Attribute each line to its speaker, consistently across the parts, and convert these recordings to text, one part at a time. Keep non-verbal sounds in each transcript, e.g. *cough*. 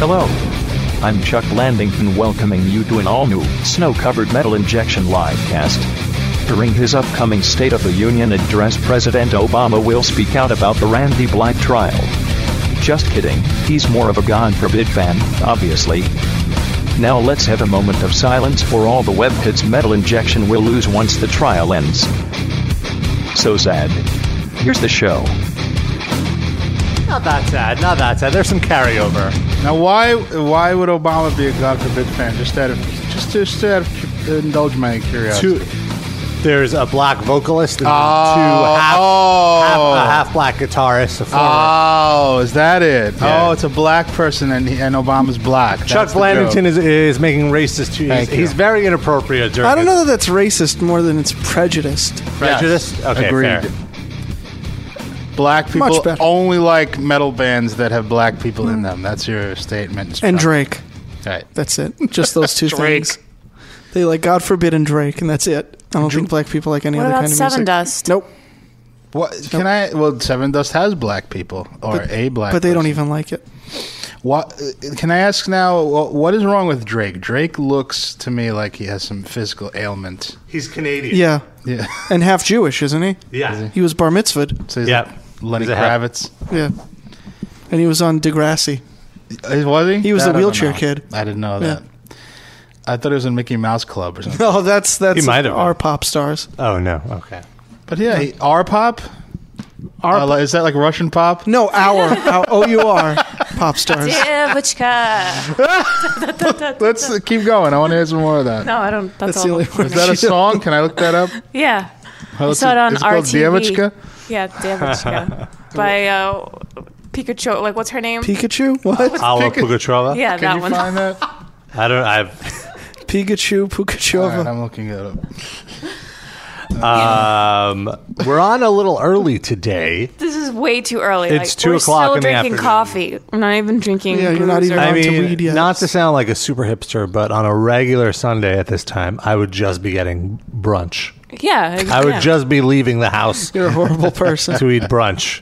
Speaker 1: Hello. I'm Chuck Landington welcoming you to an all-new, snow-covered metal injection livecast. During his upcoming State of the Union address, President Obama will speak out about the Randy Black trial. Just kidding, he's more of a God forbid fan, obviously. Now let's have a moment of silence for all the web hits metal injection will lose once the trial ends. So sad. Here's the show.
Speaker 2: Not that sad. Not that sad. There's some carryover.
Speaker 3: Now, why why would Obama be a God forbid fan? Just out of just to, just out of cu- indulge my curiosity.
Speaker 2: Two. There's a black vocalist and two
Speaker 3: Oh,
Speaker 2: half,
Speaker 3: oh.
Speaker 2: half, a half black guitarist. A former.
Speaker 4: Ah.
Speaker 3: Oh, is that it?
Speaker 2: Yeah.
Speaker 3: Oh, it's a black person and he, and Obama's black.
Speaker 2: Chuck
Speaker 3: That's the
Speaker 2: Blandington
Speaker 3: joke.
Speaker 2: is, is making racist. too. He's,
Speaker 3: Thank you.
Speaker 2: he's very inappropriate during
Speaker 4: I don't
Speaker 2: his
Speaker 4: know that that's racist more than it's prejudiced. Uh,
Speaker 2: prejudice.
Speaker 3: Yes.
Speaker 2: Okay,
Speaker 3: Agreed.
Speaker 2: fair.
Speaker 3: Black people
Speaker 4: better.
Speaker 3: only like metal bands that have black people in them. That's your statement.
Speaker 4: And Drake.
Speaker 3: Right.
Speaker 4: That's it. Just those two
Speaker 3: Drake.
Speaker 4: things. They like God forbid and Drake, and that's it. I don't think black people like any
Speaker 5: What
Speaker 4: other
Speaker 5: about
Speaker 4: kind of
Speaker 5: Seven
Speaker 4: music.
Speaker 5: Dust?
Speaker 4: Nope.
Speaker 3: What can I? Well, Seven Dust has black people or a black.
Speaker 4: But they don't
Speaker 3: person.
Speaker 4: even like it.
Speaker 3: What uh, can I ask now? wh- What is wrong with Drake? Drake looks to me like he has some physical ailment.
Speaker 2: He's Canadian.
Speaker 4: Yeah.
Speaker 3: Yeah. *laughs*
Speaker 4: And half Jewish, isn't he?
Speaker 2: Yeah.
Speaker 4: He was bar mitzvahed.
Speaker 3: So he's
Speaker 2: Yeah.
Speaker 3: like Lenny
Speaker 2: He's a half-
Speaker 3: Kravitz.
Speaker 4: Yeah. And he was on Degrassi.
Speaker 5: Oh
Speaker 3: Uh, Is- Was he?
Speaker 4: He was
Speaker 3: That
Speaker 4: the
Speaker 3: I don't
Speaker 4: wheelchair
Speaker 3: know.
Speaker 4: kid.
Speaker 3: I didn't know that. I thought it was in Mickey Mouse Club or
Speaker 4: *laughs*
Speaker 3: something.
Speaker 4: Oh, that's that's
Speaker 2: He might have
Speaker 4: our
Speaker 2: been.
Speaker 4: pop stars.
Speaker 2: Oh no. Okay.
Speaker 3: But yeah, he- R pop.
Speaker 4: Our
Speaker 3: Uh, li- is that like Russian pop?
Speaker 4: no, our, our O U R
Speaker 3: *laughs*
Speaker 4: pop stars. *laughs*
Speaker 5: Девочка. *laughs*
Speaker 3: Let's uh, keep going. I want to hear some more of that. Is
Speaker 5: No, I don't. That's,
Speaker 4: That's
Speaker 5: all.
Speaker 4: the only word. *laughs*
Speaker 3: that a song? Can I look that up?
Speaker 5: Yeah.
Speaker 3: I
Speaker 5: saw it on
Speaker 3: It's called
Speaker 5: RTV.
Speaker 3: Diavochka?
Speaker 5: Yeah,
Speaker 4: *laughs*
Speaker 5: Devachka. By uh, Pikachu. Like, what's her name? *laughs*
Speaker 4: Pikachu? What?
Speaker 2: Ala
Speaker 3: Pick it.
Speaker 2: Pugatrova.
Speaker 5: yeah,
Speaker 3: Can
Speaker 5: that
Speaker 3: you
Speaker 5: one.
Speaker 3: find that?
Speaker 2: I don't. I've.
Speaker 4: *laughs* Pikachu,
Speaker 3: All right,
Speaker 4: Pukachova.
Speaker 3: I'm looking it up.
Speaker 2: Um, we're on a little early today.
Speaker 5: *laughs* This is way too early.
Speaker 2: It's
Speaker 5: like,
Speaker 2: two
Speaker 5: we're
Speaker 2: o'clock
Speaker 5: still
Speaker 2: in the
Speaker 5: drinking
Speaker 2: afternoon.
Speaker 5: coffee. I'm not even drinking.
Speaker 4: Yeah, you're not
Speaker 5: booze
Speaker 4: even
Speaker 5: or-
Speaker 4: on
Speaker 2: I
Speaker 4: Not to
Speaker 2: mean,
Speaker 4: weed yet.
Speaker 2: not to sound like a super hipster, but on a regular Sunday at this time, I would just be getting brunch.
Speaker 5: yeah.
Speaker 2: I would
Speaker 5: yeah.
Speaker 2: just be leaving the house
Speaker 4: You're a horrible
Speaker 2: *laughs*
Speaker 4: person.
Speaker 2: to eat brunch.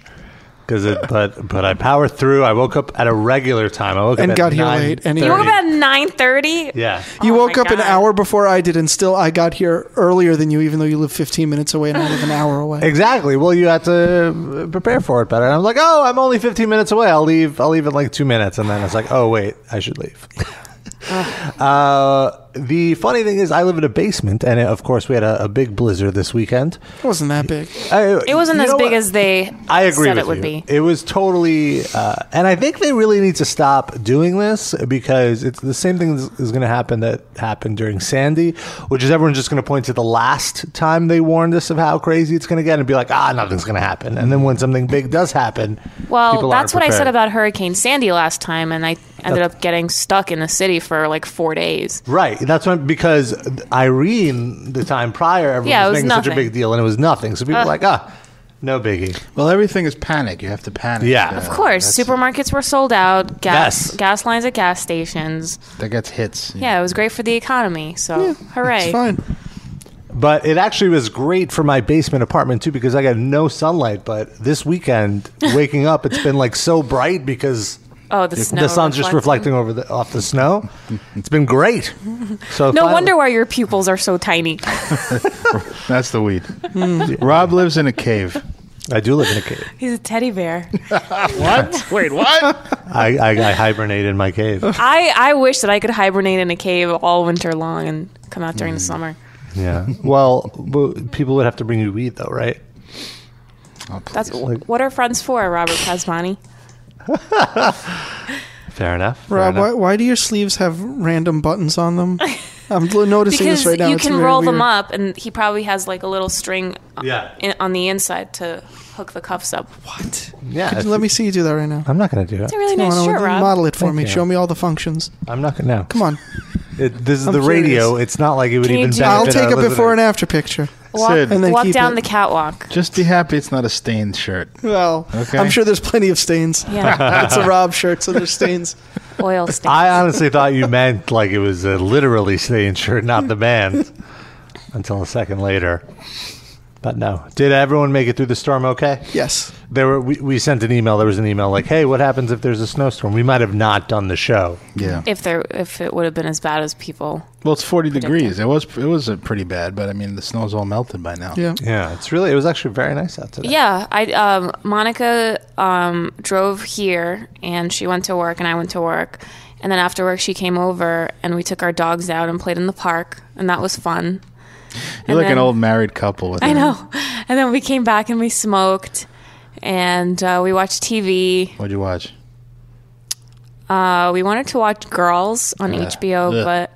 Speaker 2: Cause it, but but I powered through. I woke up at a regular time. I woke
Speaker 4: And
Speaker 2: up
Speaker 4: got
Speaker 2: at
Speaker 4: here
Speaker 2: 9:30.
Speaker 4: late and
Speaker 5: You woke up at nine thirty.
Speaker 2: yeah.
Speaker 4: You
Speaker 5: Oh
Speaker 4: woke
Speaker 5: my
Speaker 4: up an
Speaker 5: God.
Speaker 4: hour before I did, and still I got here earlier than you, even though you live 15 minutes away and I live an hour
Speaker 2: *laughs*
Speaker 4: away.
Speaker 2: Exactly. Well, you had to uh, prepare for it better. And I was like, oh, I'm only 15 minutes away. I'll leave. I'll leave in like two minutes. And then it's like, oh wait, I should leave. uh, the funny thing is, I live in a basement, and it, of course, we had a, a big blizzard this weekend.
Speaker 4: It wasn't that big.
Speaker 2: I,
Speaker 5: It wasn't
Speaker 2: you
Speaker 5: as
Speaker 2: know
Speaker 5: big
Speaker 2: what?
Speaker 5: as they
Speaker 2: I agree
Speaker 5: said
Speaker 2: with
Speaker 5: it would
Speaker 2: you.
Speaker 5: be.
Speaker 2: It was totally, uh, and I think they really need to stop doing this because it's the same thing is, is going to happen that happened during Sandy, which is everyone's just going to point to the last time they warned us of how crazy it's going to get and be like, ah, nothing's going to happen. And then when something big does happen,
Speaker 5: Well,
Speaker 2: people
Speaker 5: that's what
Speaker 2: aren't
Speaker 5: I said
Speaker 2: prepared.
Speaker 5: about Hurricane Sandy last time, and I ended up getting stuck in the city for like four days.
Speaker 2: Right, that's what because Irene the time prior, everyone
Speaker 5: Yeah, it
Speaker 2: was,
Speaker 5: was
Speaker 2: making such a
Speaker 5: nothing.
Speaker 2: big deal, and it was nothing. So people were
Speaker 5: Ugh.
Speaker 2: like, ah, no biggie.
Speaker 3: Well, everything is panic. You have to panic.
Speaker 2: Yeah.
Speaker 3: uh,
Speaker 2: Of
Speaker 5: Of
Speaker 3: that's-
Speaker 5: course, supermarkets were sold out. Gas
Speaker 2: Yes.
Speaker 5: gas lines at gas stations.
Speaker 3: That gets hits.
Speaker 5: Yeah, it was great for the economy. So hooray! *laughs*
Speaker 4: It's fine.
Speaker 2: But it actually was great for my basement apartment too because I got no sunlight. But this
Speaker 5: *laughs*
Speaker 2: weekend, waking up, it's been like so bright because
Speaker 5: Oh, the snow.
Speaker 2: the sun's just reflecting
Speaker 5: reflecting.
Speaker 2: over the off the snow. It's been great. So
Speaker 5: No
Speaker 2: *laughs*
Speaker 5: wonder why your pupils are so tiny.
Speaker 3: That's the weed.
Speaker 5: Hmm.
Speaker 3: Rob lives in a cave.
Speaker 2: I do live in a cave.
Speaker 5: *laughs* He's a teddy bear.
Speaker 3: What? Wait, what?
Speaker 2: I, I, I hibernate in my cave.
Speaker 5: *laughs* I, I wish that I could hibernate in a cave all winter long and come out during the summer.
Speaker 2: Yeah. Well, w- people would have to bring you weed though, right?
Speaker 5: That's what are friends for, Robert Casmani?
Speaker 2: Fair enough. fair
Speaker 4: Rob, why,
Speaker 2: enough.
Speaker 4: why do your sleeves have random buttons
Speaker 5: *laughs*
Speaker 4: on them? I'm l- noticing
Speaker 5: Because
Speaker 4: this right now.
Speaker 5: you
Speaker 4: It's
Speaker 5: can
Speaker 4: very
Speaker 5: roll them
Speaker 4: weird.
Speaker 5: up, and he probably has like a little string
Speaker 2: Yeah.
Speaker 5: in, on the inside to hook the cuffs up.
Speaker 4: What?
Speaker 2: Yeah,
Speaker 4: Could
Speaker 2: if
Speaker 4: you let
Speaker 2: you-
Speaker 4: me see you do that right now?
Speaker 2: I'm not going to do it.
Speaker 5: It's a really
Speaker 4: Come
Speaker 5: nice
Speaker 4: on,
Speaker 5: shirt,
Speaker 4: Owen,
Speaker 5: Rob.
Speaker 4: model it for me.
Speaker 2: you.
Speaker 4: Show me all the functions.
Speaker 2: I'm not going to. No.
Speaker 4: Come on.
Speaker 2: It, this is
Speaker 4: I'm
Speaker 2: the radio.
Speaker 4: curious.
Speaker 2: It's not like it would
Speaker 5: Can you
Speaker 2: even
Speaker 5: do-
Speaker 2: benefit
Speaker 5: I'll
Speaker 4: I'll take
Speaker 2: our
Speaker 4: a before
Speaker 2: listeners.
Speaker 4: and after picture.
Speaker 5: Walk,
Speaker 3: Sid. And
Speaker 4: then
Speaker 5: walk
Speaker 4: keep
Speaker 5: down
Speaker 4: it.
Speaker 5: the catwalk.
Speaker 3: Just be happy it's not a stained shirt.
Speaker 4: Well,
Speaker 3: Okay.
Speaker 4: I'm sure there's plenty of stains.
Speaker 5: Yeah,
Speaker 4: *laughs*
Speaker 2: *laughs*
Speaker 4: It's a Rob shirt, so there's stains.
Speaker 5: oil stain.
Speaker 2: I honestly thought you meant like it was uh, literally staying shirt, not the band, until a second later. But no. Did everyone make it through the storm okay?
Speaker 4: Yes.
Speaker 2: there were, we, we sent an email. There was an email like, "Hey, what happens if there's a snowstorm?" We might have not done the show.
Speaker 3: Yeah.
Speaker 5: If there, if it would have been as bad as people,
Speaker 3: Well, it's 40 degrees. It was it was uh, pretty bad, but I mean the snow's all melted by now.
Speaker 4: Yeah.
Speaker 2: Yeah, it's really it was actually very nice out today.
Speaker 5: yeah. I um, Monica um, drove here, and she went to work, and I went to work, and then after work she came over, and we took our dogs out and played in the park, and that was fun.
Speaker 3: You're like an
Speaker 5: then-
Speaker 3: old married couple with
Speaker 5: I
Speaker 3: a-
Speaker 5: know. And then we came back and we smoked, and uh, we watched TV.
Speaker 3: What'd you watch?
Speaker 5: Uh, we wanted to watch Girls on
Speaker 3: Yeah.
Speaker 5: HBO,
Speaker 3: Ugh.
Speaker 5: but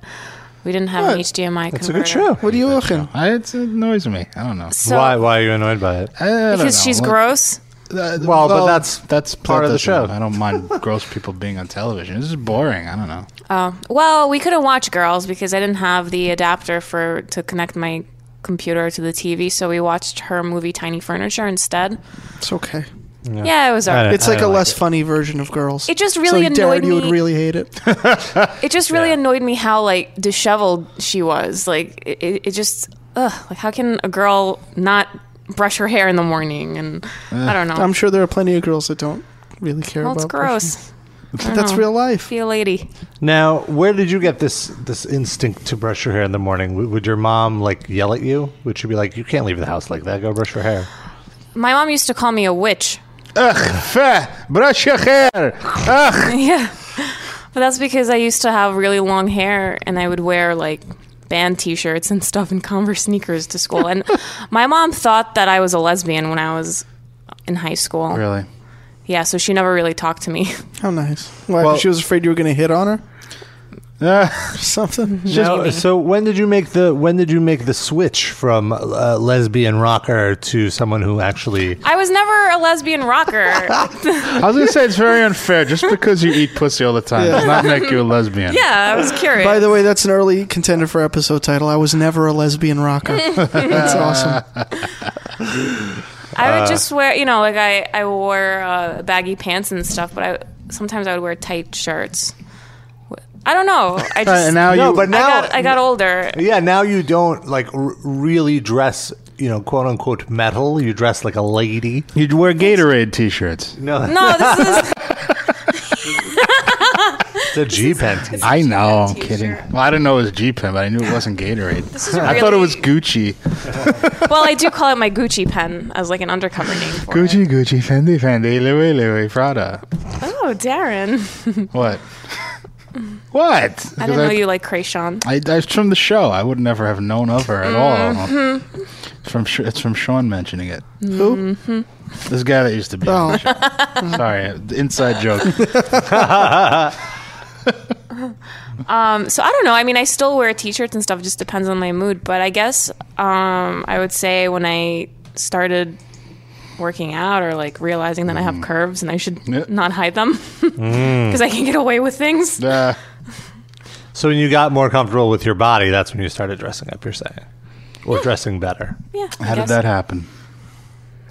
Speaker 5: we didn't have an
Speaker 4: What?
Speaker 5: HDMI.
Speaker 2: It's a good
Speaker 5: converter.
Speaker 2: show.
Speaker 4: What are you looking?
Speaker 3: I, it's, it annoys me. I don't know.
Speaker 5: So,
Speaker 2: why why are you annoyed by it?
Speaker 3: I don't
Speaker 5: Because
Speaker 3: know.
Speaker 5: she's
Speaker 3: Like,
Speaker 5: gross.
Speaker 3: uh,
Speaker 2: Well, oh, but that's part of the
Speaker 3: doesn't-
Speaker 2: show.
Speaker 3: I don't mind *laughs* gross people being on television. This is boring. I don't know.
Speaker 5: Oh well, we couldn't watch Girls because I didn't have the adapter for to connect my computer to the TV. So we watched her movie Tiny Furniture instead.
Speaker 4: It's okay.
Speaker 5: Yeah, it was.
Speaker 2: I
Speaker 5: Our,
Speaker 2: don't-
Speaker 4: It's like a
Speaker 2: like
Speaker 4: less funny version of girls.
Speaker 5: It just really
Speaker 4: so Jared,
Speaker 5: annoyed
Speaker 4: You would
Speaker 5: me.
Speaker 4: really
Speaker 2: *laughs*
Speaker 4: hate it.
Speaker 5: it just really annoyed me how like disheveled she was. Like it- it, it just ugh. Like how can a girl not brush her hair in the morning? And I don't know.
Speaker 4: I'm sure there are plenty of girls that don't really care
Speaker 5: well,
Speaker 4: about.
Speaker 5: it's gross.
Speaker 4: brushing. That's real life.
Speaker 5: Be a lady.
Speaker 2: Now, where did you get this this instinct to brush your hair in the morning? Would, would your mom like yell at you? Would she be like, "You can't leave the house like that. Go brush your hair."
Speaker 5: My mom used to call me a witch.
Speaker 3: Feh, brush your hair.
Speaker 5: *laughs* yeah. But that's because I used to have really long hair and I would wear like band t shirts and stuff and Converse sneakers to
Speaker 3: *laughs*
Speaker 5: school. And my mom thought that I was a lesbian when I was in high school.
Speaker 3: Really?
Speaker 5: Yeah, so she never really talked to me. *laughs*
Speaker 4: How nice. Why?
Speaker 3: Well-
Speaker 4: she was afraid you were going to hit
Speaker 2: *laughs*
Speaker 4: on her
Speaker 3: Uh,
Speaker 4: or something.
Speaker 2: Now, so when did you make the when did you make the switch from uh, lesbian rocker to someone who actually?
Speaker 5: I was never a lesbian
Speaker 3: *laughs*
Speaker 5: rocker. *laughs*
Speaker 3: I was gonna say it's very
Speaker 2: *laughs*
Speaker 3: unfair. Just because you eat pussy all the time does not make you a lesbian.
Speaker 5: yeah, I was curious.
Speaker 4: By the way, that's an early contender for episode title. I was never a lesbian
Speaker 5: *laughs*
Speaker 4: rocker. that's awesome.
Speaker 2: uh,
Speaker 3: Uh.
Speaker 5: I would just wear, you know, like I, I wore uh, baggy pants and stuff, but I sometimes I would wear tight shirts. I don't
Speaker 3: *laughs*
Speaker 5: know. I
Speaker 3: Uh,
Speaker 5: just
Speaker 3: and now
Speaker 2: No,
Speaker 3: you.
Speaker 2: but
Speaker 5: I
Speaker 2: now
Speaker 5: got I got older.
Speaker 2: yeah, now you don't like r- really dress, you know, quote unquote metal. You dress like a lady.
Speaker 3: You'd wear Gatorade T-shirts.
Speaker 2: No, *laughs*
Speaker 5: No, this is
Speaker 2: it's a G panty.
Speaker 3: I know. I'm
Speaker 5: Gatorade
Speaker 3: kidding.
Speaker 5: T-shirt.
Speaker 3: Well, I didn't know it was G pen, but I knew it wasn't Gatorade.
Speaker 5: This is
Speaker 3: I thought it
Speaker 5: really-
Speaker 3: was Gucci.
Speaker 5: well, I do call it my Gucci pen as like an undercover name for
Speaker 3: Gucci,
Speaker 5: it.
Speaker 3: Gucci, Fendi, Fendi, Louis, Louis, Prada.
Speaker 5: Oh,
Speaker 3: *laughs*
Speaker 5: Darren. *laughs*
Speaker 3: What? what?
Speaker 5: I didn't know you like Krayshawn.
Speaker 3: I, I, it's from the show. I would never have known of her at
Speaker 5: Mm-hmm.
Speaker 3: all. It's from Sh- it's from Sean mentioning it.
Speaker 4: Who?
Speaker 5: Mm-hmm.
Speaker 3: This guy that used to be.
Speaker 5: *laughs*
Speaker 3: On the show. Sorry, the inside joke. *laughs*
Speaker 5: Um, so I don't know. I mean, I still wear t-shirts and stuff. It just depends on my mood. But I guess um, I would say when I started working out or like realizing that I have curves and I should
Speaker 3: Mm. Yeah. Hmm.
Speaker 5: not hide them *laughs* because
Speaker 3: Mm.
Speaker 5: I can get away with things.
Speaker 3: Uh,
Speaker 2: So when you got more comfortable with your body, that's when you started dressing up. You're saying, or dressing better.
Speaker 5: Yeah. I
Speaker 3: how did
Speaker 5: guess.
Speaker 3: that happen?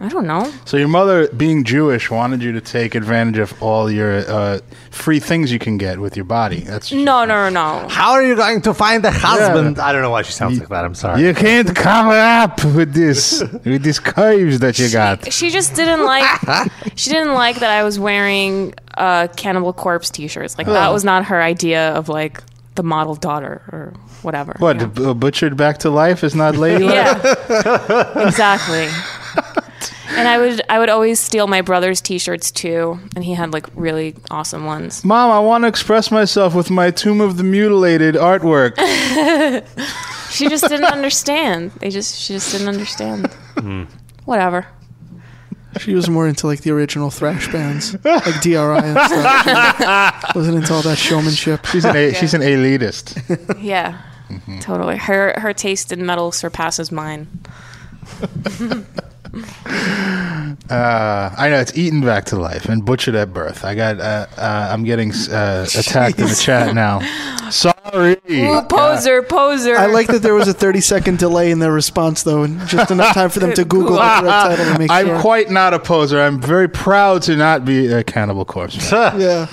Speaker 5: I don't know.
Speaker 3: So your mother, being Jewish, wanted you to take advantage of all your uh, free things you can get with your body. That's
Speaker 5: No, no, no, no.
Speaker 2: How are you going to find a husband? I don't know why she sounds like that. I'm sorry.
Speaker 3: You can't cover up with this with these curves that you got.
Speaker 5: She just didn't like. she didn't like that I was wearing uh, Cannibal Corpse t-shirts. Like
Speaker 3: Oh.
Speaker 5: that was not her idea of like the model daughter or whatever.
Speaker 3: What
Speaker 5: you know?
Speaker 3: b- butchered back to life is not ladylike.
Speaker 5: Yeah, exactly. *laughs* And I would I would always steal my brother's T-shirts too, and he had like really awesome
Speaker 3: *laughs*
Speaker 5: ones.
Speaker 3: Mom, I want to express myself with my Tomb of the Mutilated
Speaker 5: *laughs*
Speaker 3: artwork.
Speaker 5: She just didn't understand. They just she just didn't understand.
Speaker 3: Hmm.
Speaker 5: Whatever.
Speaker 4: She was more into like the original thrash bands, like DRI and stuff. She wasn't into all that showmanship.
Speaker 3: *laughs* She's an, a- she's an elitist.
Speaker 5: *laughs* Yeah,
Speaker 2: Mm-hmm.
Speaker 5: totally. Her her taste in metal surpasses
Speaker 2: *laughs*
Speaker 5: mine.
Speaker 3: Uh, I know it's eaten back to life and butchered at birth. I got. Uh, uh, I'm getting uh, attacked in the chat
Speaker 5: *laughs*
Speaker 3: now. Sorry.
Speaker 5: Ooh, poser, poser.
Speaker 4: I like that there was a 30 second delay in their response, though, and just enough time for them
Speaker 5: *laughs*
Speaker 4: to Google
Speaker 2: *laughs*
Speaker 4: the correct title and make
Speaker 3: I'm
Speaker 4: sure.
Speaker 3: quite not a poser. I'm very proud to not be a cannibal corpse. fan.
Speaker 4: *laughs* yeah.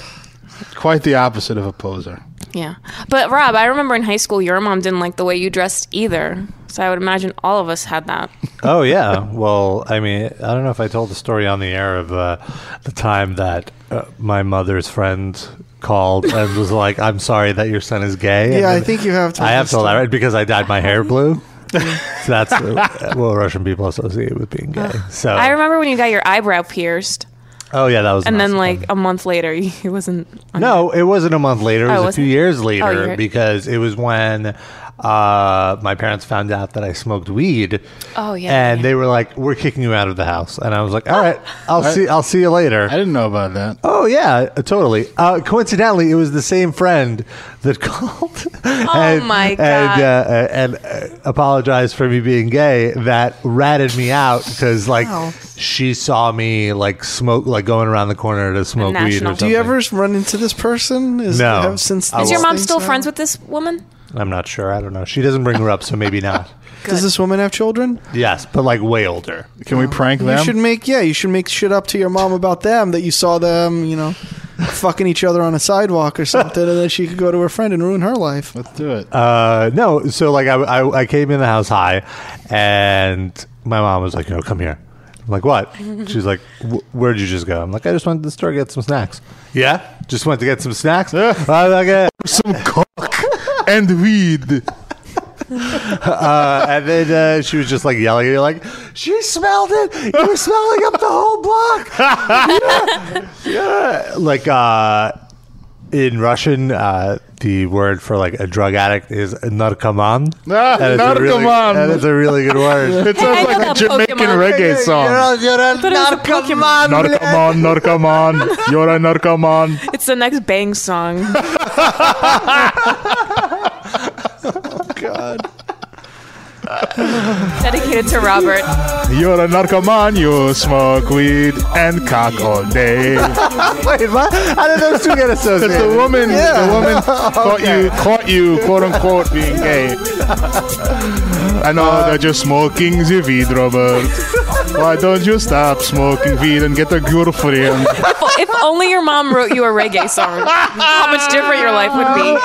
Speaker 3: quite the opposite of a poser.
Speaker 5: yeah, but Rob, I remember in high school your mom didn't like the way you dressed either. So I would imagine all of us had that.
Speaker 2: Oh yeah. Well, I mean, I don't know if I told the story on the air of uh, the time that uh, my mother's friend called and was like, "I'm sorry that your son is gay." And
Speaker 4: Yeah, I
Speaker 2: then-
Speaker 4: think you have to.
Speaker 2: I have told that right because I dyed my hair *laughs* blue. so that's uh, well, Russian people associate with being gay. So
Speaker 5: I remember when you got your eyebrow pierced,
Speaker 2: oh yeah, that was
Speaker 5: and
Speaker 2: an
Speaker 5: then
Speaker 2: awesome
Speaker 5: like a month later, *laughs* you- it wasn't. on
Speaker 2: No, it wasn't a month later. It
Speaker 5: Oh,
Speaker 2: was a
Speaker 5: was
Speaker 2: few
Speaker 5: it?
Speaker 2: years
Speaker 5: Oh,
Speaker 2: later
Speaker 5: you're-
Speaker 2: because it was when uh, my parents found out that I smoked weed.
Speaker 5: Oh, yeah,
Speaker 2: and
Speaker 5: yeah.
Speaker 2: they were like, "We're kicking you out of the house," and I was like, "All
Speaker 5: *laughs*
Speaker 2: right, I'll see. I'll see you later."
Speaker 3: I didn't know about that.
Speaker 2: Oh yeah, uh, totally. Uh, coincidentally, it was the same friend that *laughs* called. and,
Speaker 5: Oh, my
Speaker 2: And,
Speaker 5: God.
Speaker 2: uh, uh, and uh, apologized for me being gay. That ratted me out because like
Speaker 4: Wow.
Speaker 2: she saw me like smoke, like going around the corner to smoke weed or
Speaker 5: national.
Speaker 2: something.
Speaker 5: Do
Speaker 4: Do you ever run into this person? Is,
Speaker 2: No.
Speaker 4: have- since
Speaker 2: I
Speaker 5: Is
Speaker 4: these
Speaker 5: your mom
Speaker 4: things
Speaker 5: still
Speaker 4: now?
Speaker 5: friends with this woman?
Speaker 2: I'm not sure. I don't know. She doesn't bring her up, so maybe
Speaker 3: *laughs*
Speaker 2: not.
Speaker 4: Does this woman have children?
Speaker 2: yes, but like way older.
Speaker 3: Can we prank
Speaker 4: Oh, You
Speaker 3: them?
Speaker 4: should make yeah. You should make shit up to your mom about them that you saw them.
Speaker 3: *laughs*
Speaker 4: You know. Fucking each other on a sidewalk or something, and then she could go to her friend and ruin her life.
Speaker 3: Let's do it.
Speaker 2: Uh, no, so like I, I, I came in the house high, and my mom was like, "No, come here." I'm like,
Speaker 4: *laughs*
Speaker 2: "What?" She's like, "Wh- "Where'd you just go?" I'm like, "I just went to the store to get some snacks." Yeah, just went to get some snacks. *laughs* I was like, "Eh."
Speaker 3: *laughs* Some cock and weed.
Speaker 2: *laughs* uh, and then uh, she was just like yelling at me, like, "She smelled it! You were smelling up the whole
Speaker 5: *laughs*
Speaker 2: block!" yeah, yeah. Like uh, in Russian, uh, the word for like a drug addict is narcoman.
Speaker 3: Ah,
Speaker 2: And it's a really-
Speaker 3: narcoman.
Speaker 2: and it's a really good word.
Speaker 3: It sounds
Speaker 5: I know
Speaker 3: like a
Speaker 5: that
Speaker 3: Jamaican
Speaker 5: Pokemon.
Speaker 3: reggae song.
Speaker 5: But it was a Pokemon.
Speaker 3: Narcoman, narcoman, you're a narcoman.
Speaker 5: It's the next
Speaker 2: *laughs*
Speaker 5: Bang song. *laughs*
Speaker 2: God.
Speaker 5: dedicated to Robert.
Speaker 3: You're a narcoman, you smoke weed and cock all
Speaker 2: *laughs*
Speaker 3: day.
Speaker 2: Wait, what? How did those two get associated? Oh,
Speaker 3: The woman, the
Speaker 2: *laughs*
Speaker 3: woman caught you, caught you, quote unquote, being gay. I know
Speaker 4: Uh,
Speaker 3: that you're smoking the weed, Robert. Why don't you stop smoking weed and get a girlfriend?
Speaker 5: If only your mom wrote you a reggae song, how much different your life would be.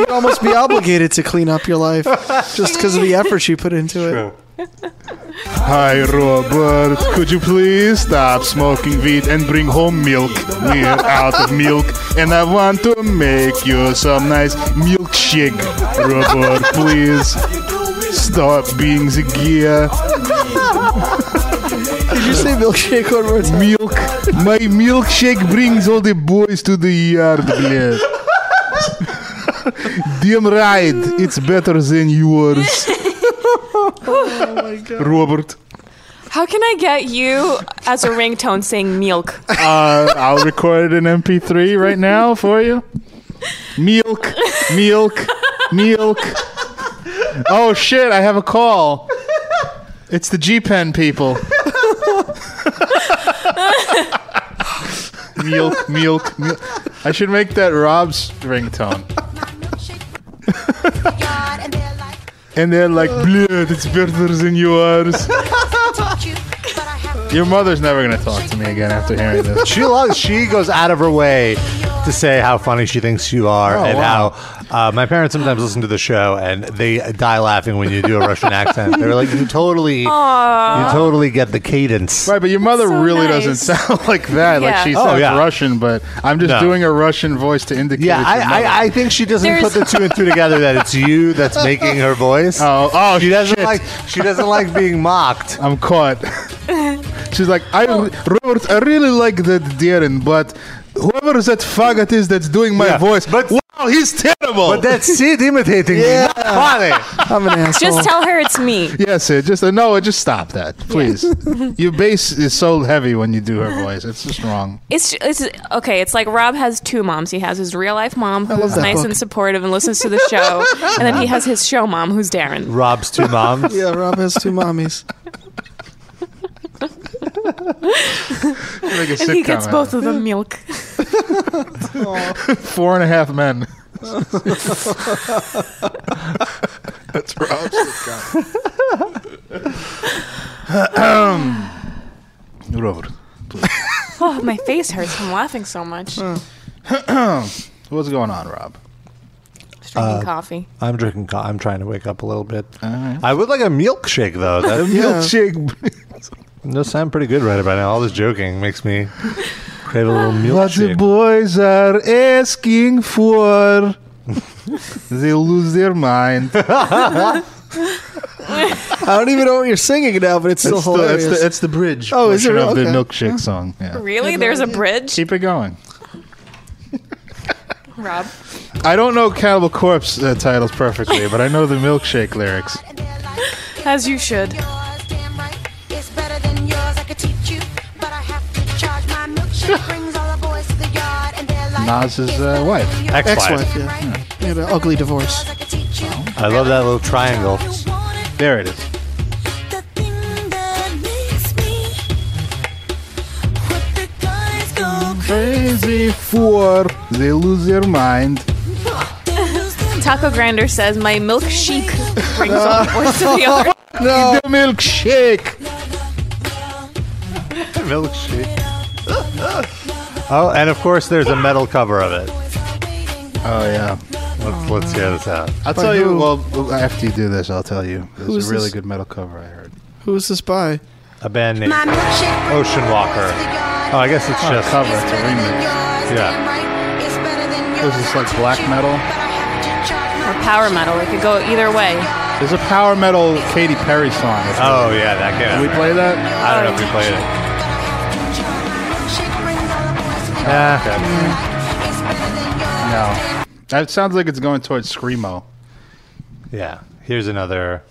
Speaker 4: You'd almost be obligated to clean up your life just because of the effort she put into it.
Speaker 3: Hi, Robert. Could you please stop smoking weed and bring home milk? We're out of milk, and I want to make you some nice milkshake. Robert, please stop being the gear.
Speaker 4: Did you say milkshake one more time?
Speaker 3: Milk. My milkshake brings all the boys to the yard, bled. Damn right, it's better than yours.
Speaker 4: *laughs* Oh
Speaker 2: *laughs*
Speaker 3: Robert.
Speaker 5: How can I get you as a ringtone saying milk?
Speaker 3: Uh, I'll record an MP3 right now for you. Milk, milk, milk. Oh shit! I have a call. It's the G Pen people. milk, milk, milk. I should make that Rob's ringtone.
Speaker 6: and they're like,
Speaker 3: And they're like, "Blood, it's better than yours."
Speaker 6: "Fuck you," but I have
Speaker 3: Your mother's never gonna talk to me again after hearing this.
Speaker 2: She loves. She goes out of her way to say how funny she thinks you are, and
Speaker 3: Oh, wow.
Speaker 2: how uh, my parents sometimes listen to the show and they die laughing when you do a Russian accent. They're like, "You totally, you totally get the cadence."
Speaker 3: Right, but your mother
Speaker 5: so
Speaker 3: really
Speaker 5: nice.
Speaker 3: doesn't *laughs* sound like that. Like
Speaker 5: Yeah.
Speaker 3: she
Speaker 5: Oh,
Speaker 3: sounds
Speaker 2: yeah.
Speaker 3: Russian, but I'm just
Speaker 2: No.
Speaker 3: doing a Russian voice to indicate.
Speaker 2: Yeah,
Speaker 3: it's your
Speaker 2: I,
Speaker 3: mother.
Speaker 2: I, I think she doesn't
Speaker 5: There's-
Speaker 2: put the two and two together that it's you
Speaker 5: *laughs*
Speaker 2: that's making her voice.
Speaker 3: Oh, oh,
Speaker 2: she doesn't
Speaker 3: shit.
Speaker 2: like she doesn't like being mocked.
Speaker 3: I'm
Speaker 5: *laughs*
Speaker 3: caught. She's like, I,
Speaker 5: Oh.
Speaker 3: Robert, I really like that Darren, but whoever that faggot is that's doing my
Speaker 2: Yeah,
Speaker 3: voice,
Speaker 2: but-
Speaker 3: wow, he's terrible.
Speaker 2: But that's Sid imitating yeah. me.
Speaker 3: *laughs*
Speaker 2: Not funny.
Speaker 4: I'm an asshole.
Speaker 5: Just tell her it's me.
Speaker 3: yes, it just uh, no, just stop that,
Speaker 5: *laughs*
Speaker 3: please. your bass is so heavy when you do her voice; it's just wrong.
Speaker 5: It's it's okay. It's like Rob has two moms. He has his real life mom
Speaker 4: love
Speaker 5: who's
Speaker 4: that
Speaker 5: nice
Speaker 4: book.
Speaker 5: and supportive and listens to the show, and then he has his show mom
Speaker 2: *laughs*
Speaker 5: who's Darren.
Speaker 2: Rob's two moms.
Speaker 4: yeah, Rob has two mommies.
Speaker 3: Like a
Speaker 5: And
Speaker 3: sitcom
Speaker 5: he gets
Speaker 3: out
Speaker 5: both
Speaker 3: it.
Speaker 5: of them
Speaker 2: *laughs*
Speaker 5: milk.
Speaker 3: *laughs* four and a half men. *laughs* that's Rob's sitcom. *coughs* *coughs* Robert,
Speaker 5: Oh, my face hurts from laughing so much.
Speaker 3: what's going on, Rob?
Speaker 5: Just Drinking coffee.
Speaker 2: Uh, I'm drinking. Co- I'm trying to wake up a little bit. I would like a milkshake though.
Speaker 3: *laughs*
Speaker 2: That
Speaker 3: Milkshake.
Speaker 2: *laughs* does sound pretty good right about now. All this joking makes me crave a little
Speaker 3: What the
Speaker 2: milkshake.
Speaker 3: boys are asking *laughs* for. they lose their *laughs* mind.
Speaker 4: I don't even know what you're singing now, but it's still
Speaker 3: It's the,
Speaker 4: hilarious.
Speaker 3: it's, the, it's the bridge
Speaker 4: Oh, is
Speaker 3: portion
Speaker 4: it?
Speaker 3: of the
Speaker 4: Okay.
Speaker 3: milkshake song. Yeah.
Speaker 5: Really? There's a bridge,
Speaker 3: Keep it going.
Speaker 5: Rob.
Speaker 3: I don't know Cannibal Corpse uh, titles perfectly, but I know the milkshake lyrics.
Speaker 5: As you should.
Speaker 6: Yours, damn right. It's better than yours. I could teach you, but I have to charge my
Speaker 4: *laughs*
Speaker 6: milkshake. Brings all the boys to the yard, and they're like,
Speaker 3: Nas's,
Speaker 6: it's
Speaker 3: uh,
Speaker 6: better
Speaker 3: wife.
Speaker 6: than yours.
Speaker 2: Ex-wife.
Speaker 4: Ex-wife,
Speaker 6: Damn
Speaker 4: yeah.
Speaker 6: right. It's
Speaker 4: They had an
Speaker 6: better
Speaker 4: ugly
Speaker 6: than
Speaker 4: divorce.
Speaker 6: yours. I could teach you.
Speaker 2: I love that little triangle.
Speaker 6: You want it.
Speaker 3: There it is.
Speaker 6: The thing that makes me what the guys go
Speaker 3: Crazy for they lose their mind.
Speaker 5: *laughs* Taco Grinder says my milkshake brings all the boys
Speaker 3: *laughs*
Speaker 5: to the yard.
Speaker 3: The milkshake.
Speaker 4: *laughs*
Speaker 2: milkshake. oh, and of course, there's a metal cover of it.
Speaker 3: Oh yeah.
Speaker 2: Let's, let's hear this out.
Speaker 3: I'll
Speaker 4: By
Speaker 3: tell you.
Speaker 4: who?
Speaker 3: Well, after you do this, I'll tell you. It
Speaker 4: Who
Speaker 3: was
Speaker 4: is
Speaker 3: a really
Speaker 4: this?
Speaker 3: good metal cover I heard.
Speaker 4: Who's this by?
Speaker 2: A band named.
Speaker 6: My milkshake brings
Speaker 2: Ocean
Speaker 6: all the
Speaker 2: Walker.
Speaker 6: boys to the yard.
Speaker 2: Oh, I guess it's
Speaker 3: Not a
Speaker 2: just.
Speaker 3: cover.
Speaker 6: It's
Speaker 3: It's a
Speaker 6: better than
Speaker 3: remix.
Speaker 6: yours,
Speaker 2: Yeah.
Speaker 6: damn right. It's better than yours.
Speaker 3: This is like black metal.
Speaker 5: Or power metal. It could go either way.
Speaker 3: There's a power metal Katy Perry song. It's-
Speaker 2: Oh yeah, that
Speaker 3: Can we
Speaker 2: guy.
Speaker 3: play that?
Speaker 2: I don't know if we played it.
Speaker 6: Yeah.
Speaker 2: Okay.
Speaker 3: No. That sounds like it's going towards screamo.
Speaker 2: Yeah. Here's another.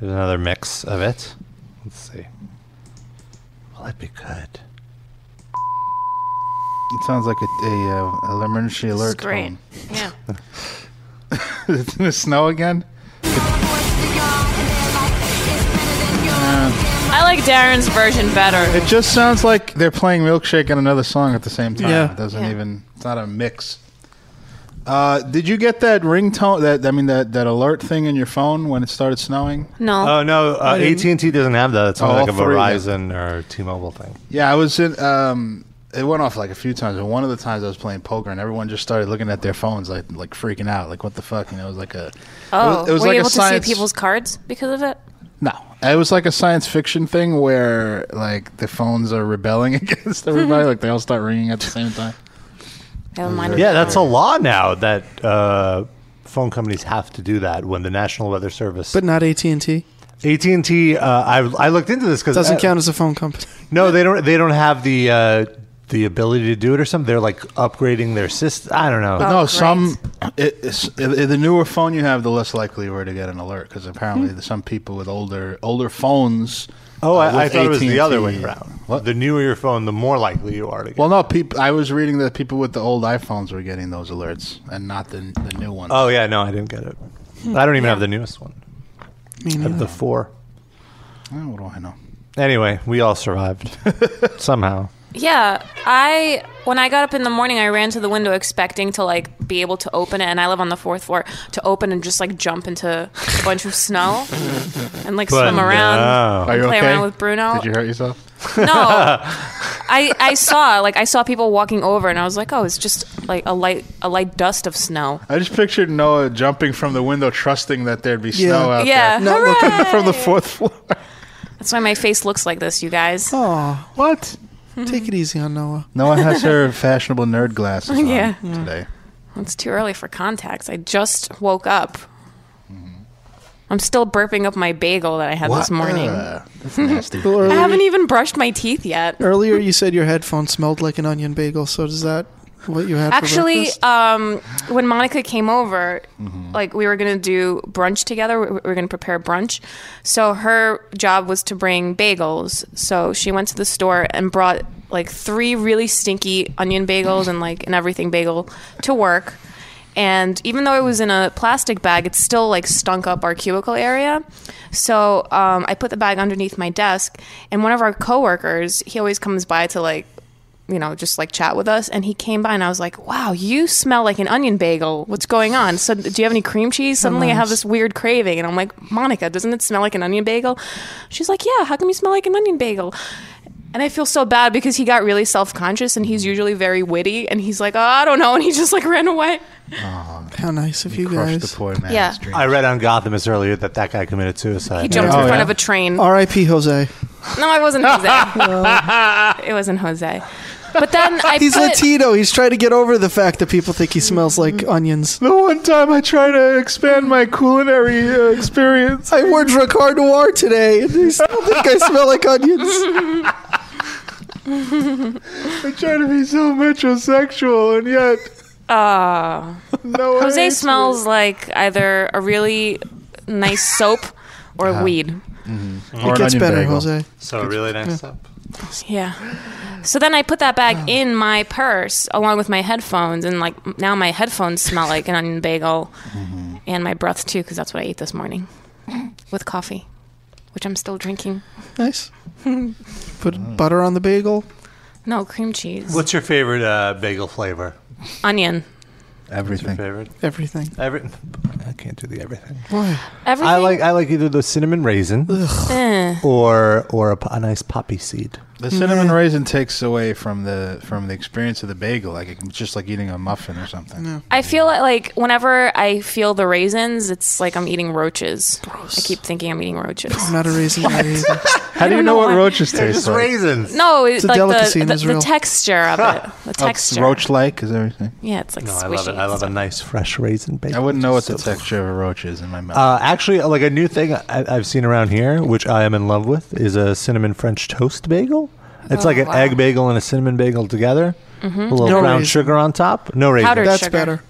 Speaker 2: Here's another mix of it. Let's see. Will it be good?
Speaker 3: It sounds like a, a, uh, a emergency alert.
Speaker 5: great.
Speaker 3: *laughs*
Speaker 5: Yeah.
Speaker 3: tone. it's gonna snow
Speaker 5: *laughs*
Speaker 3: again.
Speaker 5: I like Darren's version better.
Speaker 3: It just sounds like they're playing Milkshake and another song at the same time.
Speaker 4: Yeah.
Speaker 3: Uh, It doesn't
Speaker 5: Yeah.
Speaker 3: even. It's not a mix. Uh, did you get that ringtone? That I mean, that, that alert thing in your phone when it started snowing?
Speaker 5: No.
Speaker 2: Oh no, uh, AT and T doesn't have that. It's only
Speaker 3: Oh,
Speaker 2: like a
Speaker 3: all three, yeah.
Speaker 2: Verizon or T-Mobile thing.
Speaker 3: Yeah, I was in. Um, it went off like a few times, and one of the times I was playing poker, and everyone just started looking at their phones, like like freaking out, like what the fuck, and it was like a.
Speaker 5: Oh,
Speaker 3: it was, it was
Speaker 5: were
Speaker 3: like
Speaker 5: you
Speaker 3: a
Speaker 5: able
Speaker 3: science.
Speaker 5: to see people's cards because of it?
Speaker 3: No, it was like a science fiction thing where like the phones are rebelling *laughs* against everybody, like they all start ringing at the same time. Mm.
Speaker 5: Never mind.
Speaker 2: Yeah, that's a law now that uh, phone companies have to do that when the National Weather Service.
Speaker 4: But not AT and T.
Speaker 2: AT and T, uh, I I looked into this because
Speaker 4: Doesn't count as a phone company.
Speaker 2: No, they don't. They don't have the uh, the ability to do it or something. They're like upgrading their system. I
Speaker 4: Oh,
Speaker 2: don't know.
Speaker 3: No,
Speaker 5: Oh, great.
Speaker 3: some it, it's, i- i- the newer phone you have, the less likely you are to get an alert because apparently
Speaker 5: Hmm.
Speaker 3: there's some people with older older phones.
Speaker 2: Oh,
Speaker 3: uh,
Speaker 2: I, I
Speaker 3: with
Speaker 2: thought it was the
Speaker 3: AT&T.
Speaker 2: other way around. The newer your phone, the more likely you are to get.
Speaker 3: Well, no, peop, I was reading that people with the old iPhones were getting those alerts and not the the new ones.
Speaker 2: oh yeah, no, I didn't get it. I don't even have the newest one. I have the four.
Speaker 3: Eh, what do I know?
Speaker 2: Anyway, we all
Speaker 4: *laughs*
Speaker 2: survived somehow.
Speaker 5: Yeah, I when I got up in the morning, I ran to the window expecting to like be able to open it, and I live on the fourth floor to open and just like jump into a bunch
Speaker 2: *laughs*
Speaker 5: of snow and like
Speaker 2: But
Speaker 5: swim around.
Speaker 2: no.
Speaker 3: Are you
Speaker 5: play
Speaker 3: okay?
Speaker 5: around with Bruno.
Speaker 3: Did you hurt yourself? *laughs*
Speaker 5: *laughs* No, I I saw like I saw people walking over, and I was like, oh, it's just like a light a light dust of snow.
Speaker 3: I just pictured Noah jumping from the window, trusting that there'd be snow out
Speaker 5: Yeah,
Speaker 3: there.
Speaker 5: Not looking-
Speaker 3: *laughs*
Speaker 5: hooray!
Speaker 3: from the fourth floor.
Speaker 5: That's why my face looks like this, you guys. Mm-hmm.
Speaker 4: Oh,
Speaker 3: What?
Speaker 5: *laughs*
Speaker 4: take it easy on Noah.
Speaker 3: Noah has her fashionable nerd glasses on
Speaker 5: Yeah.
Speaker 3: today.
Speaker 5: It's too early for contacts. I just woke up.
Speaker 3: Mm-hmm.
Speaker 5: I'm still burping up my bagel that I had this morning.
Speaker 3: Uh, that's nasty.
Speaker 5: *laughs*
Speaker 4: Well,
Speaker 5: I
Speaker 4: earlier,
Speaker 5: haven't even brushed my teeth yet.
Speaker 4: earlier you said your headphone smelled like an onion bagel. So does that what you had?
Speaker 5: Actually,
Speaker 4: for breakfast? Mm-hmm.
Speaker 5: um, when Monica came over, like we were gonna do brunch together, we we were gonna prepare brunch. So her job was to bring bagels. So she went to the store and brought like three really stinky onion bagels and like an everything bagel to work. And even though it was in a plastic bag, it still like stunk up our cubicle area. So um, I put the bag underneath my desk, and one of our coworkers, he always comes by to like you know, just like chat with us. And he came by and I was like, wow, you smell like an onion bagel. What's going on? So, do you have any cream cheese? Suddenly I have this weird craving. And I'm like, Monica, doesn't it smell like an onion bagel? She's like, yeah, how come you smell like an onion bagel? And I feel so bad because he got really self conscious and he's usually very witty and he's like, oh, I don't know. *laughs* And he just like ran away.
Speaker 4: How nice of you,
Speaker 3: Crushed the
Speaker 4: guys.
Speaker 3: poor man's
Speaker 5: Yeah.
Speaker 3: dream.
Speaker 2: I read on Gothamist earlier that that guy committed suicide.
Speaker 5: He jumped in
Speaker 4: Oh,
Speaker 5: front
Speaker 4: yeah.
Speaker 5: of a train.
Speaker 4: R.I.P. Jose.
Speaker 5: No, it wasn't
Speaker 4: *laughs*
Speaker 5: Jose. it wasn't Jose. But then I
Speaker 4: He's
Speaker 5: put,
Speaker 4: Latino. He's trying to get over the fact that people think he smells like
Speaker 5: Mm.
Speaker 4: onions.
Speaker 7: The one time I tried to expand my culinary uh, experience.
Speaker 4: I wore Dracar Noir
Speaker 7: *laughs*
Speaker 4: today, and they still think
Speaker 6: *laughs*
Speaker 4: I smell like onions.
Speaker 2: Mm-hmm.
Speaker 7: I tried to be so metrosexual, and yet
Speaker 5: Uh,
Speaker 7: no one
Speaker 5: Jose
Speaker 7: hates me.
Speaker 5: smells like either a really nice soap or weed.
Speaker 3: Or
Speaker 4: It
Speaker 3: an
Speaker 4: gets
Speaker 3: onion
Speaker 4: better,
Speaker 3: bagel.
Speaker 4: Jose.
Speaker 2: So really nice
Speaker 4: *laughs*
Speaker 2: up.
Speaker 5: Yeah. So then I put that bag in my purse along with my headphones, and like now my headphones smell like an onion bagel, and my breath too, because that's what I ate this morning with coffee, which I'm still drinking.
Speaker 4: Nice. Put
Speaker 2: Mm.
Speaker 4: butter on the bagel.
Speaker 5: *laughs* No cream cheese,
Speaker 2: What's your favorite uh, bagel flavor?
Speaker 5: onion,
Speaker 3: Everything.
Speaker 2: Favorite?
Speaker 4: Everything.
Speaker 2: Every, I can't do the everything.
Speaker 4: Why?
Speaker 5: everything.
Speaker 2: I like I like either the cinnamon raisin
Speaker 5: Eh.
Speaker 2: or or a, p- a nice poppy seed.
Speaker 3: The cinnamon raisin takes away from the from the experience of the bagel. Like it's just like eating a muffin or something.
Speaker 5: I feel like, like whenever I feel the raisins, it's like I'm eating roaches. I keep thinking I'm eating roaches.
Speaker 4: I'm not a raisin guy either.
Speaker 3: *laughs* How do you
Speaker 5: don't
Speaker 3: know
Speaker 5: know
Speaker 3: what
Speaker 5: why.
Speaker 3: roaches taste
Speaker 2: It's
Speaker 3: like?
Speaker 2: raisins.
Speaker 5: No, it's
Speaker 4: a
Speaker 5: like
Speaker 4: delicacy
Speaker 5: the,
Speaker 4: in
Speaker 5: the, the
Speaker 4: Israel.
Speaker 5: texture of it.
Speaker 2: Oh,
Speaker 5: The
Speaker 3: It's
Speaker 5: texture.
Speaker 3: roach like is everything.
Speaker 5: Yeah, it's like
Speaker 2: No,
Speaker 5: squishy.
Speaker 2: I love it. I love a nice fresh raisin bagel.
Speaker 3: I wouldn't know what
Speaker 2: Just
Speaker 3: the
Speaker 2: so-
Speaker 3: texture of a roach is in my mouth.
Speaker 2: Uh, actually, like a new thing I, I've seen around here, which I am in love with, is a cinnamon French toast bagel. It's
Speaker 5: Oh,
Speaker 2: like an
Speaker 5: wow.
Speaker 2: egg bagel and a cinnamon bagel together. A little
Speaker 4: No
Speaker 2: brown
Speaker 4: raisin.
Speaker 2: sugar on top. No raisin.
Speaker 5: Powdered.
Speaker 4: That's
Speaker 5: Sugar.
Speaker 4: better.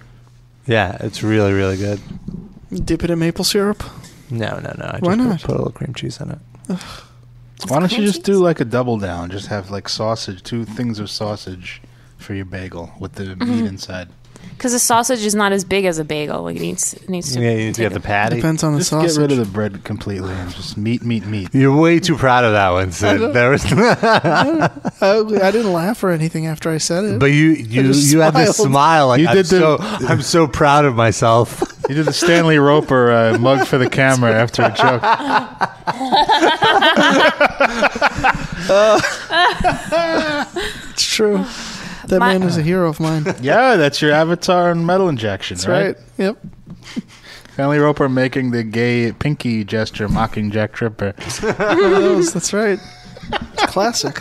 Speaker 2: Yeah, it's really, really good.
Speaker 4: Dip it in maple syrup.
Speaker 2: No, no, no. I
Speaker 4: Why
Speaker 2: just
Speaker 4: not?
Speaker 2: Put, put a little cream cheese in it.
Speaker 3: Why don't you
Speaker 5: cream
Speaker 3: just
Speaker 5: cheese?
Speaker 3: do like a double down? Just have like sausage, two things of sausage for your bagel with the
Speaker 4: Mm-hmm.
Speaker 3: meat inside.
Speaker 5: Because the sausage is not as big as a bagel. Like it needs it needs to.
Speaker 2: Yeah, you need to
Speaker 5: take
Speaker 2: get the
Speaker 5: a-
Speaker 2: patty.
Speaker 4: Depends on the
Speaker 3: Just
Speaker 4: sausage.
Speaker 3: get rid of the bread completely and just meat, meat, meat.
Speaker 2: You're way too proud of that one, *laughs* Sid. There was, *laughs*
Speaker 4: I, I didn't laugh or anything after I said it.
Speaker 2: but you, you,
Speaker 4: just
Speaker 2: you had this
Speaker 4: smiled.
Speaker 2: smile. Like
Speaker 3: You
Speaker 2: I'm
Speaker 3: did the-
Speaker 2: so, I'm so proud of myself.
Speaker 3: *laughs* You did the Stanley Roper uh, mug for the camera after a joke.
Speaker 4: Uh,
Speaker 2: *laughs*
Speaker 4: it's true. That
Speaker 5: My-
Speaker 4: man was a hero of mine. That's
Speaker 3: Yeah, that's your avatar and metal injection,
Speaker 4: right. *laughs* Yep.
Speaker 3: Stanley Roper making the gay pinky gesture, mocking Jack Tripper.
Speaker 4: Those, that's right. It's
Speaker 2: *laughs*
Speaker 4: classic.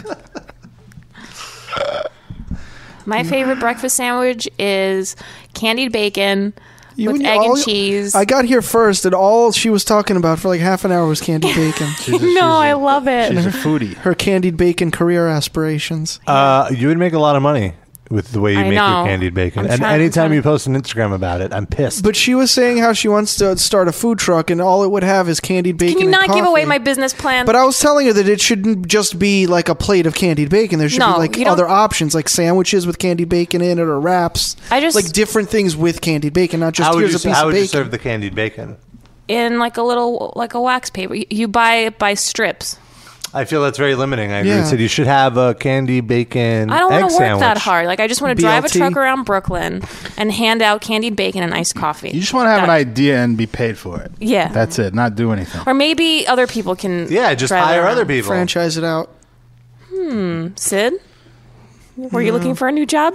Speaker 5: My favorite breakfast sandwich is candied bacon
Speaker 4: You
Speaker 5: with
Speaker 4: and
Speaker 5: egg
Speaker 4: all-
Speaker 5: and cheese.
Speaker 4: I got here first, and all she was talking about for like half an hour was candied
Speaker 2: *laughs*
Speaker 4: bacon.
Speaker 5: *laughs* no, I love it.
Speaker 3: She's a foodie.
Speaker 4: *laughs* Her candied bacon career aspirations.
Speaker 2: Uh, you would make a lot of money with the way you
Speaker 5: I
Speaker 2: make
Speaker 5: know.
Speaker 2: your candied bacon.
Speaker 5: I'm
Speaker 2: and
Speaker 5: trying- I'm
Speaker 2: anytime
Speaker 5: trying-
Speaker 2: you post an Instagram about it, I'm pissed.
Speaker 4: But she was saying how she wants to start a food truck, and all it would have is candied
Speaker 5: *laughs*
Speaker 4: bacon.
Speaker 5: Can you
Speaker 4: and
Speaker 5: not give away
Speaker 4: coffee.
Speaker 5: my business plan?
Speaker 4: But I was telling her that it shouldn't just be like a plate of candied bacon. There should
Speaker 5: No,
Speaker 4: be like
Speaker 5: you don't-
Speaker 4: other options, like sandwiches with candied bacon in it, or wraps.
Speaker 5: I just-
Speaker 4: like different things with candied bacon, not just
Speaker 2: how would,
Speaker 4: here's
Speaker 2: you,
Speaker 4: a piece
Speaker 2: how
Speaker 4: of
Speaker 2: would you
Speaker 4: bacon.
Speaker 2: serve the candied bacon?
Speaker 5: in like a little like a wax paper. You- You buy it by strips.
Speaker 2: I feel that's very limiting. I agree.
Speaker 4: Yeah.
Speaker 2: with Sid. you should have a candy bacon.
Speaker 5: I don't
Speaker 2: egg
Speaker 5: want to work
Speaker 2: sandwich.
Speaker 5: that hard. Like I just want to drive a
Speaker 4: BLT.
Speaker 5: truck around Brooklyn and hand out candied bacon and iced coffee.
Speaker 3: You just want to have an
Speaker 5: That-
Speaker 3: idea and be paid for it.
Speaker 5: Yeah.
Speaker 3: That's it. Not do anything.
Speaker 5: Or maybe other people can.
Speaker 2: Yeah, just
Speaker 5: drive
Speaker 2: hire
Speaker 5: around. Hmm,
Speaker 2: other people.
Speaker 4: Franchise it out.
Speaker 5: Sid, were you looking for a new job?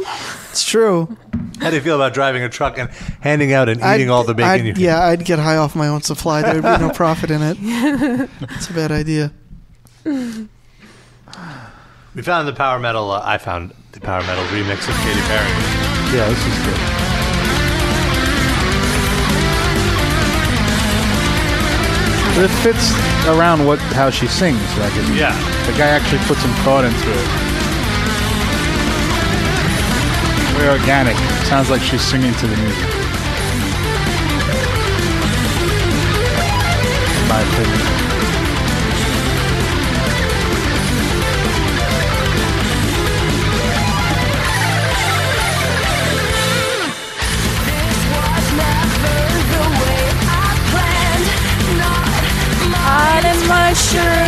Speaker 4: It's true.
Speaker 2: How do you feel about driving a truck and handing out and eating all the bacon
Speaker 4: I'd-
Speaker 2: you can?
Speaker 4: Yeah, I'd get high off my own supply. There would be no profit
Speaker 5: *laughs*
Speaker 4: in it. It's a bad idea.
Speaker 6: *laughs*
Speaker 2: We found the power metal. Uh, I found the power metal remix of Katy Perry.
Speaker 3: Yeah, this is good. But it fits around what how she sings. Like it,
Speaker 2: Yeah.
Speaker 3: the guy actually put some thought into it. Very organic. Sounds like she's singing to the music. In my opinion. *laughs*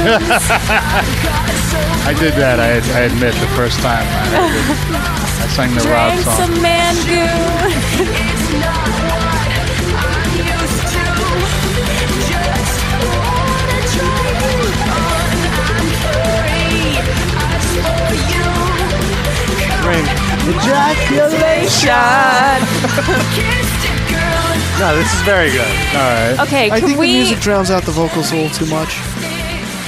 Speaker 3: I did that. I, I admit the first time I, I, did, I sang the Rob song.
Speaker 6: Just wanna try you on. I'm free. I
Speaker 3: *laughs*
Speaker 5: Ejaculation.
Speaker 2: No, this is very good.
Speaker 7: All right.
Speaker 5: Okay,
Speaker 4: I
Speaker 5: can
Speaker 4: think
Speaker 5: we?
Speaker 4: the music drowns out the vocals a little too much.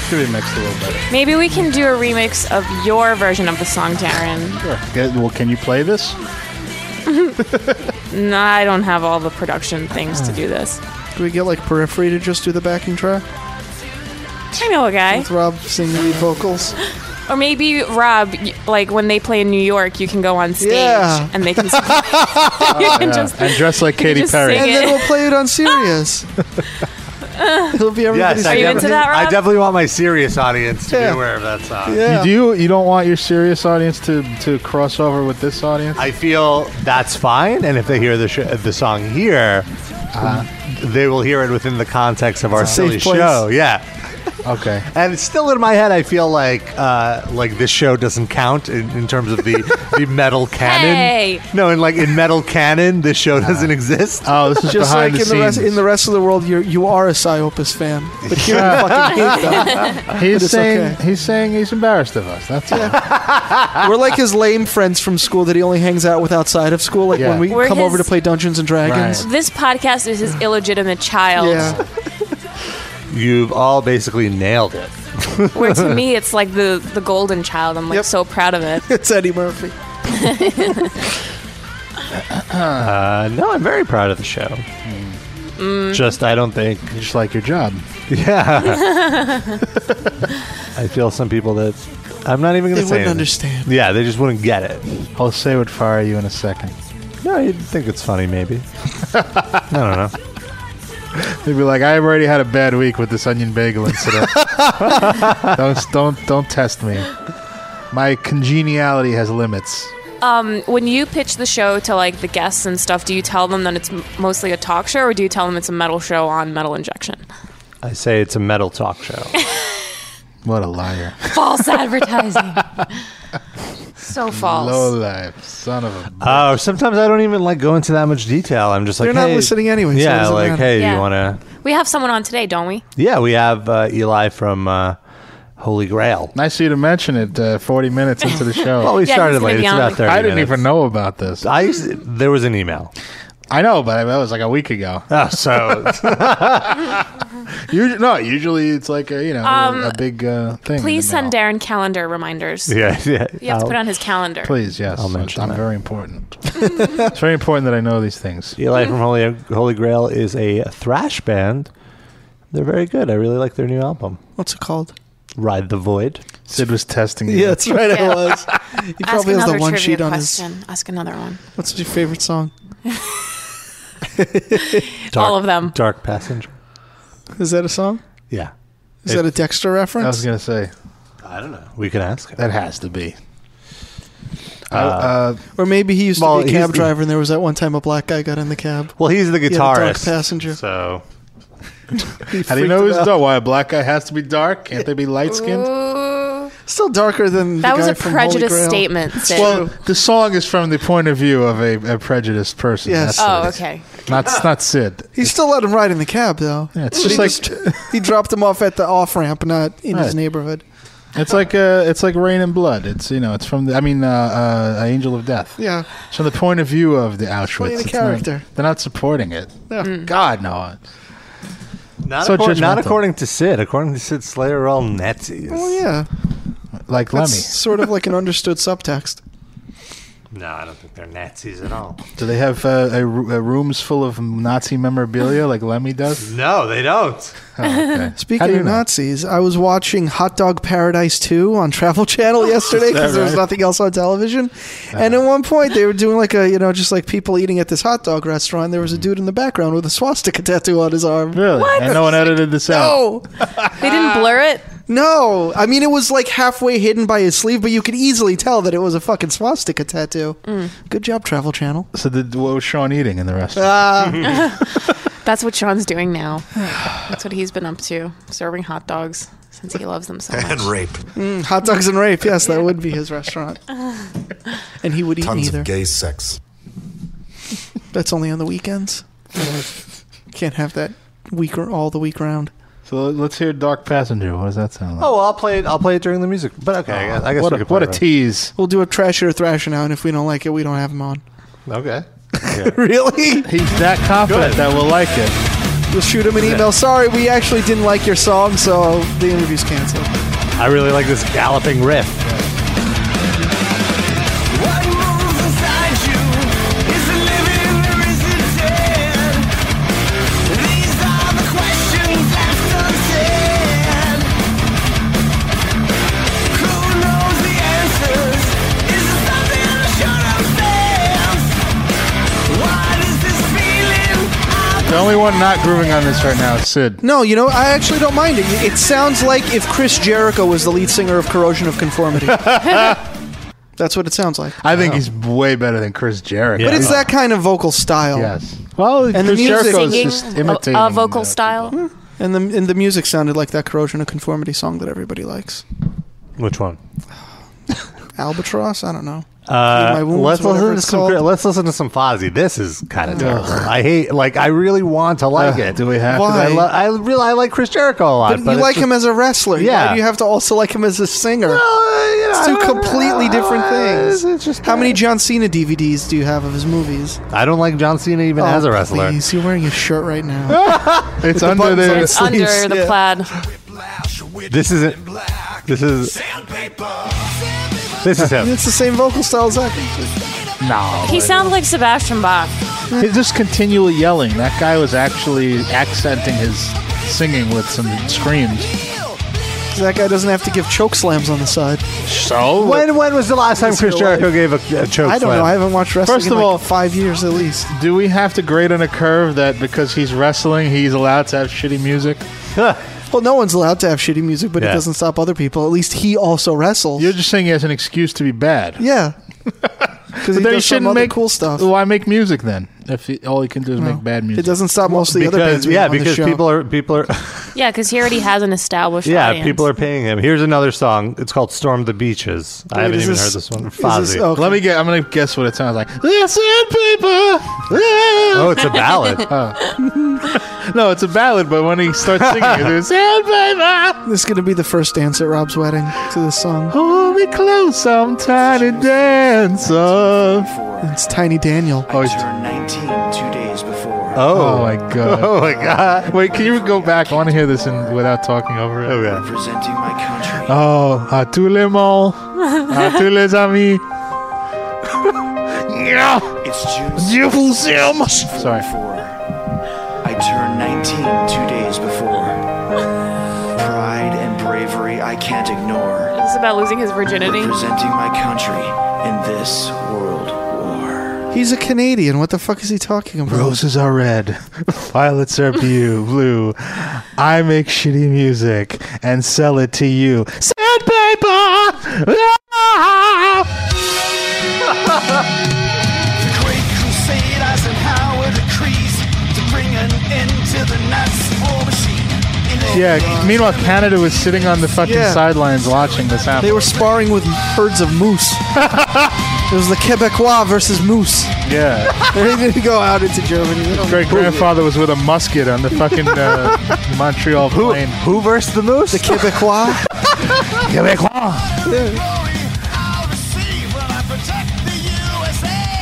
Speaker 3: Could be mixed a little better.
Speaker 5: Maybe we can do a remix of your version of the song, Darren.
Speaker 3: Sure. Get- Well, can you play
Speaker 5: *laughs*
Speaker 3: this?
Speaker 5: No, I don't have all the production things to do this.
Speaker 4: Can we get like Periphery to just do the backing track
Speaker 5: I know a guy.
Speaker 4: with Rob singing lead vocals?
Speaker 5: *gasps* Or maybe Rob, y- like when they play in New York, you can go on stage
Speaker 4: Yeah.
Speaker 5: and they can.
Speaker 4: *laughs*
Speaker 5: you can just.
Speaker 3: And dress
Speaker 5: *laughs*
Speaker 3: like Katy
Speaker 5: just
Speaker 3: Perry.
Speaker 5: sing
Speaker 4: And
Speaker 5: it.
Speaker 3: *laughs*
Speaker 4: then we'll play it on
Speaker 5: *laughs*
Speaker 4: Sirius. It'll be everybody's
Speaker 2: Yes, I,
Speaker 5: you
Speaker 2: definitely,
Speaker 5: into that,
Speaker 2: I
Speaker 5: Rob?
Speaker 2: definitely want my serious audience to
Speaker 4: Yeah.
Speaker 2: be aware of that song.
Speaker 3: You
Speaker 4: Yeah.
Speaker 3: do. You don't want your serious audience to to cross over with this audience.
Speaker 2: I feel that's fine, and if they hear the sh- the song here, they will hear it within the context of our
Speaker 4: a safe
Speaker 2: silly
Speaker 4: place.
Speaker 2: show. Yeah,
Speaker 3: Okay.
Speaker 2: and it's still in my head. I feel like uh, like this show doesn't count in, in terms of the the metal canon.
Speaker 5: Hey!
Speaker 2: No, and like in metal canon, this show doesn't exist.
Speaker 3: Oh, this is
Speaker 4: Just like
Speaker 3: behind
Speaker 4: in
Speaker 3: the
Speaker 4: the, rest,
Speaker 3: scenes.
Speaker 4: in the rest of the world, you're, you are a Psyopus fan. But
Speaker 2: *laughs*
Speaker 4: here you fucking hate them.
Speaker 3: he's
Speaker 4: it's
Speaker 3: saying
Speaker 4: okay.
Speaker 3: he's saying he's embarrassed of us. That's all.
Speaker 4: We're like his lame friends from school that he only hangs out with outside of school. Like
Speaker 3: Yeah.
Speaker 4: when we
Speaker 5: We're
Speaker 4: come over to
Speaker 5: his-
Speaker 4: play Dungeons and *laughs* Dragons.
Speaker 5: This podcast is his illegitimate child.
Speaker 4: Yeah.
Speaker 2: You've all basically nailed it.
Speaker 5: Where
Speaker 4: *laughs*
Speaker 5: to me, it's like the the golden child. I'm like
Speaker 4: Yep.
Speaker 5: so proud of it.
Speaker 4: *laughs* It's Eddie Murphy.
Speaker 2: *laughs* Uh, no, I'm very proud of the show.
Speaker 4: Mm-hmm.
Speaker 3: *laughs*
Speaker 2: *laughs* Just I don't think.
Speaker 3: Just like your job.
Speaker 2: *laughs* Yeah,
Speaker 3: Oh,
Speaker 2: I feel some people that I'm not even going to say
Speaker 4: They wouldn't
Speaker 2: anything.
Speaker 4: understand.
Speaker 2: Yeah, they just wouldn't get it.
Speaker 3: Jose would fire you in a second.
Speaker 2: No, you'd think it's funny,
Speaker 3: *laughs*
Speaker 2: maybe. I don't know.
Speaker 3: They'd be like, I've already had a bad week with this onion bagel *laughs* incident. don't don't don't test me. My congeniality has limits.
Speaker 5: *laughs* Um, when you pitch the show to like the guests and stuff, do you tell them that it's m- mostly a talk show, or do you tell them it's a metal show on Metal Injection?
Speaker 2: I say it's a metal talk
Speaker 4: *laughs*
Speaker 2: show.
Speaker 3: What a liar.
Speaker 5: *laughs* False advertising. *laughs* so false.
Speaker 3: Low life, son of a.
Speaker 2: Oh, sometimes I don't even like go into that much detail. I'm just like,
Speaker 4: They're not
Speaker 2: hey-
Speaker 4: listening anyway, so it
Speaker 2: Yeah,
Speaker 4: doesn't
Speaker 2: like,
Speaker 4: matter.
Speaker 2: hey,
Speaker 5: Yeah.
Speaker 2: you want to?
Speaker 5: We have someone on today, don't we?
Speaker 2: Yeah, we have uh, Eli from uh, Holy Grail.
Speaker 3: nice of you to mention it. Uh, Forty minutes
Speaker 2: *laughs*
Speaker 3: into the
Speaker 2: Well,
Speaker 3: show,
Speaker 2: we
Speaker 5: Yeah,
Speaker 2: started
Speaker 5: he's gonna
Speaker 2: late.
Speaker 5: be
Speaker 2: It's
Speaker 5: on
Speaker 2: about
Speaker 5: like-
Speaker 2: thirty.
Speaker 3: I didn't
Speaker 2: minutes.
Speaker 3: even know about this.
Speaker 2: I used to- there was an email.
Speaker 3: I know, but that was like a week ago.
Speaker 2: Oh,
Speaker 3: *laughs*
Speaker 2: so *laughs*
Speaker 3: Usually, no, usually it's like a you know
Speaker 5: Um,
Speaker 3: a big uh, thing.
Speaker 5: Please
Speaker 3: in the mail.
Speaker 5: send Darren calendar
Speaker 4: *laughs*
Speaker 5: reminders.
Speaker 2: yeah, yeah.
Speaker 5: You have to
Speaker 2: I'll-
Speaker 5: put on his calendar.
Speaker 3: Please, yes,
Speaker 2: I'll mention
Speaker 3: I'm
Speaker 2: that.
Speaker 3: very important. it's very important that I know these things.
Speaker 2: Eli from Holy Holy Grail is a thrash band. They're very good. I really like their new album,
Speaker 4: What's it called?
Speaker 2: Ride the Void.
Speaker 3: Sid was testing you.
Speaker 4: Yeah, that's right.
Speaker 5: Yeah.
Speaker 4: It was.
Speaker 5: *laughs*
Speaker 4: He
Speaker 5: Ask
Speaker 4: probably has
Speaker 5: another
Speaker 4: the one
Speaker 5: trivia
Speaker 4: sheet on his.
Speaker 5: question. Ask another one.
Speaker 4: What's
Speaker 5: *laughs*
Speaker 4: your favorite song?
Speaker 5: All of them.
Speaker 2: *laughs* Dark Passenger.
Speaker 4: Is that a song?
Speaker 2: Yeah,
Speaker 4: Is that a Dexter
Speaker 3: I was
Speaker 4: reference?
Speaker 3: gonna say
Speaker 2: I don't know. We can ask. Him.
Speaker 3: that has to be. Uh, uh,
Speaker 4: Or maybe he used
Speaker 2: Well,
Speaker 4: to be a
Speaker 2: he's
Speaker 4: cab
Speaker 2: the-
Speaker 4: driver, and there was that one time a black guy got in the cab.
Speaker 2: Well, he's the
Speaker 4: He had a dark
Speaker 2: guitarist.
Speaker 4: passenger.
Speaker 2: So
Speaker 3: *laughs* how
Speaker 4: He
Speaker 3: do you
Speaker 4: freaked
Speaker 3: know
Speaker 4: it
Speaker 3: it's
Speaker 4: out.
Speaker 3: dark? Why a black guy has to be dark? Can't they be light skinned?
Speaker 5: Ooh,
Speaker 4: Still darker than
Speaker 5: that
Speaker 4: the
Speaker 5: was
Speaker 4: guy
Speaker 5: a
Speaker 4: from Holy
Speaker 5: prejudice
Speaker 4: Grail.
Speaker 5: statement. Sid.
Speaker 3: Well, the song is from the point of view of a, a prejudiced person.
Speaker 4: Yes.
Speaker 3: That's what
Speaker 5: oh,
Speaker 3: it is.
Speaker 5: okay.
Speaker 3: Not it's not Sid.
Speaker 4: He still let him ride in the cab, though.
Speaker 3: Yeah, it's
Speaker 4: But
Speaker 3: just like
Speaker 4: he, just- *laughs* he dropped him off at the off ramp, not in
Speaker 3: Right.
Speaker 4: his neighborhood.
Speaker 3: it's like uh, it's like Rain and Blood. It's you know it's from the, I mean uh, uh, Angel of Death.
Speaker 4: Yeah,
Speaker 3: It's from the point of view of the Auschwitz.
Speaker 4: Playing the
Speaker 3: It's not-
Speaker 4: character.
Speaker 3: they're not supporting it.
Speaker 4: Yeah.
Speaker 3: God no.
Speaker 2: not,
Speaker 3: So
Speaker 2: according, not
Speaker 3: judgmental.
Speaker 2: according to Sid. According to Sid, Slayer are all Nazis.
Speaker 4: well, Oh, yeah.
Speaker 3: Like
Speaker 4: That's
Speaker 3: Lemmy.
Speaker 4: sort of like an understood subtext.
Speaker 2: No, I don't think they're Nazis at all.
Speaker 3: Do they have uh, a, ru- a rooms full of Nazi memorabilia like Lemmy does?
Speaker 2: No, they don't.
Speaker 3: Oh, okay. How do
Speaker 4: Speaking
Speaker 3: you
Speaker 4: of
Speaker 3: know?
Speaker 4: Nazis, I was watching Hot Dog Paradise 2 on Travel *laughs*
Speaker 3: Oh,
Speaker 4: Channel yesterday because there was nothing else on television.
Speaker 3: Uh-huh.
Speaker 4: And at one point, they were doing like a, you know, just like people eating at this hot dog restaurant. There was a dude in the background with a swastika tattoo on his arm.
Speaker 3: Really? And no one edited this out.
Speaker 4: No,
Speaker 5: They didn't blur it.
Speaker 4: no. I mean, it was like halfway hidden by his sleeve, but you could easily tell that it was a fucking swastika tattoo.
Speaker 5: Mm.
Speaker 4: Good job, Travel Channel.
Speaker 3: So did, what was Sean eating in the restaurant?
Speaker 4: Uh,
Speaker 5: *laughs* That's what Sean's doing now. That's what he's been up to, serving hot dogs since he loves them so much.
Speaker 6: rape.
Speaker 4: Mm, hot dogs and rape. Yes, that would be his restaurant. And he would eat
Speaker 6: Tons
Speaker 4: neither.
Speaker 6: of gay sex.
Speaker 4: That's only on the weekends. Can't have that week or all the week round.
Speaker 3: So let's hear "Dark Passenger." What does that sound like?
Speaker 2: Oh, well, I'll play it. I'll play it during the music. But okay, I guess, I guess
Speaker 3: what
Speaker 2: we
Speaker 3: a,
Speaker 2: could play
Speaker 3: what a
Speaker 2: it.
Speaker 3: tease!
Speaker 4: We'll do a trash or thrash now, and if we don't like it, we don't have him on.
Speaker 2: Okay. *laughs*
Speaker 4: *laughs* really?
Speaker 3: He's that confident that we'll like it.
Speaker 4: We'll shoot him an email. Sorry, we actually didn't like your song, so the interview's canceled.
Speaker 2: I really like this galloping riff.
Speaker 6: What moves inside you is the living or is it dead? These are the questions left unsaid. Who knows the answers? Is it something I should have felt? What is this feeling?
Speaker 3: The only one not grooving on this right now is Sid.
Speaker 4: No, you know, I actually don't mind it. It sounds like if Chris Jericho was the lead singer of Corrosion
Speaker 3: *laughs*
Speaker 4: of Conformity. That's what it sounds like.
Speaker 3: I think he's way better than Chris Jericho.
Speaker 4: But it's that kind of vocal style.
Speaker 3: Yes. Well,
Speaker 4: the
Speaker 3: Chris
Speaker 4: music-
Speaker 3: Jericho is
Speaker 5: Singing
Speaker 3: just imitating
Speaker 5: a, a vocal
Speaker 3: uh,
Speaker 5: style.
Speaker 4: Hmm?
Speaker 5: *laughs*
Speaker 4: And the and the music sounded like that Corrosion of Conformity song that everybody likes.
Speaker 2: Which one?
Speaker 4: Albatross? I don't know.
Speaker 2: Uh,
Speaker 4: My Wounds,
Speaker 2: let's
Speaker 4: whatever
Speaker 2: listen to
Speaker 4: it's
Speaker 2: some.
Speaker 4: called.
Speaker 2: Let's listen to some Fozzy. This is kind of terrible. I hate. Like I really want to like
Speaker 3: Uh,
Speaker 2: it.
Speaker 3: do we have to?
Speaker 2: I,
Speaker 4: Why?
Speaker 2: lo- I really I like Chris Jericho a lot.
Speaker 4: But,
Speaker 2: But,
Speaker 4: you
Speaker 2: it's
Speaker 4: like
Speaker 2: just-
Speaker 4: him as a wrestler.
Speaker 2: Yeah.
Speaker 4: Why do you have to also like him as a singer?
Speaker 2: Uh, you know,
Speaker 4: it's
Speaker 2: I
Speaker 4: two
Speaker 2: don't-
Speaker 4: completely
Speaker 2: I don't-
Speaker 4: different things.
Speaker 2: It's just,
Speaker 4: How many John Cena DVDs do you have of his movies? Oh.
Speaker 2: I don't like John Cena even as a wrestler.
Speaker 4: Please, you're wearing his shirt right now.
Speaker 3: It's under
Speaker 4: buttons
Speaker 3: there.
Speaker 4: on
Speaker 5: It's under
Speaker 4: Sleeves,
Speaker 5: the
Speaker 4: yeah.
Speaker 5: plaid.
Speaker 2: *laughs* This isn't. This is this is him.
Speaker 4: it's the same vocal style as that.
Speaker 5: He sounds like Sebastian Bach.
Speaker 3: He's just continually yelling. That guy was actually accenting his singing with some screams.
Speaker 4: That guy doesn't have to give choke slams on the side.
Speaker 3: So
Speaker 2: When when was the last time
Speaker 4: It's
Speaker 2: Chris
Speaker 4: your life.
Speaker 2: Jericho gave a, a choke?
Speaker 4: I don't know. I haven't watched wrestling
Speaker 3: First
Speaker 4: in
Speaker 3: of
Speaker 4: like
Speaker 3: all-
Speaker 4: five years at least.
Speaker 3: do we have to grade on a curve that because he's wrestling, he's allowed to have shitty music?
Speaker 4: *laughs* Well, no one's allowed to have shitty music, but
Speaker 2: Yeah.
Speaker 4: it doesn't stop other people. At least he also wrestles.
Speaker 3: You're just saying he has an excuse to be bad.
Speaker 4: yeah. Because he
Speaker 3: But then he
Speaker 4: does some
Speaker 3: shouldn't
Speaker 4: other
Speaker 3: make
Speaker 4: cool stuff.
Speaker 3: Why make music then? If he, all he can do is make bad music.
Speaker 4: It doesn't stop most of the other
Speaker 2: because
Speaker 4: bands. we
Speaker 2: yeah,
Speaker 4: have on the
Speaker 2: because
Speaker 4: show.
Speaker 2: people are people are
Speaker 5: Yeah, because he already has an established
Speaker 2: yeah
Speaker 5: audience.
Speaker 2: people are paying him. Here's another song. It's called "Storm the Beaches." I
Speaker 4: Wait,
Speaker 2: haven't
Speaker 4: is
Speaker 2: even
Speaker 4: this-
Speaker 2: heard this one.
Speaker 4: is this-
Speaker 2: Fozzy.
Speaker 4: oh, okay.
Speaker 3: Let me get. I'm gonna guess what it sounds like. Listen, people.
Speaker 2: Oh, it's a
Speaker 3: *laughs*
Speaker 2: ballad.
Speaker 3: No, it's a ballad, but when he starts singing,
Speaker 4: *laughs*
Speaker 3: it's sandpaper.
Speaker 4: This is going to be the first dance at Rob's wedding to this song.
Speaker 3: Hold me close, I'm tiny dancer. Oh,
Speaker 4: It's Tiny Daniel.
Speaker 3: he's-
Speaker 8: Turned 19 two days before.
Speaker 3: *laughs* oh my god.
Speaker 2: Oh my god.
Speaker 3: Wait, can you go back? I want to hear this in, without talking over it.
Speaker 2: Okay.
Speaker 8: Representing my country.
Speaker 3: Oh, à tous les mots, à tous les amis. *laughs* Yeah,
Speaker 8: It's
Speaker 3: je
Speaker 8: June
Speaker 3: vous aime. Sorry.
Speaker 8: 4. I turned 19 two days before. Pride and bravery I can't ignore.
Speaker 5: It's about losing his virginity.
Speaker 8: Representing my country in this world war.
Speaker 4: He's a Canadian. What the fuck is he talking about?
Speaker 3: Roses are red, violets are blue. blue. I make shitty music and sell it to you. Sandpaper. Ah!
Speaker 6: The great crusade Eisenhower decrees to bring an end to the Nazi war machine. *laughs*
Speaker 3: Yeah. Meanwhile, Canada was sitting on the fucking
Speaker 4: Yeah.
Speaker 3: sidelines watching this happen.
Speaker 4: They
Speaker 3: *laughs*
Speaker 4: were sparring with herds of moose. it was the Quebecois versus moose.
Speaker 3: yeah.
Speaker 4: They didn't go out into Germany. They don't-
Speaker 3: Great grandfather was with a musket on the fucking
Speaker 4: *laughs*
Speaker 3: uh, Montreal plane.
Speaker 2: Who versed the moose?
Speaker 4: The *laughs* Quebecois?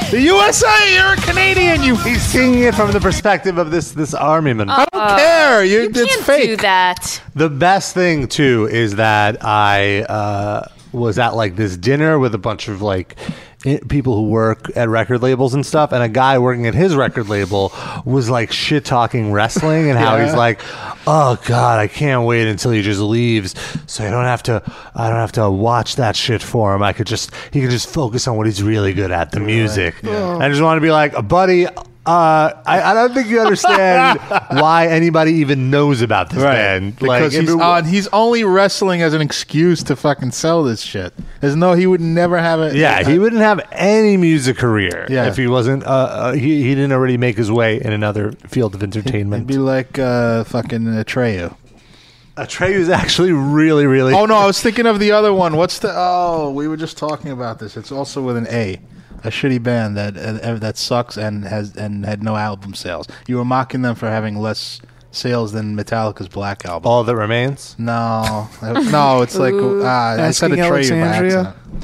Speaker 3: The USA, you're a Canadian, you
Speaker 2: He's singing it from the perspective of this this army man.
Speaker 3: care. You,
Speaker 5: Oh, You can't do that.
Speaker 2: The best thing too is that I uh, was at like this dinner with a bunch of like i- people who work at record labels and stuff, and a guy working at his record label was like shit talking wrestling and how he's like, "Oh God, I can't wait until he just leaves, so I don't have to, I don't have to watch that shit for him. I could just, he could just focus on what he's really good at, the music." And I just want to be like, "Buddy." Uh, I, I don't think you understand why anybody even knows about this band. Like,
Speaker 3: because
Speaker 2: if
Speaker 3: he's
Speaker 2: it wa-
Speaker 3: on. He's only wrestling as an excuse to fucking sell this shit. There's no. He would never have it.
Speaker 2: Yeah, he wouldn't have any music career
Speaker 3: Uh, Yeah.
Speaker 2: if he wasn't. Uh, uh, he he didn't already make his way in another field of
Speaker 3: It'd
Speaker 2: entertainment.
Speaker 3: be like uh, fucking Atreyu.
Speaker 2: Atreyu is actually really, really.
Speaker 3: Oh no, I was thinking of the other one. What's the? Oh, we were just talking about this. It's also with an A. A shitty band uh, that uh, that sucks and has and had no album sales. You were mocking them for having less sales than
Speaker 2: *laughs*
Speaker 3: Metallica's Black Album.
Speaker 2: All that remains.
Speaker 3: No, no, it's like
Speaker 4: Ooh.
Speaker 3: uh, I said
Speaker 4: Asking
Speaker 3: Atreyu by
Speaker 4: Alexandria?
Speaker 3: accident.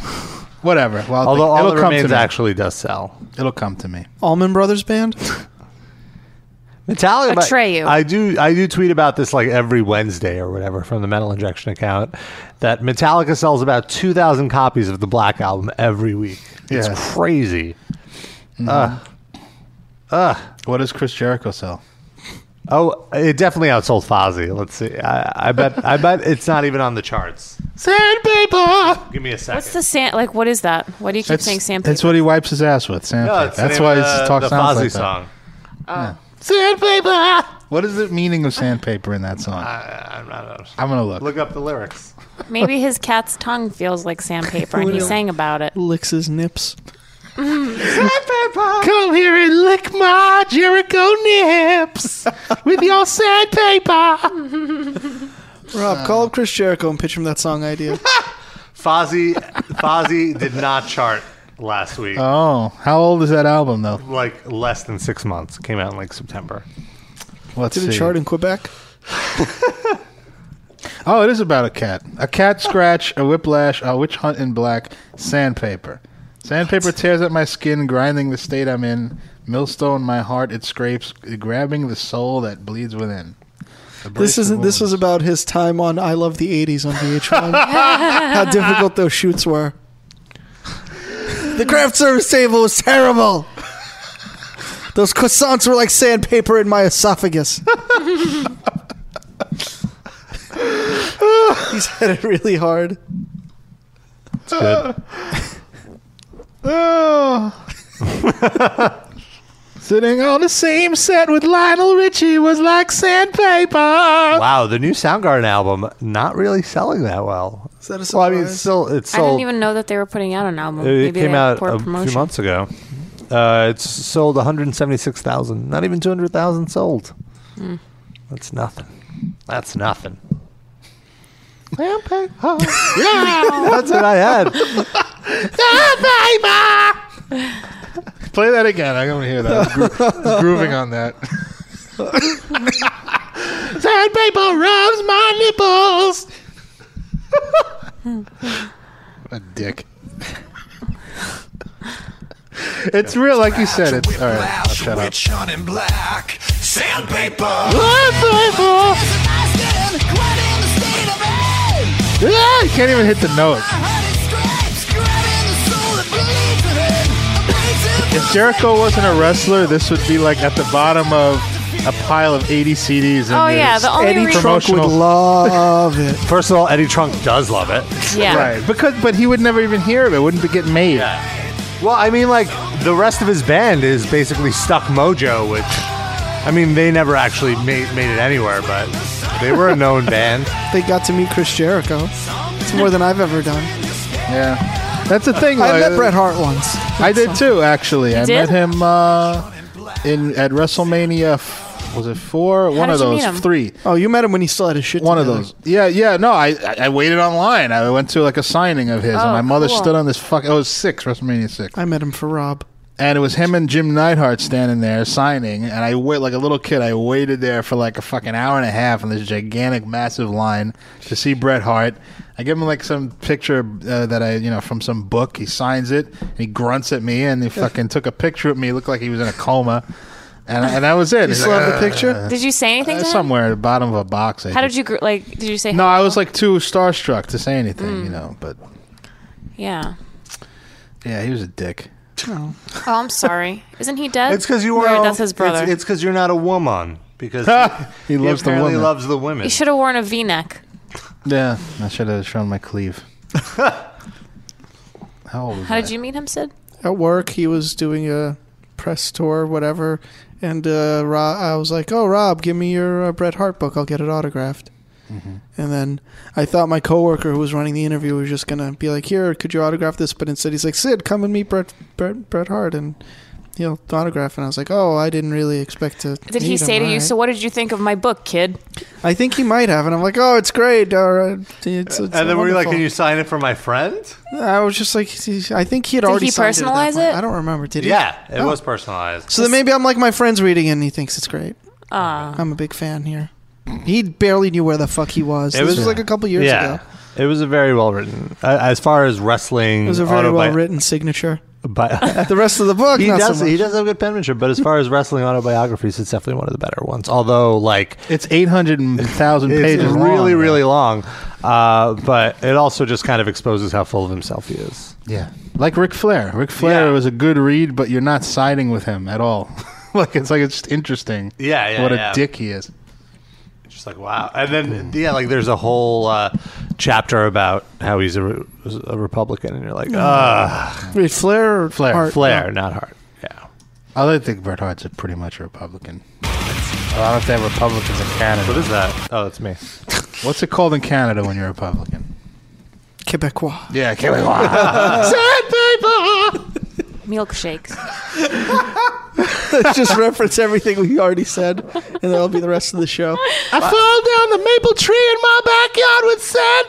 Speaker 3: Whatever. Well,
Speaker 2: Although
Speaker 3: it'll
Speaker 2: all that
Speaker 3: come to
Speaker 2: remains
Speaker 3: me.
Speaker 2: actually does sell.
Speaker 3: it'll come to me.
Speaker 4: Allman Brothers band.
Speaker 2: Metallica. but
Speaker 5: Atreyu.
Speaker 2: I do. I do tweet about this like every Wednesday or whatever from the Metal Injection account. That Metallica sells about two thousand copies of the Black Album every week. It's
Speaker 3: Yes. Mm-hmm.
Speaker 2: crazy.
Speaker 3: What does Chris Jericho sell?
Speaker 2: Oh, it definitely outsold Fozzy. Let's see. I, I
Speaker 3: *laughs*
Speaker 2: bet. I bet it's not even on the charts.
Speaker 3: Sandpaper.
Speaker 2: Give me a second.
Speaker 5: What's the sand? Like, what is that? Why do you keep saying sandpaper?
Speaker 3: That's what he wipes his ass with. Sandpaper.
Speaker 2: No, it's the
Speaker 3: That's
Speaker 2: name
Speaker 3: why
Speaker 2: of
Speaker 3: his
Speaker 2: the,
Speaker 3: talk
Speaker 2: the
Speaker 3: sounds
Speaker 2: Fozzy
Speaker 3: like that.
Speaker 2: song.
Speaker 3: Sandpaper. What is the meaning of sandpaper in that song?
Speaker 2: I, am not.
Speaker 3: I'm gonna look.
Speaker 2: Look up the lyrics.
Speaker 5: Maybe his cat's tongue feels like sandpaper, and he sang about it.
Speaker 4: Licks his nips.
Speaker 3: Come here and lick my *laughs* Jericho nips with your sandpaper.
Speaker 4: *laughs* Rob, call up Chris Jericho and pitch him that song
Speaker 3: *laughs*
Speaker 4: idea.
Speaker 2: Fozzy. Fozzy did not chart last week.
Speaker 3: Oh, how old is that album though?
Speaker 2: like less than six months. It came out in like September.
Speaker 3: Let's
Speaker 4: Did it
Speaker 3: see.
Speaker 4: chart in Quebec?
Speaker 3: *laughs* Oh, it is about a cat. A cat scratch, a whiplash, a witch hunt in black, sandpaper. Sandpaper tears at my skin, grinding the state I'm in. Millstone my heart, it scrapes, grabbing the soul that bleeds within.
Speaker 4: This isn't. This was about his time on I Love the '80s on
Speaker 3: *laughs*
Speaker 4: VH1. How difficult those shoots were. The craft service table was terrible. Those croissants were like sandpaper in my
Speaker 3: *laughs*
Speaker 4: esophagus. He's had it really hard.
Speaker 3: Oh. *laughs* Sitting on the same set with Lionel Richie was like sandpaper.
Speaker 2: Wow, the new Soundgarden album not really selling that well.
Speaker 4: Is that a surprise?
Speaker 2: Well, I mean, it's still it's
Speaker 5: I didn't
Speaker 2: sold.
Speaker 5: even know that they were putting out an album.
Speaker 2: it
Speaker 5: Maybe
Speaker 2: came
Speaker 5: they had
Speaker 2: out
Speaker 5: poor
Speaker 2: a
Speaker 5: promotion.
Speaker 2: few months ago. Uh, it's sold 176,000. Not even 200,000 sold.
Speaker 5: Hmm.
Speaker 2: That's nothing. That's nothing. Sandpaper.
Speaker 6: *laughs*
Speaker 2: yeah, that's what I had.
Speaker 3: *laughs* Play that again. I don't want to hear that. I was gro- I
Speaker 4: *laughs*
Speaker 3: was grooving on that. Sandpaper rubs my nipples. a
Speaker 2: *laughs*
Speaker 3: dick. it's real, like you said. It's all right. I'll shut up.
Speaker 6: Witch on in black, sandpaper.
Speaker 3: Ah, Ah, you can't even hit the note. If Jericho wasn't a wrestler, this would be like at the bottom of a pile of 80 CDs. And
Speaker 5: Oh
Speaker 3: you're
Speaker 5: yeah,
Speaker 3: just-
Speaker 5: the only
Speaker 4: Eddie
Speaker 5: reason.
Speaker 4: Trunk would
Speaker 3: promotional-
Speaker 4: love it.
Speaker 2: First of all, Eddie Trunk does love it.
Speaker 5: yeah.
Speaker 3: Right, because but he would never even hear of it. Wouldn't be get made.
Speaker 2: Well, I mean, like the rest of his band is basically stuck mojo, which I mean, they never actually made made it anywhere, but they were a known *laughs* band.
Speaker 4: They got to meet Chris Jericho. It's more than I've ever done.
Speaker 3: Yeah, that's the thing.
Speaker 4: I
Speaker 3: like,
Speaker 4: met Bret Hart once.
Speaker 3: I did too, actually. I
Speaker 5: did?
Speaker 3: met him uh, in at WrestleMania. f- Was it four? One
Speaker 5: did
Speaker 3: of
Speaker 5: you
Speaker 3: those
Speaker 5: meet him?
Speaker 3: three.
Speaker 4: Oh, you met him when he still had his shit.
Speaker 3: One of
Speaker 4: together.
Speaker 3: those. Yeah, yeah. No, I I- I waited online. I went to like a signing of his, and
Speaker 5: Oh,
Speaker 3: my mother
Speaker 5: cool.
Speaker 3: stood on this fuck. oh, It was six WrestleMania six,
Speaker 4: I met him for Rob.
Speaker 3: and it was him and Jim Neidhart standing there signing. And I wait like a little kid. I waited there for like a fucking hour and a half in this gigantic, massive line to see Bret Hart. I give him like some picture uh, that I you know from some book. He signs it. And he grunts at me, and he fucking took a picture of me. It looked like he was in a coma. And, and that was it.
Speaker 4: *laughs* You
Speaker 3: He's
Speaker 4: still
Speaker 3: like,
Speaker 4: have the
Speaker 3: "Ugh."
Speaker 4: picture?
Speaker 5: Did you say anything to him?
Speaker 3: somewhere at the bottom of a box. I
Speaker 5: How
Speaker 3: think.
Speaker 5: did you gr- like? Did you say?
Speaker 3: uh, No, I was like too starstruck to say anything, you know. But
Speaker 5: Yeah.
Speaker 3: yeah, he was a dick.
Speaker 5: Oh, I'm sorry. Isn't he dead?
Speaker 2: It's because you
Speaker 5: Or
Speaker 2: weren't.
Speaker 5: That's his brother.
Speaker 2: It's because you're not a woman.
Speaker 4: *laughs*
Speaker 2: Because
Speaker 3: he
Speaker 2: he
Speaker 3: loves the
Speaker 2: apparently
Speaker 3: woman.
Speaker 2: loves the women.
Speaker 5: he should have worn a V-neck.
Speaker 3: yeah, I should have shown
Speaker 2: *laughs*
Speaker 3: my cleave. How old was
Speaker 5: How
Speaker 3: I?
Speaker 5: did you meet him, Sid?
Speaker 4: At work, he was doing a press tour, whatever, and uh, Rob, I was like, "Oh, Rob, give me your uh, Bret Hart book. I'll get it autographed."
Speaker 3: Mm-hmm.
Speaker 4: And then I thought my coworker who was running the interview was just gonna be like, "Here, could you autograph this?" But instead, he's like, "Sid, come and meet Bret Bret, Bret Hart and." He'll autograph, and I was like, "Oh, I didn't really expect to."
Speaker 5: Did he
Speaker 4: meet
Speaker 5: say
Speaker 4: him,
Speaker 5: to you,
Speaker 4: alright."
Speaker 5: "So what did you think of my book, kid?"
Speaker 4: I think he might have, and I'm like, "Oh, it's great." All right, it's, it's
Speaker 2: and then
Speaker 4: wonderful.
Speaker 2: were you like, "Can you sign it for my friend?"
Speaker 4: I was just like, he- I think he had
Speaker 5: Did
Speaker 4: already
Speaker 5: he
Speaker 4: signed at that
Speaker 5: personalize
Speaker 4: point.
Speaker 5: it? Oh.
Speaker 4: I don't remember. Did he? Oh.
Speaker 2: Yeah, it was personalized.
Speaker 4: So then maybe I'm like my friend's reading it and he thinks it's great. I'm a big fan here. He barely knew where the fuck he was. this was, like a couple years
Speaker 2: yeah.
Speaker 4: ago.
Speaker 2: It was a very well written. Uh, as far as wrestling,
Speaker 4: It was a very
Speaker 2: Mm, autobi-
Speaker 4: well written signature. *laughs*
Speaker 2: bi-
Speaker 4: The rest of the book,
Speaker 2: he
Speaker 4: not
Speaker 2: does
Speaker 4: so much.
Speaker 2: he does have good penmanship, but as far as wrestling autobiographies, it's definitely one of the better ones. Although, like,
Speaker 3: It's 800,000
Speaker 2: it's
Speaker 3: pages long,
Speaker 2: really,
Speaker 3: man.
Speaker 2: really long. Uh, but it also just kind of exposes how full of himself he is.
Speaker 3: Yeah. Like Ric Flair. Ric Flair
Speaker 2: Yeah.
Speaker 3: was a good read, but you're not siding with him at all. *laughs* like it's like it's just interesting.
Speaker 2: Yeah, yeah,
Speaker 3: What
Speaker 2: yeah.
Speaker 3: a dick he is.
Speaker 2: Just like wow, and then yeah, like there's a whole uh, chapter about how he's a, re- a Republican, and you're like, ah,
Speaker 4: Wait, Flair or
Speaker 3: Mm-hmm. Flair,
Speaker 4: Hart?
Speaker 2: Flair, not Hart. Yeah,
Speaker 3: I like to think Bret Hart's a pretty much a Republican. I don't know if they have Republicans in
Speaker 2: what
Speaker 3: Canada.
Speaker 2: is that? Oh, that's me.
Speaker 3: What's it called in Canada when you're a Republican?
Speaker 4: Quebecois.
Speaker 3: Yeah, Quebecois.
Speaker 4: *laughs* Uh.
Speaker 2: *laughs*
Speaker 5: Milkshakes.
Speaker 4: Just reference everything we already said, and that'll be the rest of the show.
Speaker 3: I fell down the maple tree in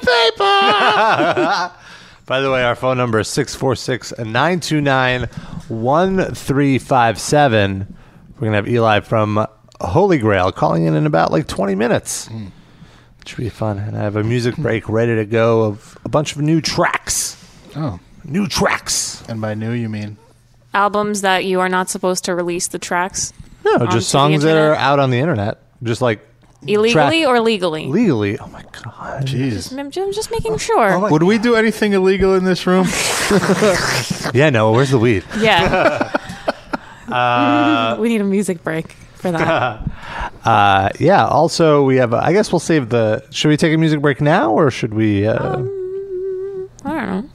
Speaker 3: my backyard with sandpaper.
Speaker 2: *laughs* By the way, our phone number is 646 929 1357. We're going to have Eli from Holy Grail calling in in about like 20 minutes. It should be fun. And I have a music break ready to go of a bunch of new tracks.
Speaker 3: oh,
Speaker 2: New tracks.
Speaker 3: and by new you mean
Speaker 5: Albums that you are not supposed to release the tracks
Speaker 2: No,
Speaker 5: Onto the
Speaker 2: just songs that are
Speaker 5: internet.
Speaker 2: out on the internet. Just like
Speaker 5: illegally
Speaker 2: Track-
Speaker 5: or legally.
Speaker 2: legally. Oh my God.
Speaker 3: Jesus.
Speaker 5: I'm ju- I'm just making sure.
Speaker 3: Would we do anything illegal in this
Speaker 4: *laughs*
Speaker 3: room?
Speaker 2: Yeah, no, where's the weed?
Speaker 5: yeah.
Speaker 2: *laughs*
Speaker 5: *laughs* we need a music break for that.
Speaker 2: *laughs* Uh, yeah, also, we have, I guess we'll save the. Should we take a music break now or should we. Uh,
Speaker 4: Um,
Speaker 5: I don't know.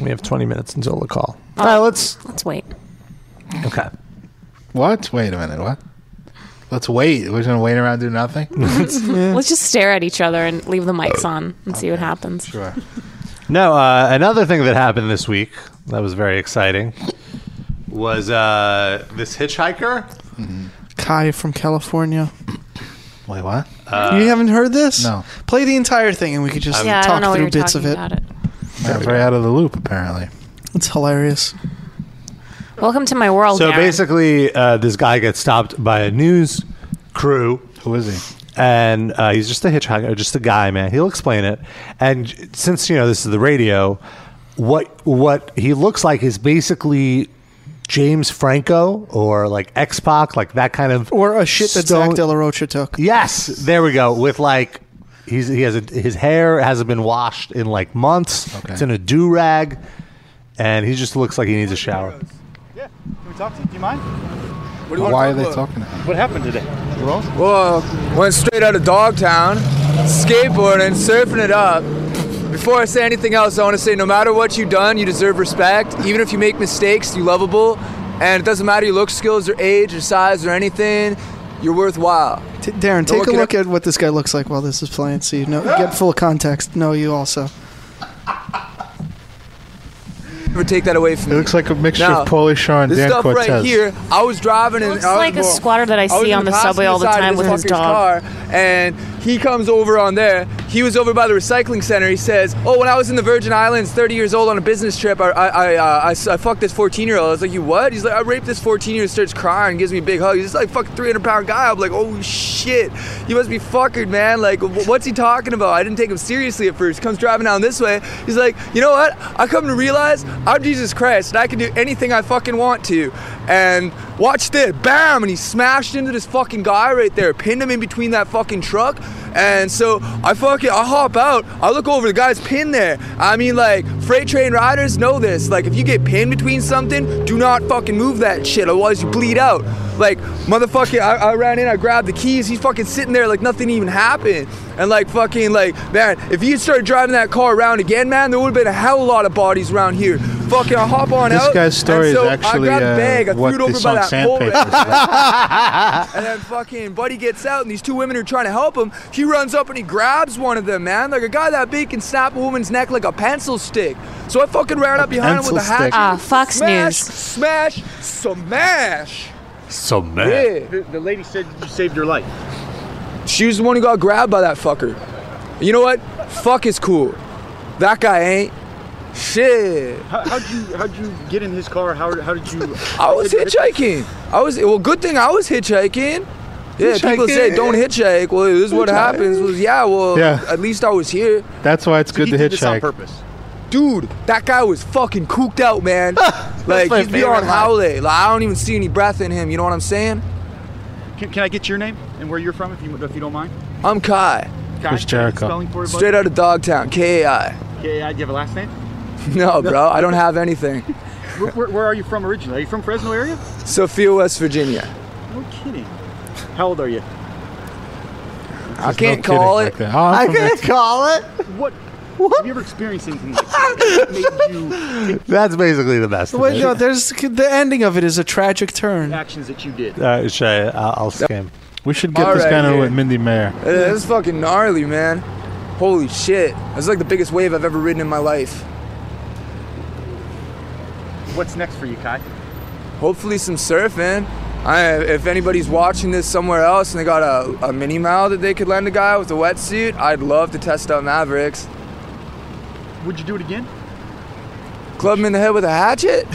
Speaker 2: We have 20 minutes until the call. All right, let's.
Speaker 5: Let's wait.
Speaker 2: Okay.
Speaker 3: What? Wait a minute. What? Let's wait. We're just gonna wait around and do
Speaker 4: *laughs*
Speaker 3: nothing.
Speaker 5: *laughs* Let's just stare at each other and leave the mics on and see what happens.
Speaker 3: Sure.
Speaker 2: No, uh, another thing that happened this week that was very exciting was uh, this hitchhiker.
Speaker 4: Kai from California.
Speaker 3: Wait, what?
Speaker 2: Uh,
Speaker 4: you haven't heard this?
Speaker 3: No.
Speaker 4: Play the entire thing, and we could just
Speaker 5: Yeah, I don't
Speaker 4: talk
Speaker 5: know what
Speaker 4: through
Speaker 5: you're
Speaker 4: bits of
Speaker 5: talking
Speaker 4: it.
Speaker 5: about it.
Speaker 3: Yeah, very out of the loop, apparently.
Speaker 4: It's hilarious.
Speaker 5: Welcome to my world.
Speaker 2: So
Speaker 5: Darren.
Speaker 2: basically, uh, this guy gets stopped by a news crew
Speaker 3: Who is he?
Speaker 2: and uh, he's just a hitchhiker, just a guy, man. He'll explain it. And since you know this is the radio, what what he looks like is basically James Franco or like X Pac, like that kind of
Speaker 4: Or a shit that
Speaker 2: stone-
Speaker 4: Zach De La Rocha took.
Speaker 2: Yes, there we go. With like, he's he has a, his hair hasn't been washed in like months.
Speaker 3: Okay.
Speaker 2: It's in a do rag, and he just looks like he needs a shower.
Speaker 9: Yeah. Can we talk to you? Do you mind?
Speaker 3: Why are they talking to him?
Speaker 9: What happened today?
Speaker 10: Well, went straight out of Dogtown, skateboarding, surfing it up. Before I say anything else, I want to say no matter what you've done, you deserve respect. Even if you make mistakes, you're lovable. And it doesn't matter your look, skills, or age, or size, or anything, you're worthwhile.
Speaker 4: T-
Speaker 10: Don't
Speaker 4: Darren, take
Speaker 10: look
Speaker 4: a
Speaker 10: it
Speaker 4: look at what this guy looks like while this is playing, so you know, get full context. No, you also.
Speaker 10: Never take that away from
Speaker 3: It
Speaker 10: me.
Speaker 3: looks like a mixture
Speaker 10: Now,
Speaker 3: of Paulie Shaw and
Speaker 10: this
Speaker 3: Dan
Speaker 10: stuff
Speaker 3: Cortez.
Speaker 10: right here, I was driving and
Speaker 5: Looks
Speaker 10: I was
Speaker 5: like a
Speaker 10: well,
Speaker 5: squatter that I
Speaker 10: was
Speaker 5: see
Speaker 10: in
Speaker 5: on the
Speaker 10: passenger
Speaker 5: subway all the
Speaker 10: side of
Speaker 5: time
Speaker 10: this
Speaker 5: with his
Speaker 10: fucker's
Speaker 5: dog.
Speaker 10: Car, and he comes over on there. He was over by the recycling center. He says, "Oh, when I was in the Virgin Islands, 30 years old on a business trip, I I I, uh, I, s- I fucked this 14 year old." I was like, "You what?" He's like, "I raped this 14 year old." Starts crying, gives me a big hug. He's just like, "Fuck, 300 pound guy." I'm like, "Oh shit, you must be fuckered, man." Like, wh- what's he talking about? I didn't take him seriously at first. Comes driving down this way. He's like, "You know what? I come to realize I'm Jesus Christ and I can do anything I fucking want to." And watch this, bam! And he smashed into this fucking guy right there, pinned him in between that fucking truck. And so I fucking I hop out. I look over. The guy's pinned there. I mean, like freight train riders know this. Like if you get pinned between something, do not fucking move that shit. Otherwise you bleed out. Like motherfucking, I, I ran in. I grabbed the keys. He's fucking sitting there like nothing even happened. And like fucking like man, if you started driving that car around again, man, there would have been a hell of a lot of bodies around here. Fucking, I hop on
Speaker 3: This
Speaker 10: out.
Speaker 3: guy's story
Speaker 10: and so
Speaker 3: is actually
Speaker 10: I grabbed
Speaker 3: uh,
Speaker 10: a bag. I
Speaker 3: what
Speaker 10: threw it over
Speaker 3: the
Speaker 10: by
Speaker 3: song
Speaker 10: that pole
Speaker 3: Sandpaper
Speaker 10: right
Speaker 3: is about.
Speaker 10: *laughs* and then fucking Buddy gets out, and these two women are trying to help him. He runs up and he grabs one of them, man. Like a guy that big can snap a woman's neck like a pencil stick. So I fucking ran up behind him with a
Speaker 3: pencil stick.
Speaker 10: hatchet.
Speaker 5: Ah, Fox
Speaker 10: smash,
Speaker 5: News.
Speaker 10: smash, smash.
Speaker 2: So mad.
Speaker 10: Yeah.
Speaker 9: The, the lady said you saved your life.
Speaker 10: She was the one who got grabbed by that fucker. You know what? Fuck is cool. That guy ain't shit.
Speaker 9: How, how'd you how'd you get in his car? How, how did you?
Speaker 10: I was hitchhiking. I was well. Good thing I was hitchhiking. Yeah, people say don't hitchhike. Well, this is what
Speaker 3: Hitchhike.
Speaker 10: happens. Was yeah, well,
Speaker 3: Yeah.
Speaker 10: at least I was here.
Speaker 3: That's why it's good to hitchhike.
Speaker 10: Dude, that guy was fucking cooked out, man. like
Speaker 9: my
Speaker 10: he's beyond
Speaker 9: favorite line.
Speaker 10: howley. Like I don't even see any breath in him. You know what I'm saying?
Speaker 9: Can, can I get your name and where you're from, if you if you don't mind?
Speaker 10: I'm Kai.
Speaker 9: Kai, Chris Jericho. spelling for it, bud?
Speaker 10: Straight out of Dogtown. K A I. *laughs*
Speaker 9: Okay, I do you have a last name?
Speaker 10: No, bro, I don't have
Speaker 9: *laughs*
Speaker 10: anything.
Speaker 9: where, where, where are you from originally? Are you from Fresno area?
Speaker 10: Sophia, West Virginia.
Speaker 9: No kidding. How old are you?
Speaker 10: I can't call it.
Speaker 3: Oh,
Speaker 9: Oh,
Speaker 2: I can't call it.
Speaker 9: What? What? Have you ever experienced anything like that? that made you
Speaker 2: That's basically the best. of
Speaker 4: Wait,
Speaker 2: it.
Speaker 4: no, there's the ending of it is a tragic turn.
Speaker 9: Actions that you did.
Speaker 2: All right, sure, I'll, I'll skim.
Speaker 3: We should
Speaker 10: get this Alright, kinda yeah. with
Speaker 3: Mindy Mayer.
Speaker 10: *laughs* Uh, That's fucking gnarly, man. Holy shit. That's like the biggest wave I've ever ridden in my life.
Speaker 9: What's next for you, Kai?
Speaker 10: Hopefully, some surfing. I, if anybody's watching this somewhere else and they got a, a mini mile that they could lend a guy with a wetsuit, I'd love to test out Mavericks.
Speaker 9: Would you do it again?
Speaker 10: Club him in the head with a hatchet?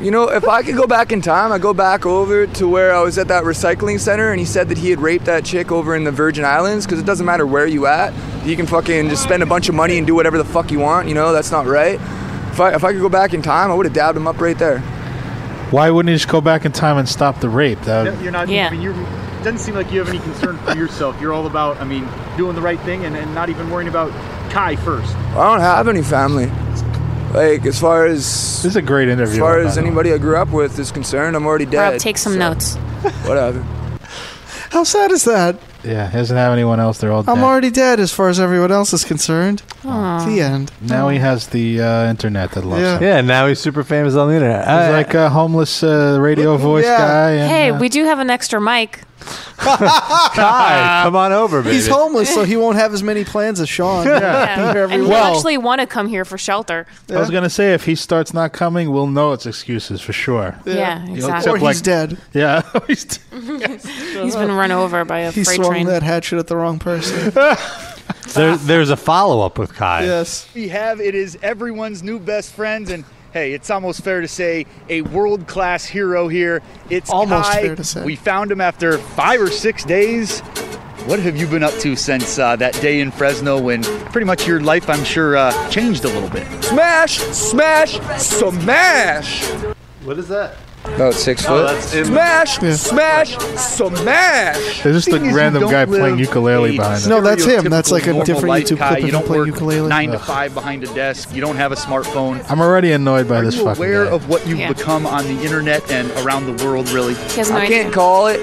Speaker 10: you know, if I could go back in time, I'd go back over to where I was at that recycling center and he said that he had raped that chick over in the Virgin Islands because it doesn't matter where you at. You can fucking just spend a bunch of money and do whatever the fuck you want. You know, that's not right. If I, if I could go back in time, I would have dabbed him up right there.
Speaker 3: Why wouldn't he just go back in time and stop the rape? That
Speaker 9: No, You're not. Yeah. You doesn't seem like you have any concern for yourself. You're all about, I mean, doing the right thing and, and not even worrying about Kai first.
Speaker 10: I don't have any family. Like, as far as. This
Speaker 3: is a great interview.
Speaker 10: As far
Speaker 3: by
Speaker 10: as
Speaker 3: the way.
Speaker 10: anybody I grew up with is concerned, I'm already dead.
Speaker 5: Rob, take some
Speaker 10: so
Speaker 5: notes.
Speaker 10: Whatever.
Speaker 4: How sad is that?
Speaker 3: yeah, he doesn't have anyone else. They're all
Speaker 4: I'm
Speaker 3: dead.
Speaker 4: already dead as far as everyone else is concerned.
Speaker 5: Aw.
Speaker 4: The end.
Speaker 3: now he has the uh, internet that loves
Speaker 4: Yeah.
Speaker 3: him.
Speaker 2: Yeah, now he's super famous on the internet.
Speaker 3: He's like a homeless uh, radio voice
Speaker 4: Yeah.
Speaker 3: guy. And,
Speaker 5: Hey,
Speaker 3: uh,
Speaker 5: we do have an extra mic.
Speaker 2: Kai, come on over, baby.
Speaker 4: He's homeless, so *laughs* he won't have as many plans as Sean. Be here
Speaker 5: Yeah.
Speaker 4: every
Speaker 5: And
Speaker 4: week.
Speaker 5: you
Speaker 3: Well-
Speaker 5: actually want to come here for shelter.
Speaker 3: I was gonna say if he starts not coming, we'll know it's excuses for sure.
Speaker 5: Yeah,
Speaker 3: You'll
Speaker 5: exactly.
Speaker 3: accept,
Speaker 4: Or he's dead.
Speaker 3: Yeah, *laughs*
Speaker 5: He's been run over by a
Speaker 4: He
Speaker 5: freight
Speaker 4: swung
Speaker 5: train.
Speaker 4: that hatchet at the wrong person. *laughs*
Speaker 2: There, there's a follow up with Kai.
Speaker 4: yes.
Speaker 9: We have it is everyone's new best friend, and hey, it's almost fair to say a world class hero here. It's
Speaker 4: Almost
Speaker 9: Kai.
Speaker 4: fair to say.
Speaker 9: We found him after five or six days. What have you been up to since uh, that day in Fresno when pretty much your life, I'm sure, uh, changed a little bit?
Speaker 10: Smash, smash, smash!
Speaker 2: What is that?
Speaker 10: About
Speaker 9: Uh,
Speaker 10: six
Speaker 3: Oh,
Speaker 10: foot. smash, smash, smash!
Speaker 3: there's just a
Speaker 9: thing is you
Speaker 3: random
Speaker 9: don't
Speaker 3: guy playing
Speaker 9: live
Speaker 3: ukulele
Speaker 9: a
Speaker 3: behind
Speaker 4: No, that's him.
Speaker 9: stereotypical
Speaker 4: That's like a
Speaker 9: normal
Speaker 4: different
Speaker 9: life,
Speaker 4: YouTube
Speaker 9: Kai.
Speaker 4: clip of
Speaker 9: You
Speaker 4: him
Speaker 9: don't
Speaker 4: playing
Speaker 9: work
Speaker 4: ukulele.
Speaker 9: nine to five behind a desk. You don't have a smartphone.
Speaker 3: it. I'm already annoyed by
Speaker 9: Are
Speaker 3: this
Speaker 9: you
Speaker 3: fucking
Speaker 9: aware
Speaker 3: guy.
Speaker 9: of what you've
Speaker 5: Yeah.
Speaker 9: become on the internet and around the world, really?
Speaker 5: He has no
Speaker 10: I can't
Speaker 5: idea.
Speaker 10: call it.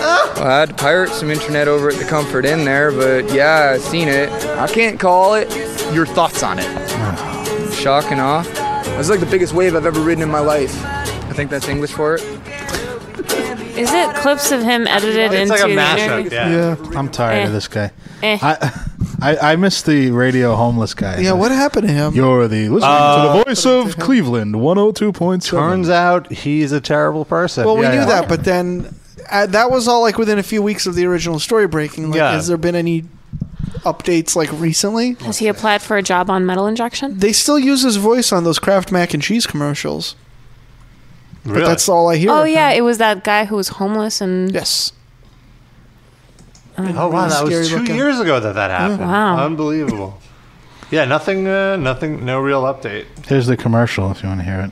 Speaker 10: I had to pirate some internet over at the Comfort Inn there, but yeah, I seen it. I can't call it.
Speaker 9: Your thoughts on it?
Speaker 10: Shock and awe. That's like the biggest wave I've ever ridden in my life. I think that's English for it.
Speaker 5: Is it clips of him edited
Speaker 2: It's
Speaker 5: into
Speaker 2: like a
Speaker 5: the
Speaker 2: mashup.
Speaker 5: interview?
Speaker 2: Yeah.
Speaker 4: Yeah.
Speaker 3: I'm tired
Speaker 5: Eh.
Speaker 3: of this guy.
Speaker 5: Eh.
Speaker 3: I, I I miss the radio homeless guy.
Speaker 4: Yeah, what happened to him?
Speaker 3: You're the listening to the voice of Cleveland, 102.7.
Speaker 2: Turns out he's a terrible person.
Speaker 4: Well, we
Speaker 3: Yeah,
Speaker 4: knew
Speaker 3: yeah.
Speaker 4: that, but then uh, that was all like within a few weeks of the original story breaking. Like,
Speaker 2: Yeah.
Speaker 4: has there been any updates like recently?
Speaker 5: Has he applied for a job on metal injection?
Speaker 4: They still use his voice on those Kraft mac and cheese commercials.
Speaker 2: Really?
Speaker 4: But that's all I hear.
Speaker 5: Oh
Speaker 4: of him.
Speaker 5: yeah, it was that guy who was homeless and
Speaker 4: Yes.
Speaker 2: Oh wow, that
Speaker 4: Scary
Speaker 2: was two
Speaker 4: looking.
Speaker 2: years ago that that happened.
Speaker 5: Wow.
Speaker 2: unbelievable. Yeah, nothing, uh, nothing, no real update.
Speaker 3: Here's the commercial if you want to hear it.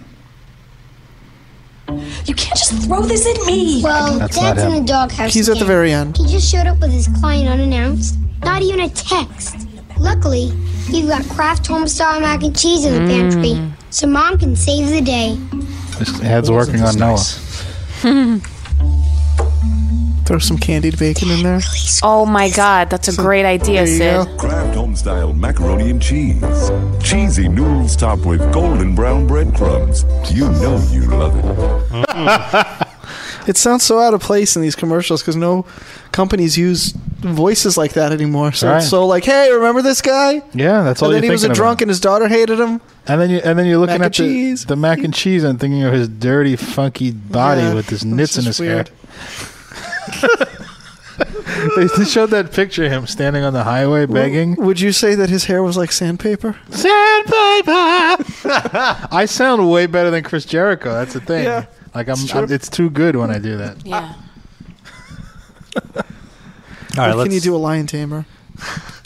Speaker 11: You can't just throw this at me.
Speaker 12: Well,
Speaker 3: That's
Speaker 12: that's,
Speaker 3: not him.
Speaker 12: in the doghouse.
Speaker 4: He's at the
Speaker 12: again.
Speaker 4: very end.
Speaker 12: He just showed up with his client unannounced. Not even a text. Luckily, he's got Kraft Home Style mac and cheese
Speaker 4: Mm.
Speaker 12: in the pantry, so Mom can save the day.
Speaker 3: This ad's working on Noah.
Speaker 4: *laughs* Throw some candied bacon in there.
Speaker 5: oh my god, that's a great idea,
Speaker 4: There you
Speaker 5: Sid.
Speaker 4: go.
Speaker 13: Kraft home style macaroni and cheese. Cheesy noodles topped with golden brown breadcrumbs. You know you love it.
Speaker 3: Mm.
Speaker 4: It sounds so out of place in these commercials because no companies use voices like that anymore. So
Speaker 3: Right.
Speaker 4: it's so like, hey, remember this guy?
Speaker 3: Yeah, that's all
Speaker 4: and then
Speaker 3: you're
Speaker 4: he was a
Speaker 3: thinking
Speaker 4: drunk
Speaker 3: about.
Speaker 4: and his daughter hated him.
Speaker 3: And then you and then you're looking
Speaker 4: Mac
Speaker 3: at
Speaker 4: and
Speaker 3: the,
Speaker 4: cheese.
Speaker 3: the mac and cheese and thinking of his dirty, funky body
Speaker 4: Yeah,
Speaker 3: with his
Speaker 4: that's
Speaker 3: nits in his
Speaker 4: just weird.
Speaker 3: hair. they *laughs* they showed that picture of him standing on the highway begging.
Speaker 4: Would you say that his hair was like sandpaper?
Speaker 3: *laughs* I sound way better than Chris Jericho. That's the thing.
Speaker 4: Yeah,
Speaker 3: like I'm,
Speaker 4: it's
Speaker 3: I'm,
Speaker 4: true.
Speaker 3: it's too good when I do that.
Speaker 5: Yeah.
Speaker 2: All right,
Speaker 4: But can
Speaker 2: let's-
Speaker 4: you do a lion tamer?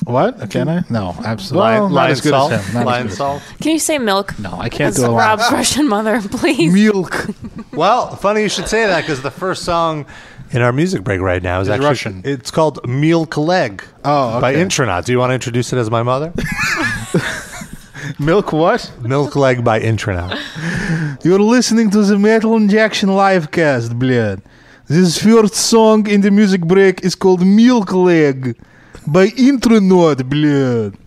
Speaker 3: What? Can I? No, absolutely. Oh,
Speaker 2: Well,
Speaker 3: not
Speaker 2: lion
Speaker 3: as good
Speaker 2: salt.
Speaker 3: as him. Not as
Speaker 2: Lion
Speaker 3: good as
Speaker 2: salt.
Speaker 5: Can you say milk? No,
Speaker 3: I can't
Speaker 5: As
Speaker 3: do a lot.
Speaker 5: Rob's Russian mother, *laughs* please.
Speaker 3: Milk.
Speaker 2: Well, funny you should say that because the first song in our music break right now is,
Speaker 3: Is
Speaker 2: actually
Speaker 3: Russian.
Speaker 2: It's called Milk Leg
Speaker 3: Oh,
Speaker 2: by
Speaker 3: okay.
Speaker 2: Intronaut. Do you want to introduce it as my mother?
Speaker 3: Milk what?
Speaker 2: Milk Leg by Intronaut.
Speaker 3: You're listening to the Metal Injection livecast, bled. This first song in the music break is called Milk Leg by Intronaut, bled.
Speaker 6: oh,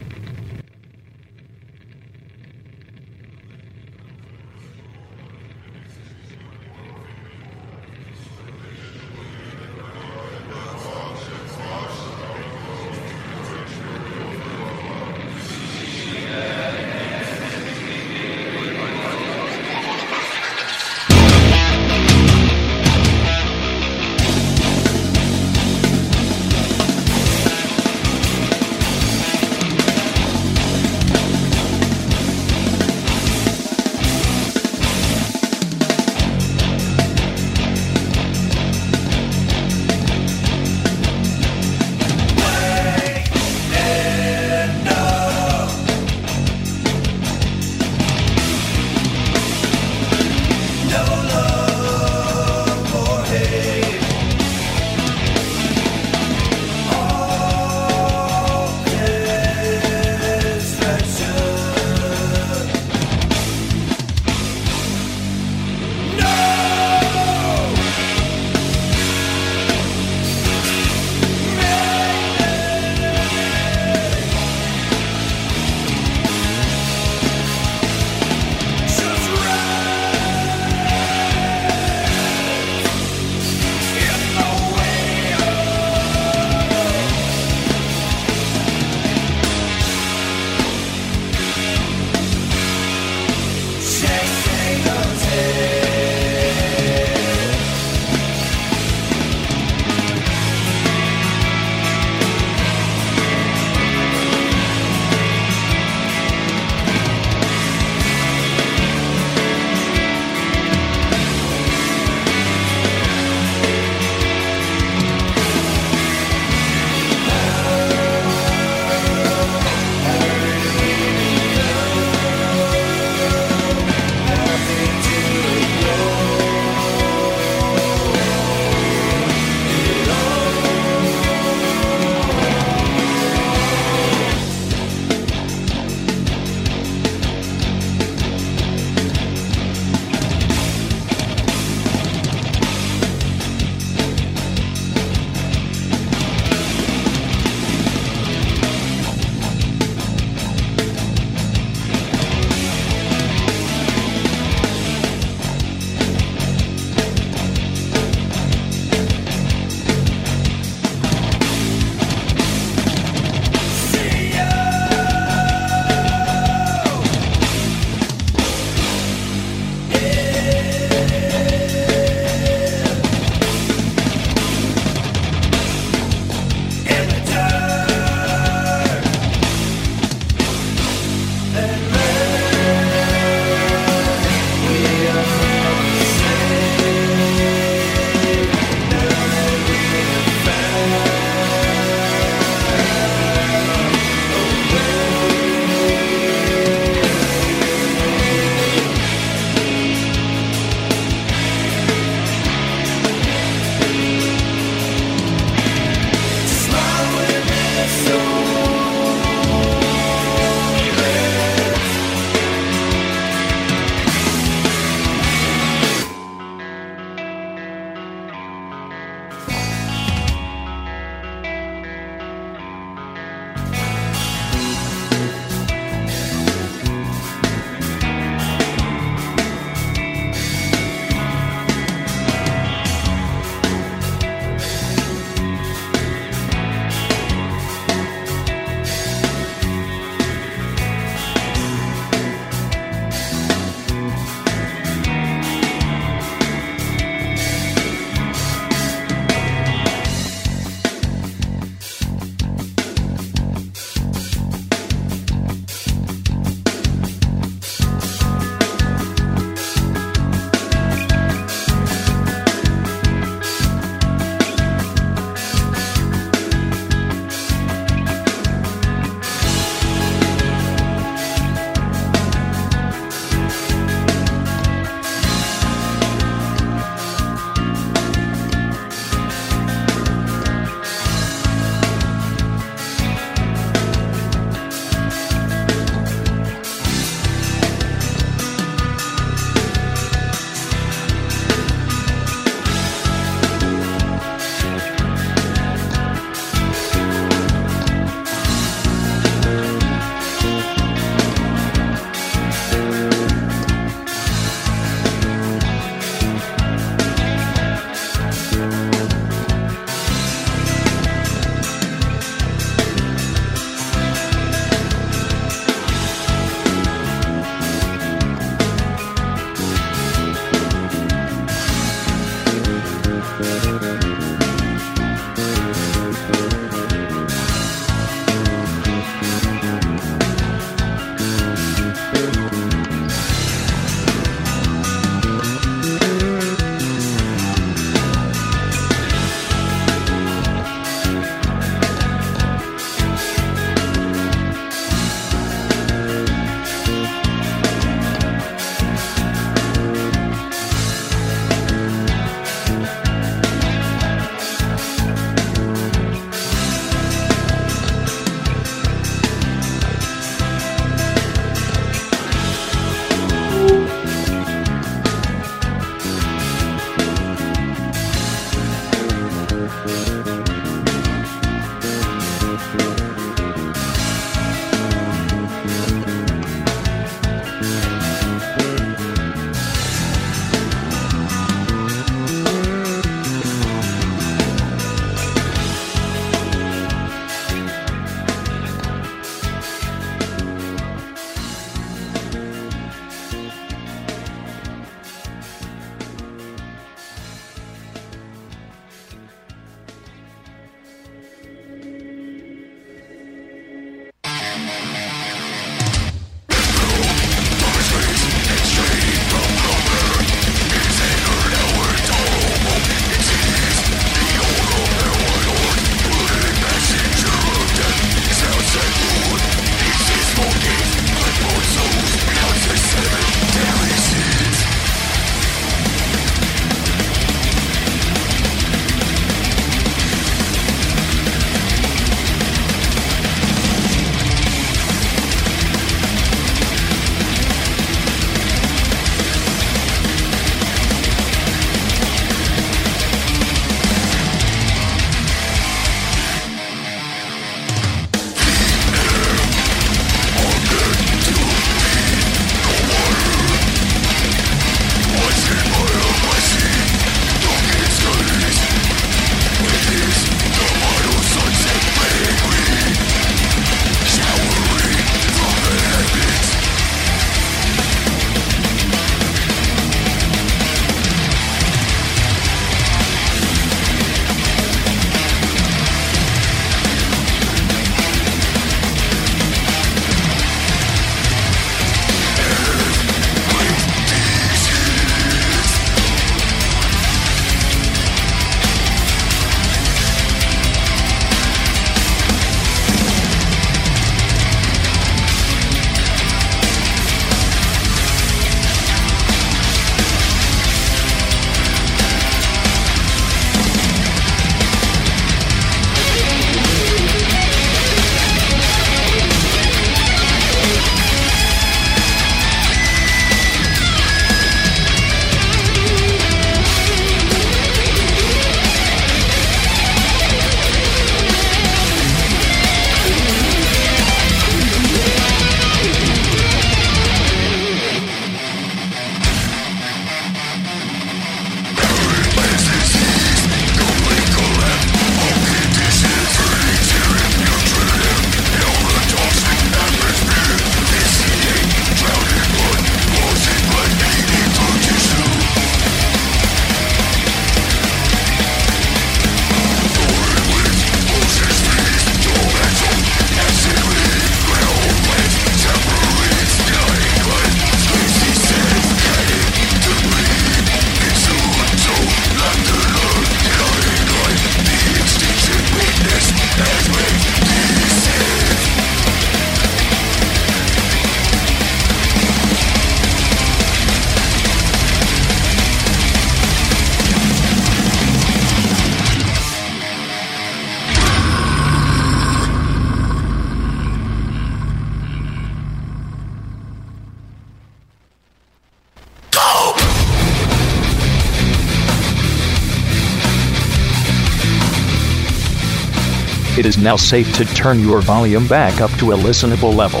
Speaker 1: It is now safe to turn your volume back up to a listenable level.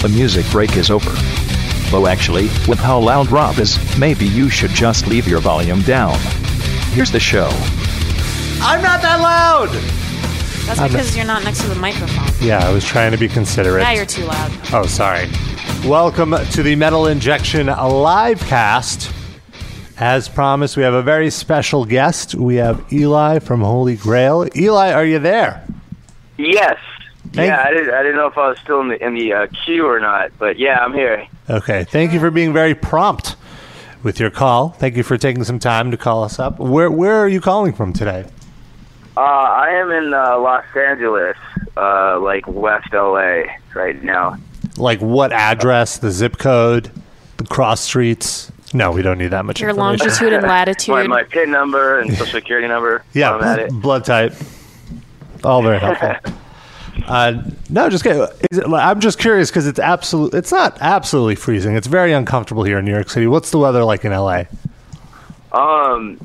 Speaker 1: The music break is over. Though actually, with how loud Rob is, maybe you should just leave your volume down. Here's the show.
Speaker 5: I'm not that loud. That's
Speaker 2: I'm-
Speaker 5: because you're not next to the microphone.
Speaker 2: Yeah, I was trying to be considerate.
Speaker 5: Yeah, you're too loud.
Speaker 2: Oh, sorry. Welcome to the Metal Injection live cast. As promised, we have a very special guest. We have Eli from Holy Grail. Eli, are you there?
Speaker 14: Yes.
Speaker 2: Thank-
Speaker 14: yeah, I didn't, I didn't know if I was still in the, in the uh, queue or not, but yeah, I'm here.
Speaker 2: Okay. Thank you for being very prompt with your call. Thank you for taking some time to call us up. Where where are you calling from today?
Speaker 14: Uh, I am in uh, Los Angeles, uh, like West LA right now.
Speaker 2: Like what address, the zip code, the cross streets? No, we don't need that much
Speaker 5: Your
Speaker 2: information.
Speaker 14: *laughs*
Speaker 5: longitude and latitude.
Speaker 14: my, my PIN number and social security number.
Speaker 2: Yeah,
Speaker 14: I'm at it.
Speaker 2: blood type. All very helpful. uh, no, just kidding. Is it, I'm just curious because it's absolute. It's not absolutely freezing. It's very uncomfortable here in New York City. What's the weather like in LA?
Speaker 14: Um,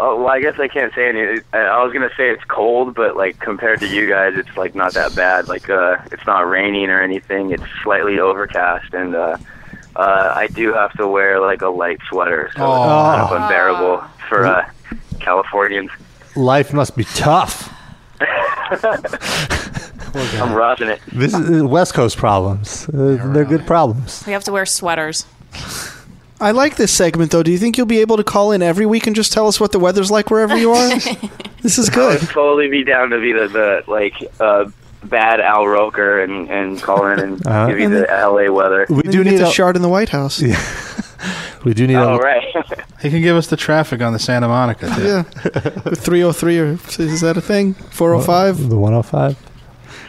Speaker 14: oh, well, I guess I can't say any. I- I was gonna say it's cold, but like compared to you guys, it's like not that bad. Like, uh, it's not raining or anything. It's slightly overcast, and uh, uh, I do have to wear like a light sweater, so it's kind of
Speaker 2: Oh.
Speaker 14: unbearable for uh,
Speaker 4: *laughs*
Speaker 14: Californians.
Speaker 2: Life must be tough.
Speaker 14: I'm roughing it.
Speaker 2: This is uh, West Coast problems. Uh, they're good problems.
Speaker 5: We have to wear sweaters.
Speaker 4: I like this segment though. Do you think you'll be able to call in every week and just tell us what the weather's like wherever you are? this is
Speaker 14: I
Speaker 4: good.
Speaker 14: would totally be down to be the, the like uh, bad Al Roker and and call in and
Speaker 2: Uh-huh.
Speaker 14: give you the LA weather.
Speaker 2: *laughs* We
Speaker 4: Then
Speaker 2: do
Speaker 4: you get
Speaker 2: need
Speaker 4: to
Speaker 2: a-
Speaker 4: shard in the White
Speaker 2: *laughs*
Speaker 4: House.
Speaker 2: Yeah. *laughs* We do need a
Speaker 14: All right.
Speaker 3: He can give us the traffic on the Santa Monica. Too.
Speaker 4: Yeah. 303 or is that a thing? 405?
Speaker 2: The 105?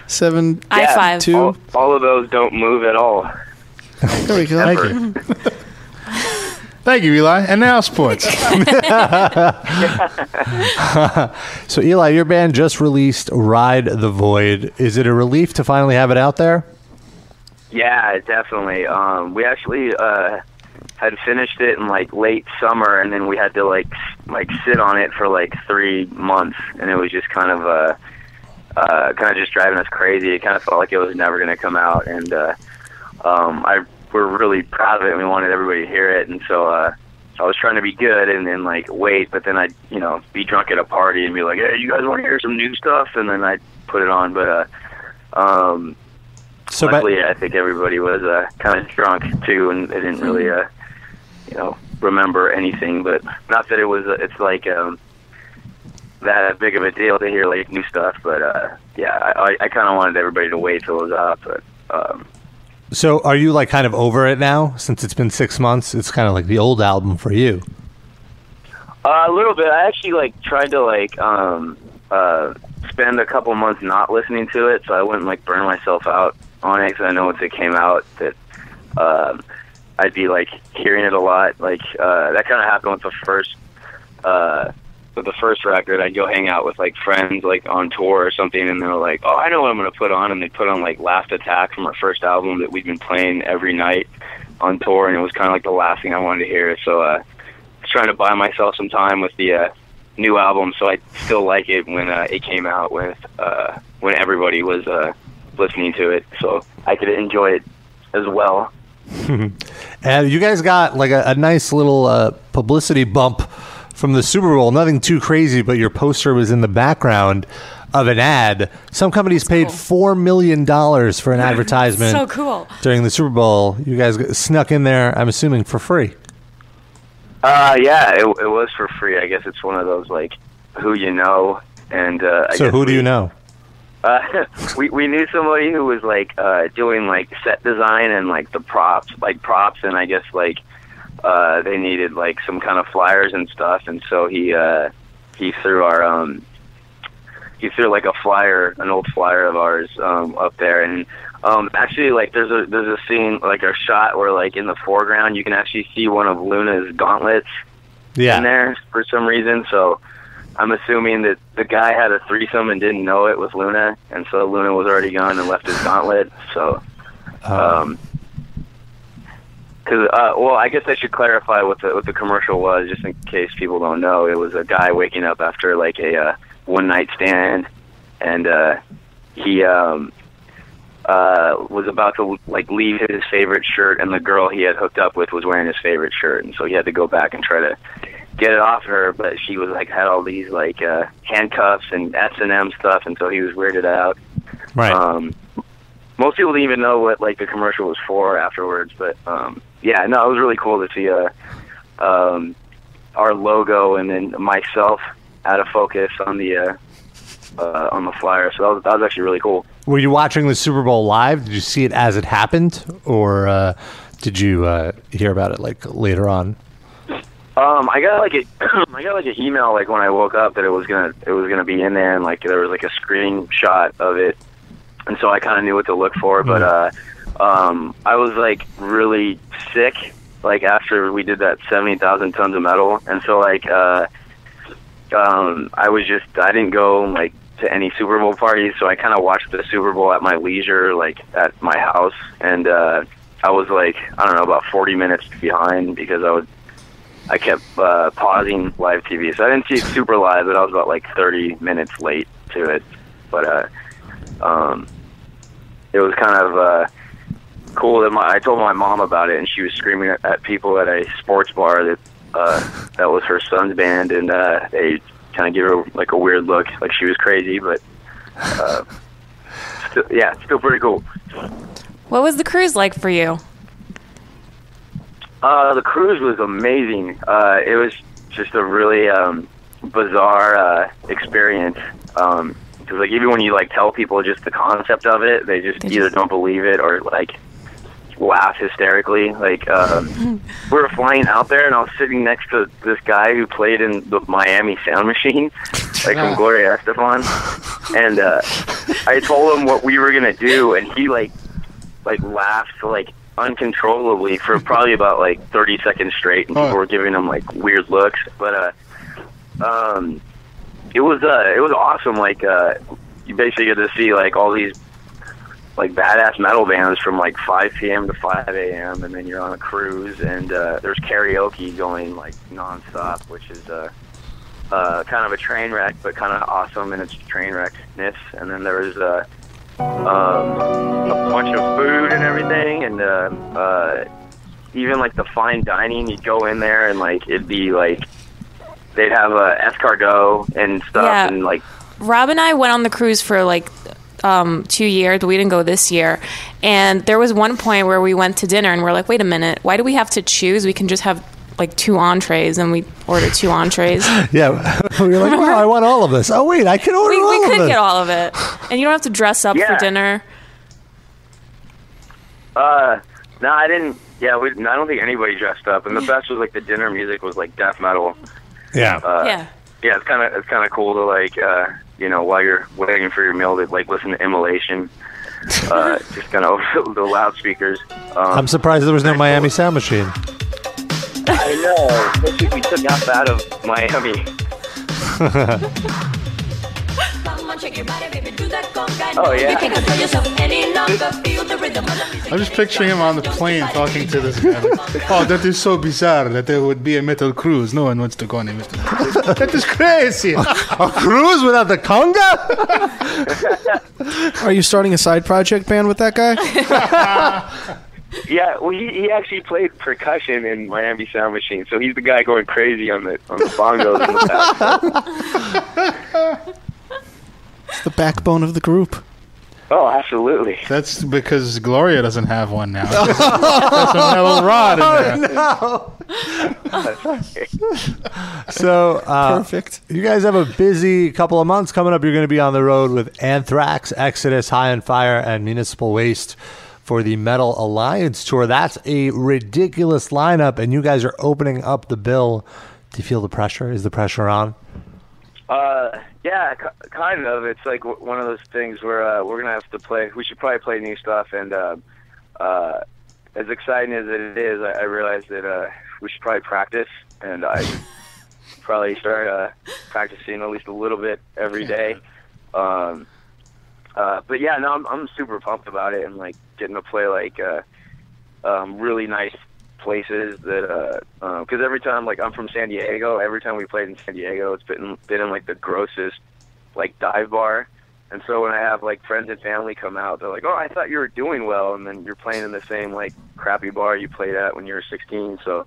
Speaker 4: 7
Speaker 14: Yeah, All,
Speaker 4: 2.
Speaker 14: all of those don't move at all.
Speaker 4: There we
Speaker 2: *laughs*
Speaker 4: go.
Speaker 14: Thank
Speaker 3: you. Thank you, Eli. And now
Speaker 2: *laughs*
Speaker 3: sports. *laughs*
Speaker 2: so, Eli, your band just released "Ride the Void." Is it a relief to finally have it out there?
Speaker 14: Yeah, definitely. Um, we actually uh, had finished it in like late summer, and then we had to like s- like sit on it for like three months, and it was just kind of uh, uh, kind of just driving us crazy. It kind of felt like it was never going to come out, and uh, um, I we're really proud of it, and we wanted everybody to hear it, and so. Uh, I was trying to be good and then like wait, but then I'd you know be drunk at a party and be like, hey, you guys want to hear some new stuff? And then I'd put it on, but uh, um,
Speaker 2: so
Speaker 14: luckily I think everybody was uh, kind of drunk too, and they didn't really uh, you know remember anything. But not that it was, it's like um, that big of a deal to hear like new stuff. But uh, yeah, I, I kind of wanted everybody to wait till it was out, but. Um,
Speaker 2: So, are you like kind of over it now? Since it's been six months, it's kind of like the old album for
Speaker 5: *laughs*
Speaker 2: you.
Speaker 14: Uh, a little bit. I actually like tried to like um uh spend a couple months not listening to it, so I wouldn't like burn myself out on it. Cause I know once it came out that um I'd be like hearing it a lot. Like uh, that kind of happened with the first uh with the first record. I'd go hang out with like friends like on tour or something, and they're like, "Oh, I know what I'm gonna put on," and they put on like "Last Attack" from our first album that we've been playing every night on tour, and it was kind of like the last thing I wanted to hear. So. uh was trying to buy myself some time with the uh, new album, so I still like it when uh, it came out with uh, when everybody was uh, listening to it, so I could enjoy it as well.
Speaker 2: and you guys got like a, a nice little uh, publicity bump from the Super Bowl. Nothing too crazy, but your poster was in the background of an ad. Some companies paid four million dollars for an advertisement.
Speaker 5: *laughs* So cool.
Speaker 2: During the Super Bowl, you guys got- snuck in there. I'm assuming for free.
Speaker 14: Uh, yeah, it, it was for free. I guess it's one of those like who you know, and uh, I
Speaker 2: so,
Speaker 14: guess
Speaker 2: who do you know?
Speaker 14: Uh, *laughs* we we knew somebody who was like uh, doing like set design and like the props, like props, and I guess like uh, they needed like some kind of flyers and stuff, and so he uh, he threw our um, he threw like a flyer, an old flyer of ours um, up there, and um, actually like there's a there's a scene like a shot where like in the foreground you can actually see one of Luna's gauntlets in there for some reason. So I'm assuming that the guy had a threesome and didn't know it with Luna, and so Luna was already gone and left his gauntlet. So, um, cause, uh, well, I guess I should clarify what the what the commercial was, just in case people don't know. It was a guy waking up after like a uh, one night stand, and uh, he um, uh, was about to like leave his favorite shirt, and the girl he had hooked up with was wearing his favorite shirt, and so he had to go back and try to get it off her. But she was like had all these like uh, handcuffs and S and M stuff, and so he was weirded out.
Speaker 2: Right.
Speaker 14: Um, most people didn't even know what like the commercial was for afterwards, but um, yeah, no, it was really cool to see uh, um, our logo and then myself out of focus on the uh, uh, on the flyer. So that was, that was actually really cool.
Speaker 2: Were you watching the Super Bowl live? Did you see it as it happened, or uh, did you uh, hear about it like later on?
Speaker 14: Um, I got like a *clears throat* I got like an email like when I woke up that it was gonna it was gonna be in there and like there was like a screenshot of it, and so I kind of knew what to look for. But uh, um, I was like really sick like after we did that seventy thousand tons of metal, and so like uh, um, I was just I didn't go like to any Super Bowl parties, so I kind of watched the Super Bowl at my leisure, like at my house, and uh, I was like I don't know about forty minutes behind because I was I kept uh, pausing live TV, so I didn't see it super live, but I was about like 30 minutes late to it. But uh, um, it was kind of uh, cool that my I told my mom about it, and she was screaming at, at people at a sports bar that uh, that was her son's band, and uh, they kind of gave her like a weird look, like she was crazy, but uh, *laughs* still, yeah, still pretty cool.
Speaker 5: What was the cruise like for you?
Speaker 14: Uh, the cruise was amazing. Uh, it was just a really um, bizarre uh, experience. Um 'cause like even when you like tell people just the concept of it, they just either don't believe it or like laugh hysterically. Like *laughs* um, we were flying out there, and I was sitting next to this guy who played in the Miami Sound *laughs* Machine, like from Gloria Estefan, and uh, I told him what we were gonna do, and he like like laughed like uncontrollably for probably about like 30 seconds straight and people were giving him like weird looks but uh um it was uh it was awesome like uh you basically get to see like all these like badass metal bands from like 5 p.m. to 5 a.m. and then you're on a cruise and uh there's karaoke going like nonstop which is uh uh, kind of a train wreck, but kind of awesome in its train wreckness. And then there was uh, um, a bunch of food and everything, and uh, uh, even like the fine dining. You'd go in there and like it'd be like they'd have uh, escargot and stuff,
Speaker 5: Yeah.
Speaker 14: and like
Speaker 5: Rob and I went on the cruise for like um, two years. We didn't go this year. And there was one point where we went to dinner and we're like, wait a minute, why do we have to choose? We can just have like two entrees and we ordered two entrees.
Speaker 2: *laughs* Yeah, *laughs* we were like, wow, I want all of this. Oh wait, I can order
Speaker 5: we,
Speaker 2: all
Speaker 5: we
Speaker 2: of
Speaker 5: could
Speaker 2: this.
Speaker 5: get all of it. And you don't have to dress up for dinner.
Speaker 14: Uh, no, I didn't. Yeah, we, I don't think anybody dressed up. And the best was like the dinner music was like death metal.
Speaker 2: Yeah.
Speaker 14: Uh,
Speaker 5: yeah.
Speaker 14: Yeah, it's kind of it's kind of cool to like uh, you know while you're waiting for your meal to like listen to Immolation, uh, just kind of over *laughs* the loudspeakers. Um,
Speaker 2: I'm surprised there was no Miami Sound Machine.
Speaker 14: I know. Especially if we took off out of Miami.
Speaker 6: Oh,
Speaker 3: yeah.
Speaker 6: You can't control yourself any longer. Feel the rhythm.
Speaker 3: I'm just picturing him on the plane talking to this guy. oh, that is so bizarre that there would be a metal cruise. No one wants to go on a metal cruise. *laughs* that is crazy.
Speaker 2: a cruise without the conga?
Speaker 4: *laughs* Are you starting a side project band with
Speaker 3: *laughs*
Speaker 4: that guy?
Speaker 14: Yeah, well, he, he actually played percussion in Miami Sound Machine, so he's the guy going crazy on the on the bongos. and the
Speaker 6: *laughs*
Speaker 14: bass.
Speaker 4: It's the backbone of the group.
Speaker 14: Oh, absolutely.
Speaker 3: That's because Gloria doesn't have one *laughs* now. There's a metal rod in there.
Speaker 6: Oh,
Speaker 2: So uh,
Speaker 4: perfect.
Speaker 2: You guys have a busy couple of months coming up. You're going to be on the road with Anthrax, Exodus, High on Fire, and Municipal Waste for the Metal Alliance tour. That's a ridiculous lineup, and you guys are opening up the bill. Do you feel the pressure? Is the pressure on?
Speaker 14: Uh, yeah, k- kind of. It's like w- one of those things where uh, we're gonna have to play. We should probably play new stuff. And uh, uh, as exciting as it is, I, I realize that uh, we should probably practice. And I probably start uh, practicing at least a little bit every day. Um, uh, but yeah, no, I'm, I'm super pumped about it and like getting to play like uh, um, really nice places that because uh, 'cause every time like I'm from San Diego, every time we played in San Diego, it's been been in like the grossest like dive bar And so when I have like friends and family come out, they're like, "Oh, I thought you were doing well," and then you're playing in the same like crappy bar you played at when you were 16. So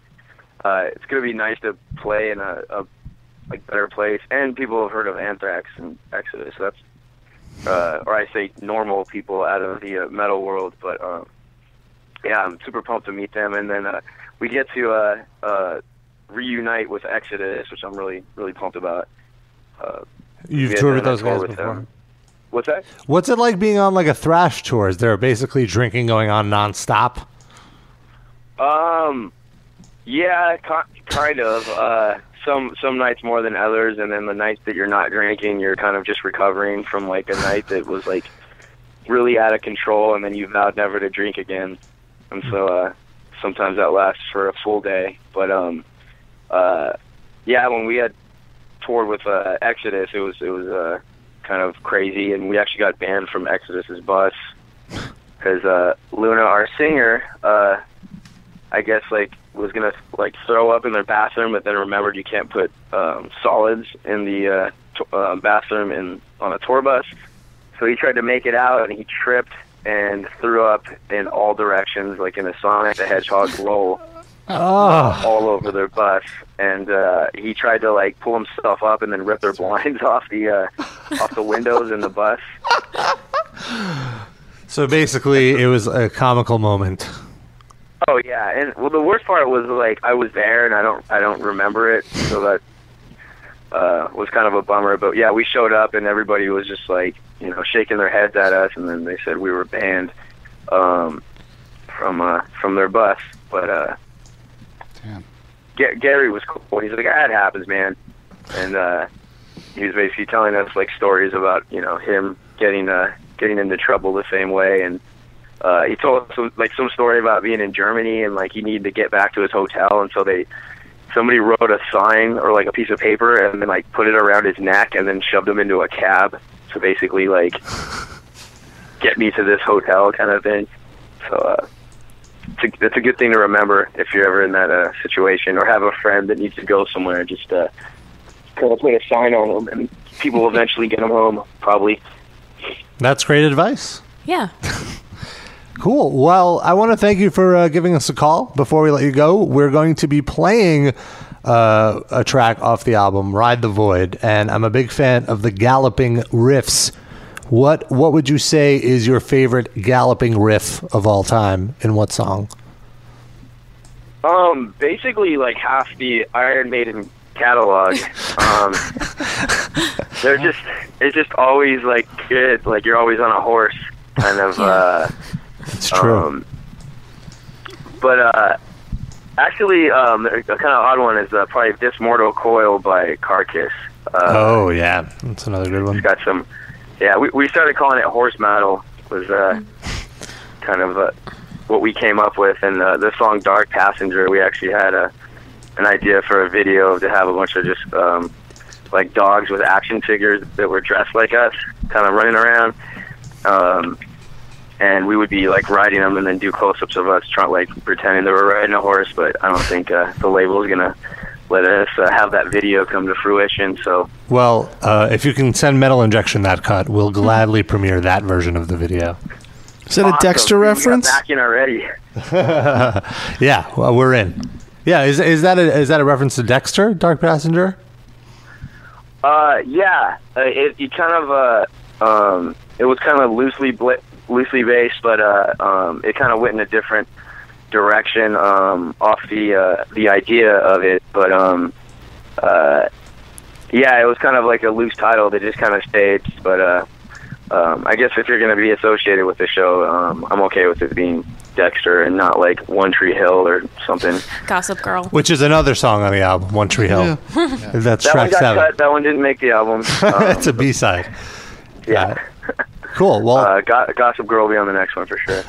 Speaker 14: uh, it's gonna be nice to play in a, a like better place. And people have heard of Anthrax and Exodus. That's uh, or I say normal people out of the uh, metal world, but um, yeah, I'm super pumped to meet them. And then uh, we get to uh, uh, reunite with Exodus, which I'm really really pumped about. Uh,
Speaker 2: You've
Speaker 14: we had
Speaker 2: toured with
Speaker 14: done a
Speaker 2: those
Speaker 14: tour
Speaker 2: guys
Speaker 14: with
Speaker 2: before.
Speaker 14: them. What's that?
Speaker 2: What's it like being on like a thrash tour? Is there basically drinking going on nonstop?
Speaker 14: Um, yeah, ki- kind of. Uh, some some nights more than others, and then the nights that you're not drinking, you're kind of just recovering from like a night that was like really out of control, and then you vowed never to drink again, and so uh, sometimes that lasts for a full day. But um, uh, yeah, when we had toured with uh, Exodus, it was it was uh, kind of crazy, and we actually got banned from Exodus's bus because uh, Luna, our singer. Uh, I guess like was gonna like throw up in their bathroom, but then remembered you can't put um, solids in the uh, t- uh, bathroom in on a tour bus. So he tried to make it out, and he tripped and threw up in all directions, like in a Sonic the Hedgehog roll
Speaker 6: Ah.
Speaker 2: Oh,
Speaker 14: all over their bus, and uh, he tried to like pull himself up and then rip their *laughs* blinds off the uh, off the windows in the bus.
Speaker 2: so basically it was a comical moment.
Speaker 14: Oh yeah, and well, the worst part was like I was there and I don't I don't remember it, so that uh, was kind of a bummer. But yeah, we showed up and everybody was just like you know shaking their heads at us, and then they said we were banned um, from uh, from their bus. But uh, Ga- Gary was cool. He's like, ah, it happens, man, and uh, he was basically telling us like stories about you know him getting uh, getting into trouble the same way and uh, he told us some, like some story about being in Germany and like he needed to get back to his hotel, and so they somebody wrote a sign or like a piece of paper and then like put it around his neck and then shoved him into a cab to basically like get me to this hotel kind of thing. So uh, it's, a, it's a good thing to remember if you're ever in that uh, situation or have a friend that needs to go somewhere. Just uh, kind of put a sign on them, and people will eventually get them home, probably.
Speaker 2: That's great advice.
Speaker 5: Yeah.
Speaker 2: *laughs* Cool. Well, I want to thank you for uh, giving us a call. Before we let you go, we're going to be playing uh, a track off the album "Ride the Void," and I'm a big fan of the galloping riffs. What What would you say is your favorite galloping riff of all time, and what song?
Speaker 14: Um, basically, like half the Iron Maiden catalog. Um, they're just it's just always like good. Like you're always on a horse, kind of. Uh, um,
Speaker 2: it's true.
Speaker 14: but uh, actually, um, a kind of odd one is uh, probably "This Mortal Coil" by Carcass. Uh,
Speaker 2: oh yeah, that's another good one.
Speaker 14: Got some. Yeah, we we started calling it horse metal. Was uh, kind of uh, what we came up with, and uh, the song "Dark Passenger." We actually had a an idea for a video to have a bunch of just um, like dogs with action figures that were dressed like us, kind of running around. Um, and we would be like riding them, and then do close-ups of us, trying like pretending that we're riding a horse. But I don't think uh, the label's gonna let us uh, have that video come to fruition. So
Speaker 2: Well, uh, if you can send Metal Injection that cut, we'll gladly premiere that version of the video.
Speaker 4: Hmm. Is that a Dexter reference?
Speaker 14: back in already.
Speaker 2: *laughs* yeah, well, we're in. Yeah, is is that a, is that a reference to Dexter, Dark Passenger?
Speaker 14: Uh, yeah, uh, it, it kind of uh, um, it was kind of loosely bl- loosely based, but uh, um, it kind of went in a different direction um, off the uh, the idea of it. But um, uh, yeah, it was kind of like a loose title that just kind of stayed. But uh, um, I guess if you're going to be associated with the show, um, I'm okay with it being Dexter and not like One Tree Hill or something.
Speaker 5: Gossip Girl.
Speaker 2: Which is another song on the album, One Tree Hill. That's
Speaker 14: that one
Speaker 2: track
Speaker 14: got
Speaker 2: seven.
Speaker 14: cut. That one didn't make the album. Um,
Speaker 2: *laughs* That's a B side.
Speaker 14: yeah.
Speaker 2: Cool. Well,
Speaker 14: Uh, Go- Gossip Girl will be on the next one for sure.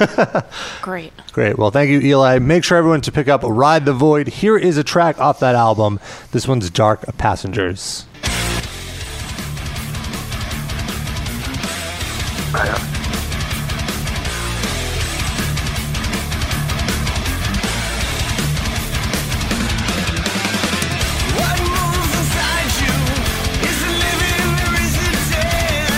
Speaker 5: Great.
Speaker 2: great. Well, thank you, Eli. Make sure everyone to pick up Ride the Void. Here is a track off that album. This one's Dark Passengers.
Speaker 6: What moves inside you? Is it living or is it dead?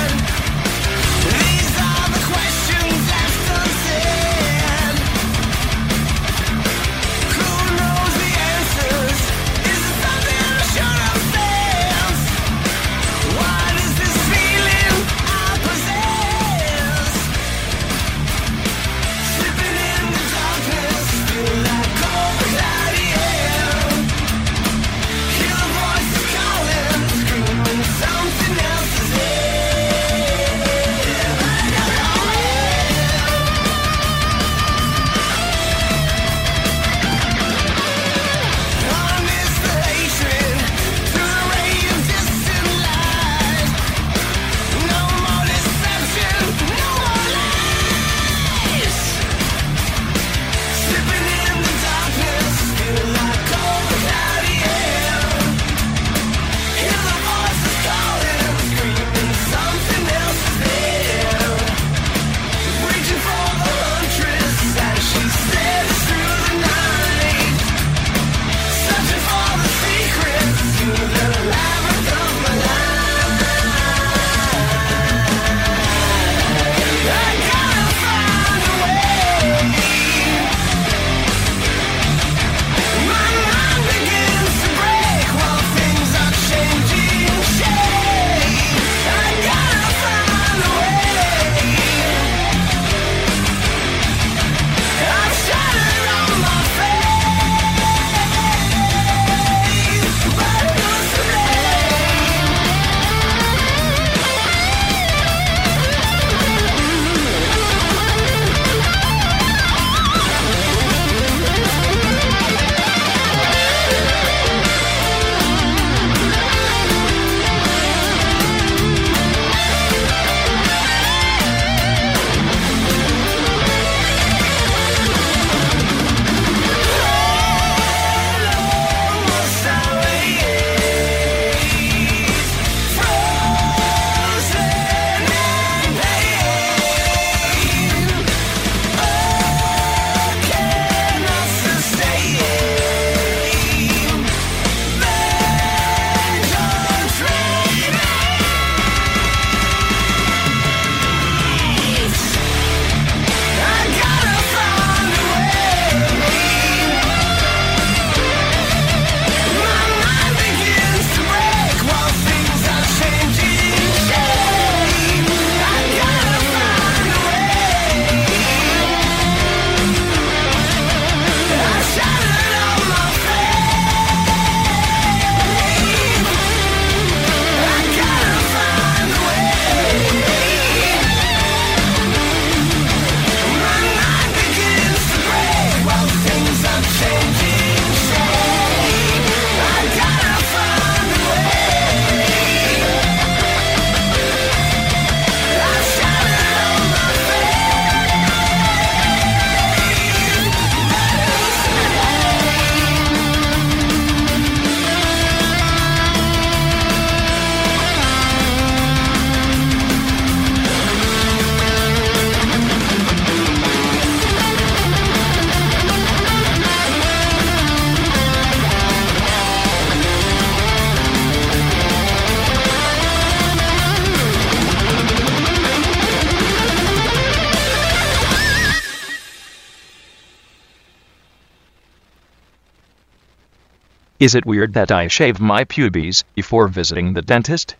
Speaker 6: Is it weird that I shave my pubes before visiting the dentist?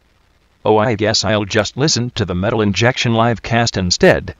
Speaker 6: Oh, I guess I'll just listen to the Metal Injection live cast instead.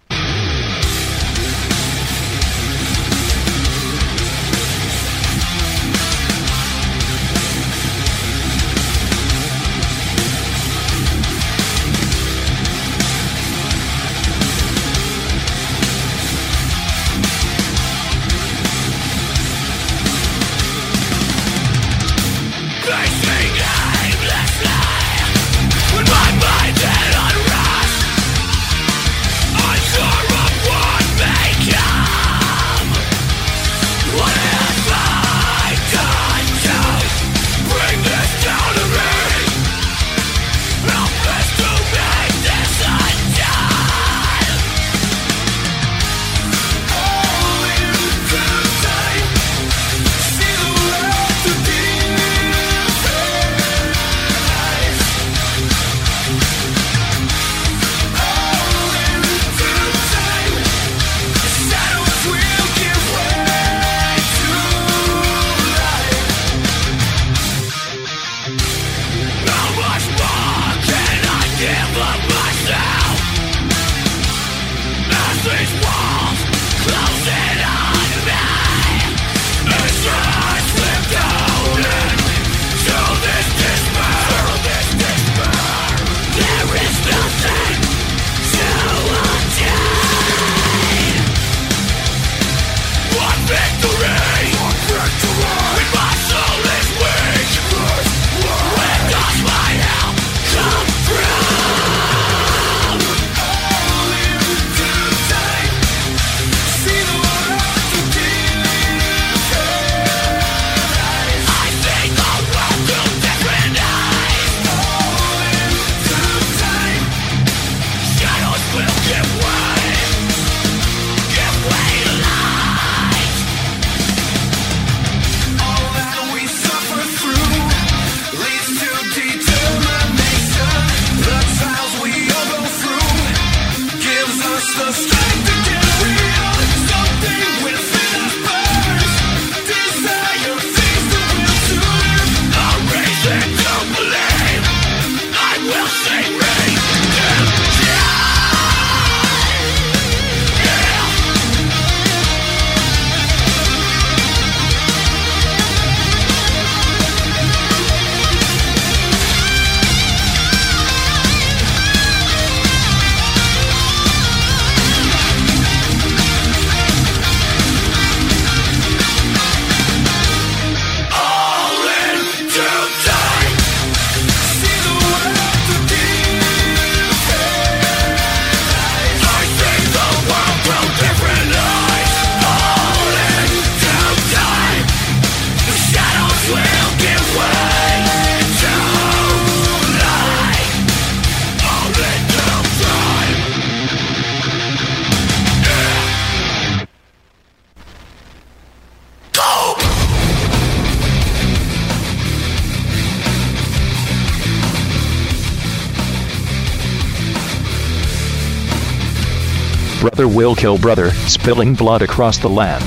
Speaker 6: Brother will kill brother, spilling blood across the land.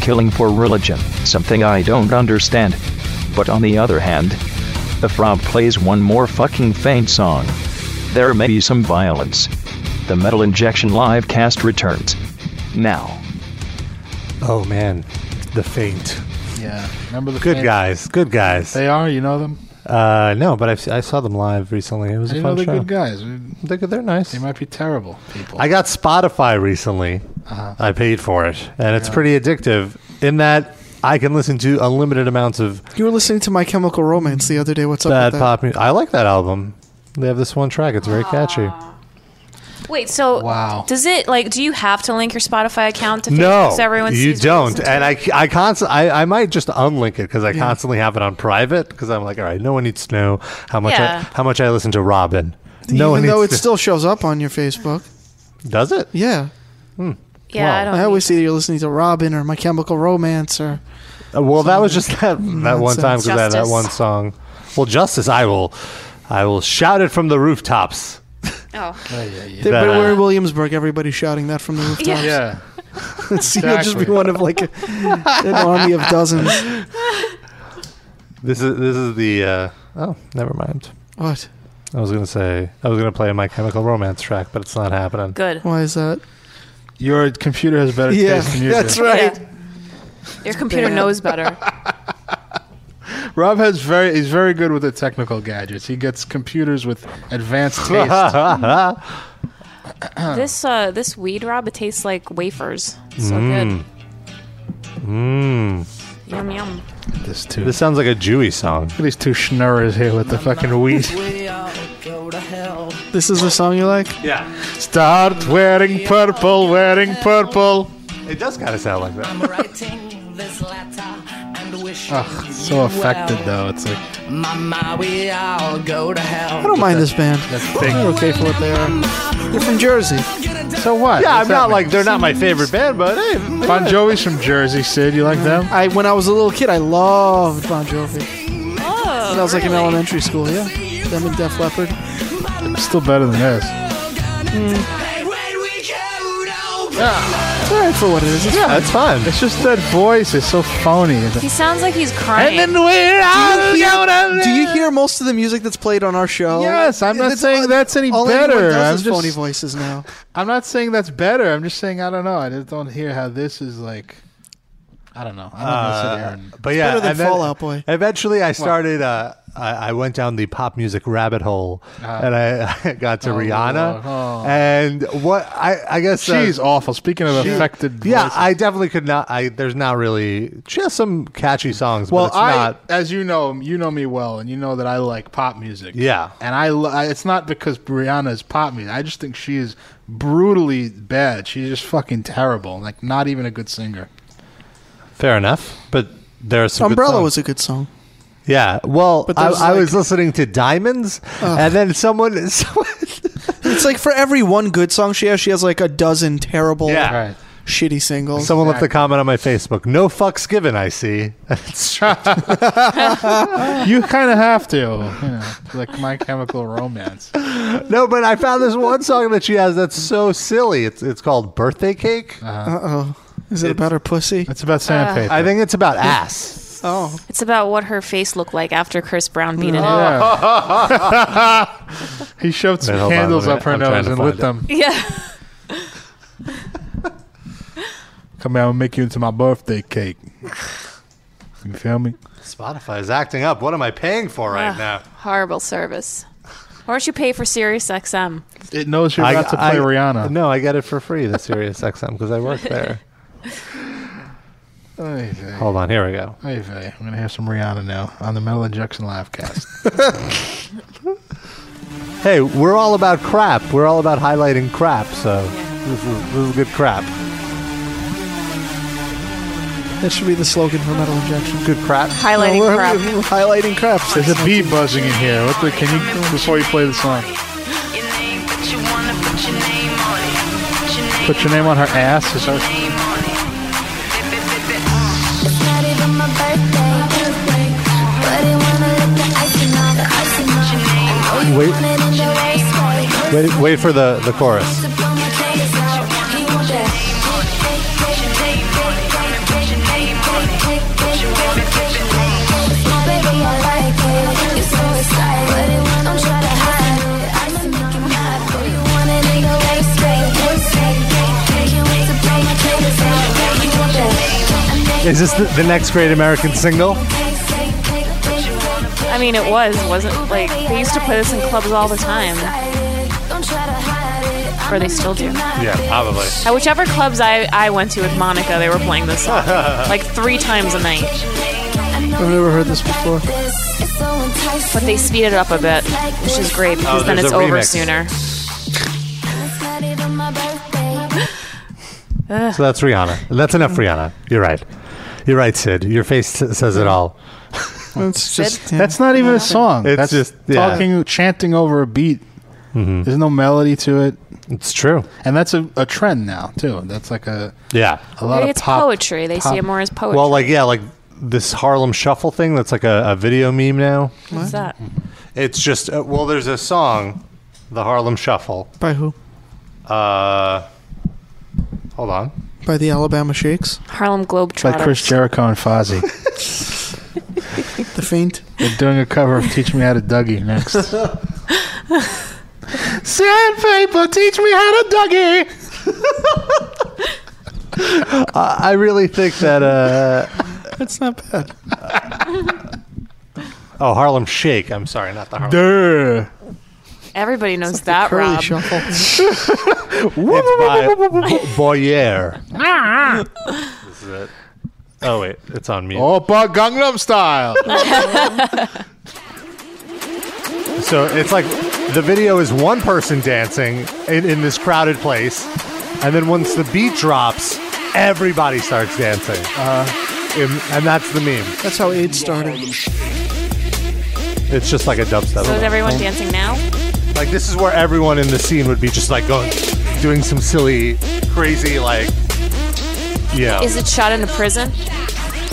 Speaker 6: Killing for religion, something I don't understand. But on the other hand, the frog plays one more fucking faint song. There may be some violence. The Metal Injection live cast returns. Now.
Speaker 2: Oh man, the faint.
Speaker 3: Yeah. Remember the
Speaker 2: Good
Speaker 3: fam-
Speaker 2: guys, good guys. They
Speaker 3: are. You know them?
Speaker 2: Uh, no, but I've, I saw them live recently. It was
Speaker 3: I
Speaker 2: a
Speaker 3: know
Speaker 2: fun
Speaker 3: they're
Speaker 2: show.
Speaker 3: good guys.
Speaker 2: They, they're nice.
Speaker 3: They might be terrible people.
Speaker 2: I got Spotify recently.
Speaker 3: Uh-huh.
Speaker 2: I paid for it, and it's pretty addictive. In that I can listen to unlimited amounts of
Speaker 4: You were listening to My Chemical Romance the other day. What's up
Speaker 2: bad
Speaker 4: with that?
Speaker 2: pop music. I like that album. They have this one track. It's very catchy.
Speaker 5: Wait, so
Speaker 2: Wow.
Speaker 5: does it like? Do you have to link your Spotify account to
Speaker 2: no,
Speaker 5: Facebook so everyone
Speaker 2: you
Speaker 5: sees?
Speaker 2: don't. And I, I constantly, I, I might just unlink it because I constantly have it on private because I'm like, all right, no one needs to know how much
Speaker 5: Yeah.
Speaker 2: I, how much I listen to Robin. No one
Speaker 4: Even though it
Speaker 2: needs to,
Speaker 4: still shows up on your Facebook.
Speaker 2: does it.
Speaker 4: Yeah.
Speaker 5: Yeah, I don't.
Speaker 4: always see that you're listening to Robin or My Chemical Romance or.
Speaker 2: Uh, well, that was just that
Speaker 3: Mm,
Speaker 2: that one time because that, that
Speaker 4: Justice.
Speaker 2: one song. Well, justice, I will, I will shout it from the rooftops.
Speaker 5: Oh.
Speaker 4: They, but
Speaker 2: That- uh,
Speaker 4: we're in Williamsburg. Everybody's shouting
Speaker 5: *laughs*
Speaker 4: that from the rooftops. *laughs*
Speaker 3: Yeah.
Speaker 4: so you'll just be
Speaker 3: Exactly.
Speaker 4: one of like a- an army of dozens.
Speaker 2: This is this is the. Uh, oh, never mind.
Speaker 4: What?
Speaker 2: I was gonna say I was gonna play my Chemical Romance track, but it's not happening.
Speaker 5: Good.
Speaker 4: Why is that?
Speaker 3: Your computer has better
Speaker 2: Yeah,
Speaker 3: taste than you do.
Speaker 2: that's
Speaker 4: right.
Speaker 5: Your computer
Speaker 4: bad.
Speaker 5: knows better.
Speaker 3: *laughs* Rob has very he's very good with the technical gadgets. He gets computers with advanced *laughs* taste.
Speaker 5: this uh, this weed, Rob, it tastes like wafers. So
Speaker 2: good.
Speaker 3: Mm.
Speaker 2: Mmm.
Speaker 5: good. Yum yum.
Speaker 3: This too.
Speaker 2: This sounds like a Jewy song. Look
Speaker 3: at these two schnurrers here with the fucking weed.
Speaker 4: This is the song you like?
Speaker 2: Yeah.
Speaker 3: Start wearing purple, wearing purple.
Speaker 2: It does kind of sound like that.
Speaker 6: writing this letter and wish
Speaker 3: Ugh, so affected though. It's like
Speaker 6: Mama, we all go to hell.
Speaker 4: I don't mind this band.
Speaker 3: They're okay for what they are.
Speaker 4: They're from Jersey.
Speaker 3: So what?
Speaker 4: Yeah,
Speaker 3: What's
Speaker 4: I'm not
Speaker 3: happening?
Speaker 4: like- they're not my
Speaker 2: favorite band, but hey,
Speaker 3: Bon Jovi's from Jersey. Sid, you like them?
Speaker 4: I when I was a little kid, I loved Bon Jovi.
Speaker 5: Oh,
Speaker 4: when I was like
Speaker 2: *laughs*
Speaker 4: in elementary school, yeah. Them and Def Leppard. Hmm.
Speaker 3: Still better than this. Yeah.
Speaker 4: It's alright for what it is. It's
Speaker 3: yeah,
Speaker 4: fine.
Speaker 3: it's fun. It's just that voice is so phony.
Speaker 5: He sounds like he's crying.
Speaker 3: And then we're
Speaker 4: Do you, hear,
Speaker 3: out
Speaker 4: do you hear most of the music that's played on our show?
Speaker 3: Yes, I'm not
Speaker 4: It's-
Speaker 3: saying that's any
Speaker 4: all anyone
Speaker 3: better.
Speaker 4: does
Speaker 3: I'm
Speaker 4: is
Speaker 3: just-
Speaker 4: phony voices now.
Speaker 3: I'm not saying that's better. I'm just saying I don't know. I just don't hear how this is like. I don't know. I don't
Speaker 2: Uh,
Speaker 3: know. Sid Aaron.
Speaker 2: but yeah,
Speaker 4: better than
Speaker 2: and then
Speaker 4: Fall Out Boy.
Speaker 2: Eventually, I
Speaker 4: What?
Speaker 2: started. Uh, I, I went down the pop music rabbit hole,
Speaker 3: Ah.
Speaker 2: and I, *laughs* I got to
Speaker 3: Oh,
Speaker 2: Rihanna.
Speaker 3: Lord. Oh.
Speaker 2: And what I, I guess uh,
Speaker 3: She's awful. Speaking of
Speaker 2: she-
Speaker 3: affected,
Speaker 2: Yeah,
Speaker 3: voices.
Speaker 2: I definitely could not. I there's not really. She has some catchy songs,
Speaker 3: Well,
Speaker 2: but it's
Speaker 3: I,
Speaker 2: not.
Speaker 3: as you know, you know me well, and you know that I like pop music.
Speaker 2: Yeah.
Speaker 3: and I, lo- I it's not because Brianna is pop music. I just think she is brutally bad. She's just fucking terrible. Like not even a good singer.
Speaker 2: Fair enough, but there are some.
Speaker 3: Umbrella
Speaker 4: was a good song.
Speaker 2: Yeah, well,
Speaker 4: But
Speaker 2: I,
Speaker 4: there's
Speaker 2: I
Speaker 4: like-
Speaker 2: was listening to Diamonds, and then someone, someone
Speaker 4: It's like for every one good song she has, she has like a dozen terrible,
Speaker 2: Yeah. Right.
Speaker 4: shitty singles.
Speaker 2: someone left a comment on my Facebook. No fucks given, I see. *laughs*
Speaker 3: *laughs*
Speaker 2: It's true.
Speaker 3: you kind of have to, you know, like My Chemical Romance.
Speaker 2: *laughs* no, but I found this one song that she has that's so silly. It's it's called Birthday Cake.
Speaker 4: Uh oh. Is it about her pussy?
Speaker 3: Uh-huh. It's about
Speaker 5: sandpaper.
Speaker 2: I think it's about ass.
Speaker 4: Oh.
Speaker 5: It's about what her face looked like after Chris Brown beat it.
Speaker 3: Yeah. he shoved
Speaker 2: Wait,
Speaker 3: some
Speaker 2: hold on,
Speaker 3: candles
Speaker 2: let me-
Speaker 3: up her
Speaker 2: I'm trying
Speaker 3: nose
Speaker 2: to
Speaker 3: and
Speaker 2: find
Speaker 3: lit
Speaker 2: it.
Speaker 3: them.
Speaker 5: *laughs* Yeah.
Speaker 3: Come out and make you into my birthday cake. You feel me?
Speaker 2: Spotify is acting up. What am I paying for right
Speaker 5: Ugh,
Speaker 2: now?
Speaker 5: Horrible service. Why don't you pay for Sirius XM?
Speaker 3: It knows you're about to play Rihanna.
Speaker 2: No, I got it for free, the Sirius XM, because I work there.
Speaker 3: Oy vey.
Speaker 2: Hold on, here we go.
Speaker 3: Oy vey. I'm gonna have some Rihanna now on the Metal Injection *laughs* Livecast.
Speaker 2: Hey, we're all about crap. We're all about highlighting crap, so this is, this is good crap.
Speaker 4: That should be the slogan for Metal Injection.
Speaker 2: Good crap.
Speaker 5: Highlighting
Speaker 4: we're,
Speaker 5: crap.
Speaker 4: we're highlighting crap.
Speaker 3: There's a bee buzzing in here. What the? Can you before you play the song? Put your name on her ass. Is that-
Speaker 2: Wait, wait, wait for the, the chorus.
Speaker 6: Oh,
Speaker 2: Is this the, the next great American single?
Speaker 5: I mean, it was, wasn't like they used to play this in clubs all the time, or they still do.
Speaker 2: Yeah, probably.
Speaker 5: At whichever clubs I, I went to with Monica, they were playing this
Speaker 2: *laughs*
Speaker 5: song like three times a night,
Speaker 4: I've never heard this before.
Speaker 5: but they speed it up a bit, which is great because
Speaker 2: Oh,
Speaker 5: then
Speaker 2: there's
Speaker 5: it's
Speaker 2: a
Speaker 5: over
Speaker 2: remix.
Speaker 5: sooner.
Speaker 4: *laughs*
Speaker 2: So that's Rihanna. That's enough, Rihanna. You're right. You're right, Sid. Your face s- says it all.
Speaker 4: That's just.
Speaker 3: That's not even a song.
Speaker 2: It's
Speaker 3: That's
Speaker 2: just- yeah.
Speaker 3: talking, chanting over a beat. There's no melody to it.
Speaker 2: Mm-hmm. It's true,
Speaker 3: and that's a, a trend now too. That's like a
Speaker 2: Yeah.
Speaker 3: a lot
Speaker 5: Maybe
Speaker 3: of
Speaker 5: it's
Speaker 3: pop-
Speaker 5: poetry. They see
Speaker 3: pop-
Speaker 5: it more as poetry.
Speaker 2: Well, like yeah, like this Harlem Shuffle thing. That's like a, a video meme now.
Speaker 5: What's that?
Speaker 2: It's just uh, well, there's a song, the Harlem Shuffle.
Speaker 4: By who?
Speaker 2: Uh, hold on.
Speaker 4: By the Alabama Shakes.
Speaker 5: Harlem
Speaker 3: Like
Speaker 5: Globetrotters. *laughs*
Speaker 4: *laughs*
Speaker 3: Chris Jericho and Fozzy.
Speaker 4: The faint.
Speaker 3: They're doing a cover of Teach Me How to Dougie next.
Speaker 4: *laughs*
Speaker 6: Sandpaper, teach me how to
Speaker 2: *laughs*
Speaker 6: doggy.
Speaker 2: I I really think that. Uh,
Speaker 4: That's not bad.
Speaker 2: oh, Harlem Shake. I'm sorry, not the Harlem.
Speaker 3: Durr.
Speaker 5: Everybody knows that,
Speaker 2: curly
Speaker 5: Rob.
Speaker 2: it's by Boyer. This is it. Oh wait, it's on me.
Speaker 3: Oppa Gangnam Style.
Speaker 2: *laughs* So it's like the video is one person dancing in, in this crowded place, and then once the beat drops, everybody starts dancing. Uh, and, and that's the meme.
Speaker 4: Uh-huh. That's how AIDS started.
Speaker 2: It's just like a dubstep.
Speaker 5: *laughs* so is everyone dancing now?
Speaker 2: Like this is where everyone in the scene would be just like going, doing some silly, crazy like, yeah.
Speaker 5: Is it shot in a prison?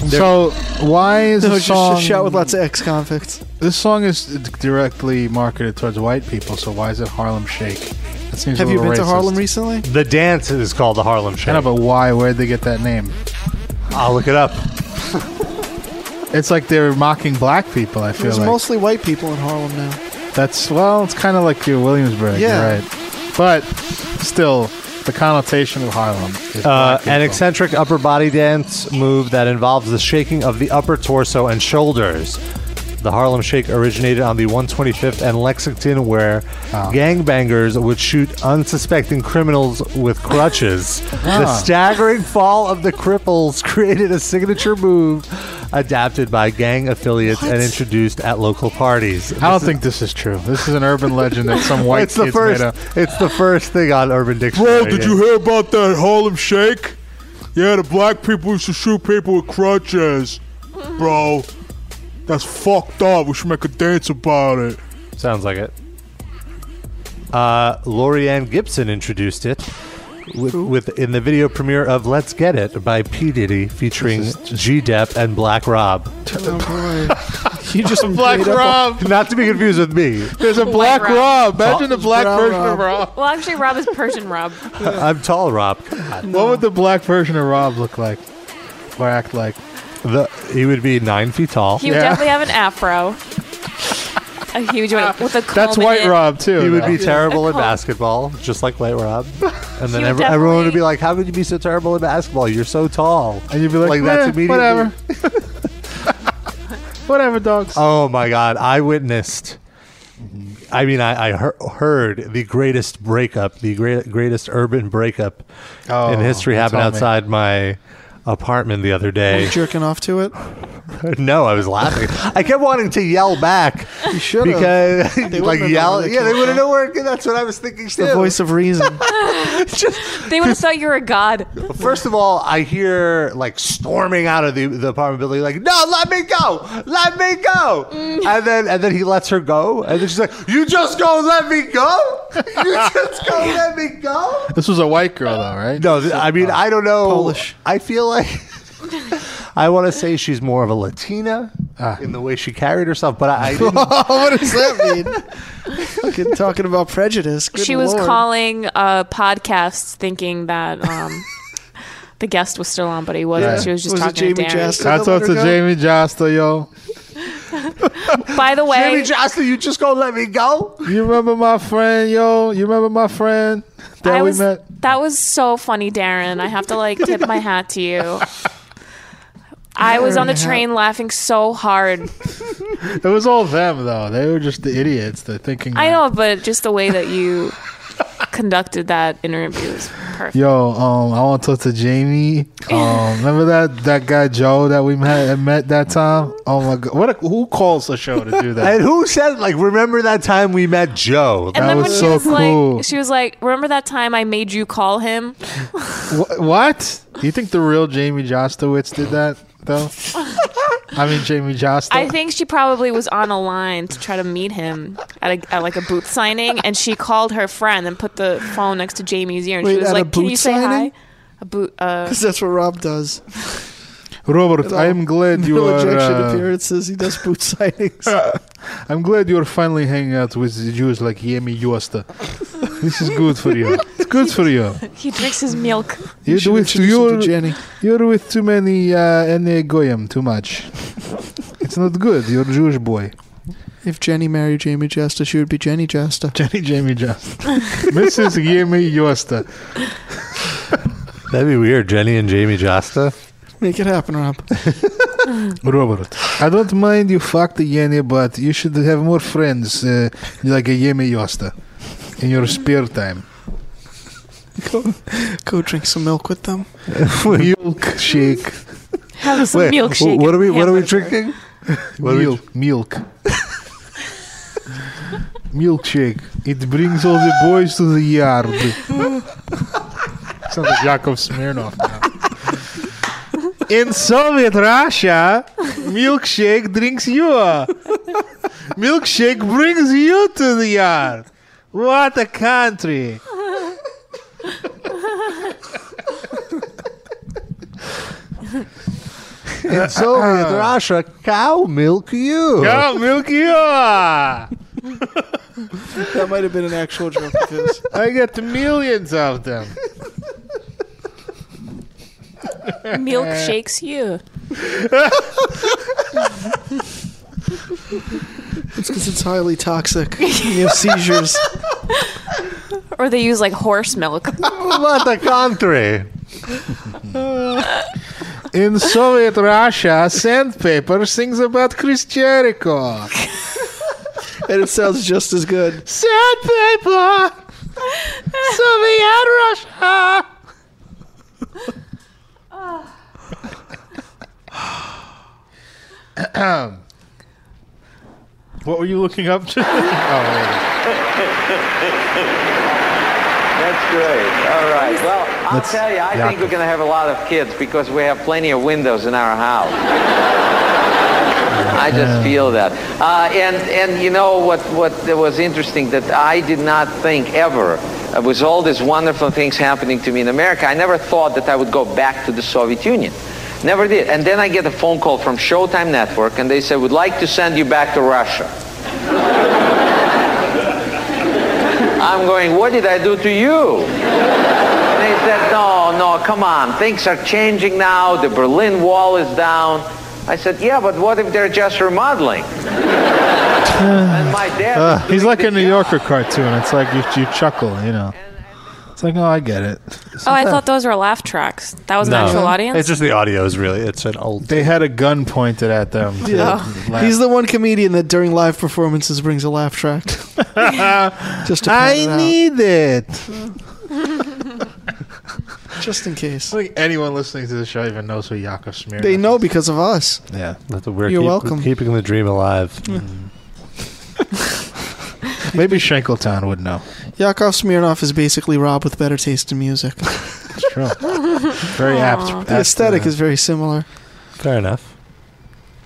Speaker 3: so why is
Speaker 4: No,
Speaker 3: this
Speaker 4: it's just a
Speaker 3: song?
Speaker 4: shout with lots of ex-convicts.
Speaker 3: This song is directly marketed towards white people. So why is it Harlem Shake? That seems a
Speaker 4: Have you
Speaker 3: little
Speaker 4: been to
Speaker 3: racist.
Speaker 4: Harlem recently?
Speaker 2: The dance is called the Harlem Shake.
Speaker 3: I know, but why? Where'd they get that name?
Speaker 2: I'll look it up.
Speaker 3: *laughs* it's like they're mocking black people. I feel
Speaker 4: There's
Speaker 3: like
Speaker 4: mostly white people in Harlem now.
Speaker 3: that's well, it's kind of like your Williamsburg.
Speaker 4: Yeah.
Speaker 3: Yeah, right. But still, the connotation of Harlem.
Speaker 2: Uh,
Speaker 3: Is black
Speaker 2: an
Speaker 3: people.
Speaker 2: eccentric upper body dance move that involves the shaking of the upper torso and shoulders. The Harlem Shake originated on the 125th and Lexington, where
Speaker 3: Ah.
Speaker 2: gangbangers would shoot unsuspecting criminals with crutches. The
Speaker 3: Ah.
Speaker 2: staggering fall of the cripples *laughs* created a signature move adapted by gang affiliates and introduced at local parties.
Speaker 3: I don't think this is true. This is an urban legend
Speaker 2: *laughs*
Speaker 3: that some white
Speaker 2: it's the
Speaker 3: kids
Speaker 2: first,
Speaker 3: made up.
Speaker 2: It's the first thing on Urban Dictionary.
Speaker 7: hear about that Harlem Shake? Yeah, the black people used to shoot people with crutches, bro. That's fucked up. We should make a dance about it.
Speaker 2: Sounds like it. Uh, Lorianne Gibson introduced it with, with in the video premiere of "Let's Get It" by P Diddy featuring G Dep and Black
Speaker 3: *laughs*
Speaker 2: Rob.
Speaker 4: Oh boy. You just
Speaker 3: Black
Speaker 4: made up a-
Speaker 3: Rob.
Speaker 2: Not to be confused with me.
Speaker 3: There's a
Speaker 5: Black
Speaker 3: black Rob.
Speaker 5: Rob.
Speaker 3: Imagine the black
Speaker 4: Brown
Speaker 3: version
Speaker 4: Rob.
Speaker 3: of Rob.
Speaker 5: Well, actually, Rob is
Speaker 3: *laughs*
Speaker 5: Persian Rob.
Speaker 2: *laughs* I'm tall, Rob.
Speaker 3: What would the black version of Rob look like? Or act like?
Speaker 2: The, he would be nine feet tall.
Speaker 5: He would definitely have an afro. Uh, A huge one with a comb
Speaker 3: Uh, That's White
Speaker 5: in it.
Speaker 3: Rob too.
Speaker 2: He would
Speaker 3: though.
Speaker 2: be terrible at
Speaker 5: Cool.
Speaker 2: basketball, just like White
Speaker 5: *laughs*
Speaker 2: Rob. And then
Speaker 5: would
Speaker 2: every, everyone would be like, "How could you be so terrible at basketball? You're so tall." And you'd be like,
Speaker 3: "Eh,
Speaker 2: that's immediately *laughs*
Speaker 3: whatever." Whatever, dogs.
Speaker 2: Oh my God! I witnessed.
Speaker 3: Mm-hmm.
Speaker 2: I mean, I, I hear- heard the greatest breakup, the great, greatest urban breakup
Speaker 4: Oh,
Speaker 2: in history
Speaker 4: you
Speaker 2: happen
Speaker 4: told me.
Speaker 2: outside my apartment the other
Speaker 4: Are you
Speaker 2: day.
Speaker 4: jerking off to it?
Speaker 2: *laughs* no, I was laughing. I kept wanting to yell back
Speaker 4: You should
Speaker 2: because, like, yell. Yeah, they wouldn't know where.
Speaker 4: it.
Speaker 2: That's what I was thinking.
Speaker 4: It's the voice of reason.
Speaker 5: They would have thought you were a god.
Speaker 2: *laughs* First of all, I hear like storming out of the, the apartment building, like, "No, *laughs* let me go, let me go!"
Speaker 5: Mm.
Speaker 2: And then and then he lets her go, and then she's like, "You just go, let me go, you just go, let me go."
Speaker 3: This was a white girl though, right?
Speaker 2: No, th- I mean,
Speaker 4: Oh.
Speaker 2: I don't know. I feel like *laughs* I want to say she's more of a Latina in the way she carried herself, but I, I didn't.
Speaker 4: Ah. *laughs* what does that mean?
Speaker 2: *laughs*
Speaker 4: Fucking talking about prejudice. Good
Speaker 5: she was
Speaker 4: Lord.
Speaker 5: calling uh, podcasts thinking that um, the guest was still on, but he wasn't. She was just
Speaker 4: Was it
Speaker 5: talking to
Speaker 4: Jamie
Speaker 5: Darren.
Speaker 4: Jasper?
Speaker 3: I talked to Jamie Josta, yo.
Speaker 5: *laughs* By the way,
Speaker 2: Jamie Jocelyn, you just gonna let me go?
Speaker 3: You remember my friend, yo? You remember my friend that
Speaker 5: I
Speaker 3: we
Speaker 5: was,
Speaker 3: met?
Speaker 5: that was so funny, Darren. I have to like tip my hat to you. I was on the
Speaker 3: Darren,
Speaker 5: train laughing so hard.
Speaker 3: It was all them though. They were just the idiots. They're thinking.
Speaker 5: I know, but just the way that you conducted that interview was perfect.
Speaker 3: Yo, um, I want to talk to
Speaker 5: *laughs*
Speaker 3: Jamie. Um, remember that that guy Joe that we met met that time? Oh my god, what? A, who calls the show to do that?
Speaker 2: And who said like, remember that time we met Joe?
Speaker 5: And then when she was like, she was like, "Remember that time I made you call him?"
Speaker 3: Wh- what? Do you think the real Jamie Jostowitz did that
Speaker 5: *laughs*
Speaker 3: though? I mean, Jamie Josta.
Speaker 5: I think she probably was on a line to try to meet him at, a, at like a booth signing, and she called her friend and put the phone next to Jamie's ear, and
Speaker 4: Wait,
Speaker 5: she was
Speaker 4: at a
Speaker 5: like, "Can
Speaker 4: booth
Speaker 5: you say
Speaker 4: signing?
Speaker 5: hi?" A boot. Uh,
Speaker 4: *laughs* 'Cause that's what Rob does.
Speaker 3: Robert, I am glad you
Speaker 4: no
Speaker 3: are.
Speaker 4: ejection
Speaker 3: uh,
Speaker 4: appearances. He
Speaker 3: *laughs*
Speaker 4: does boot signings.
Speaker 3: I'm glad you are finally hanging out with the Jews like Yemi Josta. This is good for you. It's good for
Speaker 4: *laughs*
Speaker 3: you.
Speaker 5: he drinks his milk.
Speaker 3: You're
Speaker 4: should
Speaker 3: with
Speaker 4: introduce him to
Speaker 3: you're,
Speaker 4: Jenny.
Speaker 3: you're with too many uh, and goyim too much. It's not good. You're a Jewish boy.
Speaker 4: If Jenny married Jamie Jesta, she would be Jenny Jesta.
Speaker 3: Jenny Jamie Jesta. Mrs. Yemi Yosta.
Speaker 2: That'd be weird. Jenny and Jamie Josta.
Speaker 4: Make it happen, Rob.
Speaker 3: *laughs*
Speaker 5: *laughs*
Speaker 3: Robert, I don't mind you fuck the Yeni, but you should have more friends uh, like a Yemi Yosta in your spare time.
Speaker 4: Go, go drink some milk with them.
Speaker 3: *laughs* milk shake.
Speaker 5: Have some
Speaker 3: Wait,
Speaker 5: milkshake.
Speaker 3: what are we- what are we
Speaker 5: hamburger.
Speaker 3: *laughs* drinking? milk. milk. *laughs* Milkshake. It brings all the boys to the yard.
Speaker 5: *laughs*
Speaker 3: Sounds like Yakov Smirnov now. In Soviet Russia, milkshake drinks you. Milkshake brings you to the yard. What a country. *laughs*
Speaker 2: In Soviet
Speaker 3: Uh,
Speaker 2: Russia, cow milk you.
Speaker 3: *laughs*
Speaker 4: *laughs*
Speaker 3: Cow milk you.
Speaker 4: that might have been an actual joke of his.
Speaker 3: I got millions of them.
Speaker 5: Milkshakes you.
Speaker 4: It's because it's highly toxic. You
Speaker 3: *laughs*
Speaker 4: have seizures.
Speaker 5: *laughs* or they use like horse
Speaker 4: *laughs*
Speaker 5: milk.
Speaker 2: what the country?
Speaker 5: Oh,
Speaker 3: In Soviet Russia, sandpaper sings about Chris Jericho.
Speaker 4: and it sounds just
Speaker 3: *clears throat*
Speaker 4: as good.
Speaker 3: Sandpaper! Soviet Russia! what were you looking up to? *laughs* oh,
Speaker 15: That's great. All right. Well, I'll
Speaker 3: That's
Speaker 15: tell you, I think
Speaker 3: Yaakov.
Speaker 15: we're going to have a lot of kids because we have plenty of windows in our house. I just feel that. Uh, and and you know what what was interesting that I did not think ever uh, with all these wonderful things happening to me in America, I never thought that I would go back to the Soviet Union. Never did. And then I get a phone call from Showtime Network, and they said, "Would like to send you back to Russia." I'm going, what did I do to you? And they said, no, no, come on. Things are changing now. The Berlin Wall is down. I said, yeah, but what if they're just remodeling? and my dad
Speaker 3: Uh, he's like a New Yorker cartoon. It's like you, you chuckle, you know. It's like, oh, I get it.
Speaker 5: Oh, I thought those were laugh tracks. That was an actual audience.
Speaker 3: the audio is really. It's an old. They had a gun pointed at them. to
Speaker 4: *laughs* Yeah.
Speaker 3: laugh.
Speaker 4: He's the one comedian that during live performances brings a
Speaker 3: *laughs*
Speaker 4: laugh track. just to
Speaker 3: I
Speaker 4: pad it out.
Speaker 3: need it.
Speaker 4: Just in case.
Speaker 3: I don't think anyone listening to the show even knows who Yakov Smirnov.
Speaker 4: They know because of us.
Speaker 2: Yeah, that's a weird.
Speaker 4: You're
Speaker 2: keep-
Speaker 4: welcome.
Speaker 2: Keeping the dream alive.
Speaker 3: Maybe Shankletown would know.
Speaker 4: Yakov Smirnoff is basically Rob with better taste in music.
Speaker 3: It's
Speaker 4: *laughs*
Speaker 3: true. Very apt. apt
Speaker 4: The aesthetic
Speaker 3: uh,
Speaker 4: is very similar.
Speaker 2: Fair enough.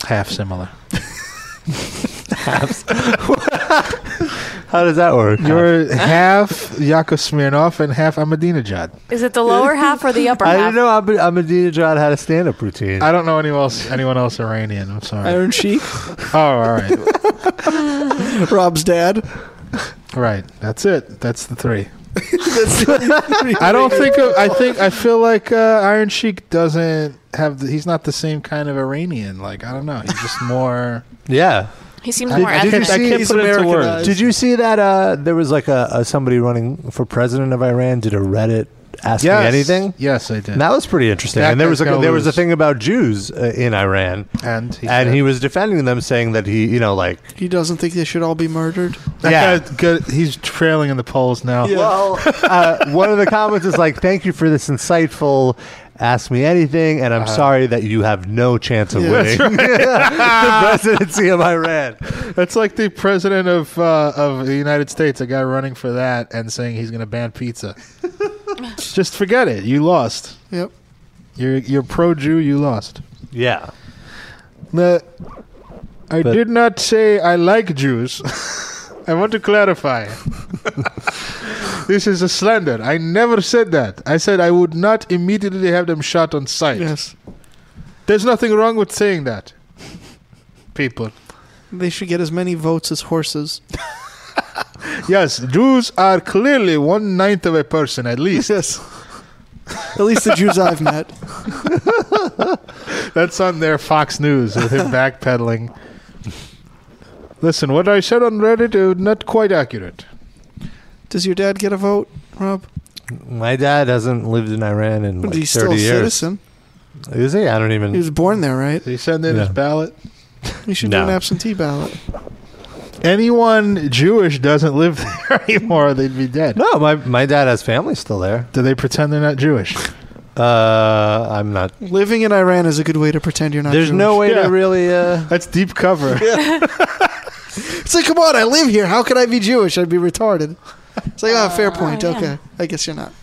Speaker 3: half
Speaker 4: *laughs*
Speaker 3: similar. *laughs*
Speaker 2: How does that work?
Speaker 3: You're half Yakov Smirnov and half Ahmadinejad.
Speaker 5: Is it the lower half or the upper
Speaker 2: I
Speaker 5: half?
Speaker 2: didn't know Ahmed- Ahmadinejad had a stand-up routine.
Speaker 3: I don't know anyone else. Anyone else Iranian? I'm sorry.
Speaker 4: Iron Sheik.
Speaker 3: Oh, all right,
Speaker 4: *laughs* Rob's dad.
Speaker 3: right. That's it. That's the
Speaker 4: *laughs*
Speaker 3: three. I
Speaker 4: I
Speaker 3: don't think. Of, I think. I feel like uh, Iron Sheik doesn't have. The, he's not the same kind of Iranian. Like I don't know. He's just more.
Speaker 2: Yeah.
Speaker 5: He seems
Speaker 3: I-
Speaker 5: more
Speaker 3: I can't-
Speaker 5: ethnic.
Speaker 3: I can't put it into words.
Speaker 2: Did you see that? Uh, there was like a, a somebody running for president of Iran did a Reddit asking
Speaker 3: Yes.
Speaker 2: anything.
Speaker 3: Yes, I did.
Speaker 2: And that was pretty interesting.
Speaker 3: That
Speaker 2: and there was a
Speaker 3: guy's gonna
Speaker 2: there was a
Speaker 3: lose.
Speaker 2: thing about Jews uh, in Iran,
Speaker 3: and he
Speaker 2: and
Speaker 3: said-
Speaker 2: he was defending them, saying that he, you know, like
Speaker 4: He doesn't think they should all be murdered.
Speaker 3: That guy, good, he's trailing in the polls now.
Speaker 2: Well, uh, one of the comments is like, "Thank you for this insightful." Ask me anything, and I'm
Speaker 3: Uh-huh.
Speaker 2: sorry that you have no chance of
Speaker 3: Yeah.
Speaker 2: winning
Speaker 3: That's *laughs*
Speaker 2: the presidency of Iran.
Speaker 3: That's like the president of uh, of the United States, a guy running for that and saying he's going to ban
Speaker 2: *laughs*
Speaker 3: pizza. Just forget it. You lost.
Speaker 4: Yep.
Speaker 3: You're you're pro Jew. You lost.
Speaker 2: Yeah.
Speaker 3: No, I
Speaker 2: But-
Speaker 3: did not say I like Jews. *laughs* I want to
Speaker 2: *laughs*
Speaker 3: clarify. this is a slander. I never said that. I said I would not immediately have them shot on sight.
Speaker 4: Yes.
Speaker 3: There's nothing wrong with saying that. People.
Speaker 4: They should get as many votes as horses.
Speaker 3: *laughs* Yes, Jews are clearly one ninth of a person at least.
Speaker 4: Yes. At least the Jews I've met.
Speaker 3: *laughs* That's on their Fox News with him backpedaling. Listen, what I said on Reddit is not quite accurate.
Speaker 4: Does your dad get a vote, Rob?
Speaker 2: *laughs* My dad hasn't lived in Iran in
Speaker 4: But
Speaker 2: like
Speaker 4: he's still
Speaker 2: thirty
Speaker 4: a
Speaker 2: years.
Speaker 4: citizen.
Speaker 2: Is he? I don't even.
Speaker 4: He was born there, right?
Speaker 3: He send in
Speaker 2: Yeah.
Speaker 3: his ballot.
Speaker 4: You should
Speaker 2: No.
Speaker 4: do an absentee ballot.
Speaker 3: Anyone Jewish doesn't live *laughs* there anymore, they'd be dead.
Speaker 2: No, my my dad has family still there.
Speaker 3: Do they pretend they're not Jewish?
Speaker 2: Uh, I'm not.
Speaker 4: Living in Iran is a good way to pretend you're not.
Speaker 2: There's no way to really. Uh...
Speaker 3: That's deep cover.
Speaker 4: *laughs* It's like, come on, I live here. How could I be Jewish? I'd be retarded. It's like, oh, fair point. okay, I guess you're not.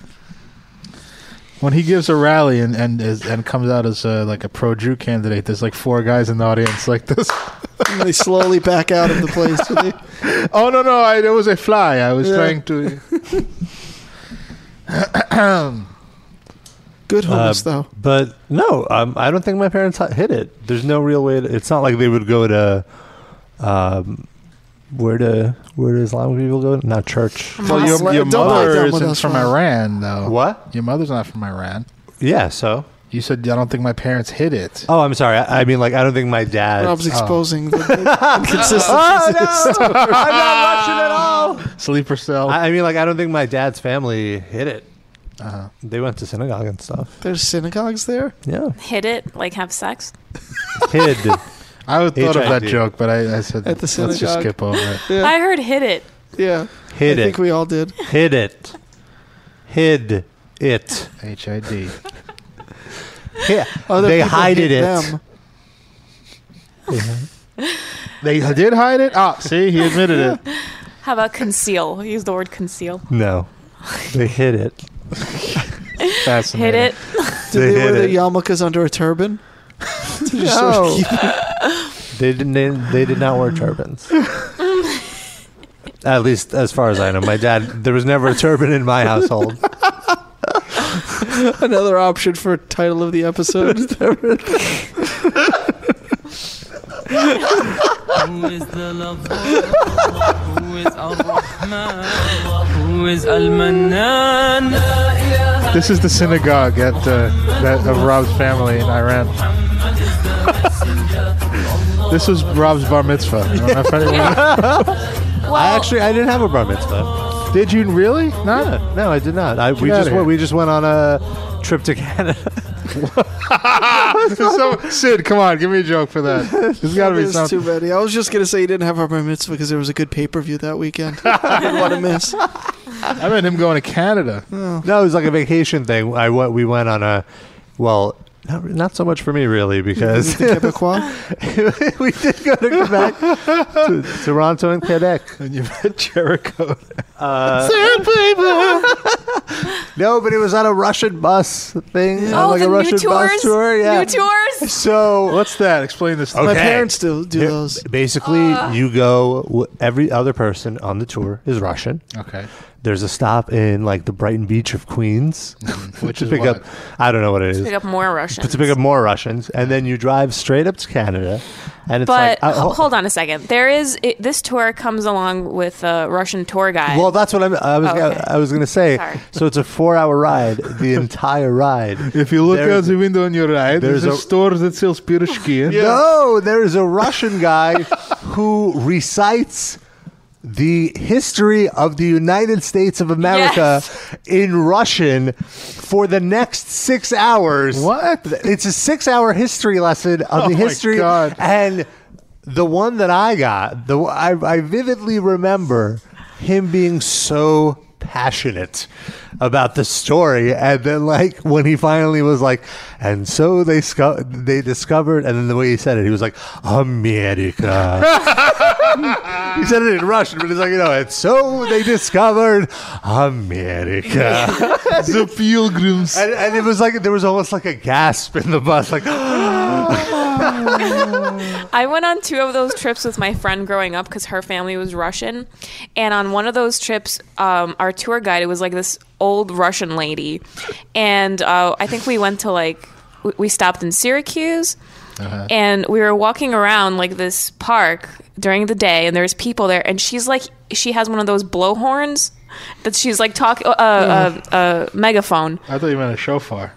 Speaker 3: When he gives a rally and and is, and comes out as uh like a pro Jew candidate, there's like four guys in the audience like this. *laughs*
Speaker 4: And they slowly back out of the place.
Speaker 3: oh no no! I, there was a fly. I was
Speaker 4: Yeah.
Speaker 2: *laughs*
Speaker 3: trying to. *coughs*
Speaker 4: Good
Speaker 2: Uh, But no, um, I don't think my parents hi- hit it. There's no real way. To, it's not like they would go to. Um, where do where do Islamic people go? Not church.
Speaker 3: Well, your, your mother isn't from
Speaker 2: Iran.
Speaker 3: Iran, though. What? Your mother's not from Iran.
Speaker 2: Yeah, so
Speaker 3: you said I don't think my parents hid it.
Speaker 2: Oh, I'm sorry. I, I mean, like I don't think my dad.
Speaker 4: Rob's
Speaker 2: Oh.
Speaker 4: exposing
Speaker 2: *laughs*
Speaker 4: the *laughs*
Speaker 2: inconsistencies
Speaker 4: Oh,
Speaker 2: no! I'm not Russian at all.
Speaker 3: Sleeper cell.
Speaker 2: I, I mean, like I don't think my dad's family hit it.
Speaker 3: Uh-huh.
Speaker 2: They went to synagogue and stuff.
Speaker 4: There's synagogues there.
Speaker 2: Yeah,
Speaker 5: Hit it, like have sex.
Speaker 2: hid.
Speaker 3: *laughs* I would thought of that
Speaker 2: HID.
Speaker 3: joke, but I, I said
Speaker 4: At the
Speaker 3: let's just
Speaker 4: synagogue.
Speaker 3: skip over
Speaker 4: *laughs*
Speaker 3: it.
Speaker 4: Yeah.
Speaker 5: I heard hit it.
Speaker 4: Yeah.
Speaker 2: Hid
Speaker 4: I
Speaker 2: it.
Speaker 4: think we all did.
Speaker 2: Hid it. Hid it.
Speaker 3: H I D. *laughs*
Speaker 2: Yeah,
Speaker 4: Other
Speaker 2: they
Speaker 4: people
Speaker 2: hided
Speaker 4: hit
Speaker 2: it.
Speaker 4: them.
Speaker 3: *laughs* They did hide it. Ah, see, he admitted it.
Speaker 5: How about conceal? Use the word conceal.
Speaker 2: No, they hid
Speaker 3: *laughs*
Speaker 2: it.
Speaker 5: Hit it.
Speaker 4: Did
Speaker 2: They
Speaker 4: they,
Speaker 2: hid
Speaker 4: wear their
Speaker 2: it.
Speaker 4: yarmulkes under a turban? *laughs* To just sort
Speaker 2: No.
Speaker 4: of keep it-
Speaker 2: *laughs* They didn't. They, they did not wear turbans. At least, as far as I know, my dad. There was never a turban in my
Speaker 3: *laughs*
Speaker 2: household.
Speaker 4: Another option for title of the episode.
Speaker 6: Who is the love? Who is Ar-Rahman? *laughs* Who is Al-Mannan?
Speaker 3: This is the synagogue at uh, that of Rob's family in Iran. *laughs* this was Rob's bar mitzvah. I don't know
Speaker 2: *laughs*
Speaker 3: if anyone- *laughs*
Speaker 2: I actually I didn't have a bar mitzvah.
Speaker 3: Did you really? No,
Speaker 2: *laughs* no, I did not. I, we
Speaker 3: outta
Speaker 2: just
Speaker 3: here.
Speaker 2: went, we just went on a trip to Canada.
Speaker 3: *laughs* So- Sid, come on, give me a joke
Speaker 2: *laughs*
Speaker 3: for that. There's got to be
Speaker 4: There's too
Speaker 3: something.
Speaker 4: many. I was just gonna say you didn't have our bar mitzvah because there was a good pay per view that weekend. *laughs* I didn't want to miss.
Speaker 3: I meant him going to Canada.
Speaker 2: No, it was like a vacation thing. I went, we went on a well, not, re- not so much for me really
Speaker 3: *laughs*
Speaker 2: because
Speaker 4: The Quebecois.
Speaker 2: *laughs* we did go to Quebec, to, Toronto, and Quebec.
Speaker 3: And you met Jericho.
Speaker 2: *laughs* Uh,
Speaker 3: Sandpaper.
Speaker 2: no, but it was on a Russian bus thing.
Speaker 5: Oh,
Speaker 2: on like
Speaker 5: the
Speaker 2: a
Speaker 5: new
Speaker 2: Russian
Speaker 5: tours?
Speaker 2: bus tour. Yeah,
Speaker 5: New tours?
Speaker 2: So
Speaker 3: what's that? Explain this.
Speaker 4: My parents do do
Speaker 2: Here-
Speaker 4: those.
Speaker 2: Basically,
Speaker 5: Uh.
Speaker 2: you go. w- Every other person on the tour is Russian.
Speaker 3: Okay.
Speaker 2: There's a stop in like the Brighton Beach of Queens,
Speaker 3: Mm-hmm.
Speaker 2: *laughs*
Speaker 3: which
Speaker 2: to
Speaker 3: is
Speaker 2: pick
Speaker 3: what?
Speaker 2: up. I don't know what it is.
Speaker 5: Pick up more
Speaker 2: But
Speaker 5: Russians.
Speaker 2: to pick up more Russians, and then you drive straight up to Canada, and it's like,
Speaker 5: But
Speaker 2: uh,
Speaker 5: ho-
Speaker 2: ho-
Speaker 5: hold on a second. There is it, this tour comes along with a Russian tour guide.
Speaker 2: well, that's what I'm, I was.
Speaker 5: Oh,
Speaker 2: gonna-
Speaker 5: okay.
Speaker 2: I was going to say.
Speaker 5: Sorry.
Speaker 2: So it's a four-hour ride,
Speaker 3: *laughs*
Speaker 2: the entire ride.
Speaker 3: If you look
Speaker 2: There-
Speaker 3: out the window on your right, there's,
Speaker 2: there's
Speaker 3: a,
Speaker 2: a-
Speaker 3: store that sells pirishki.
Speaker 2: No, there is a Russian
Speaker 3: *laughs*
Speaker 2: guy who recites the history of the United States of America in Russian for the next six hours. What? It's a six hour history lesson of
Speaker 3: Oh
Speaker 2: the
Speaker 3: my
Speaker 2: history.
Speaker 3: God.
Speaker 2: *laughs* And the one that I got, the I, I vividly remember him being so passionate about the story and then like when he finally was like and so they sco- they discovered and then the way he said it he was like america *laughs* he said it in russian but it's like you know and so they discovered america *laughs*
Speaker 3: *laughs* the pilgrims
Speaker 2: and, and it was like there was almost like a gasp in the bus like
Speaker 5: *laughs* I went on two of those trips with my friend growing up because her family was Russian. And on one of those trips, um, our tour guide, it was like this old Russian lady. And uh, I think we went to like, we- we stopped in Syracuse. And we were walking around like this park, during the day, and there's people there, and she's like, she has one of those blow horns that she's like talking, uh, uh, uh, megaphone.
Speaker 3: I thought you meant a
Speaker 4: *laughs*
Speaker 3: shofar.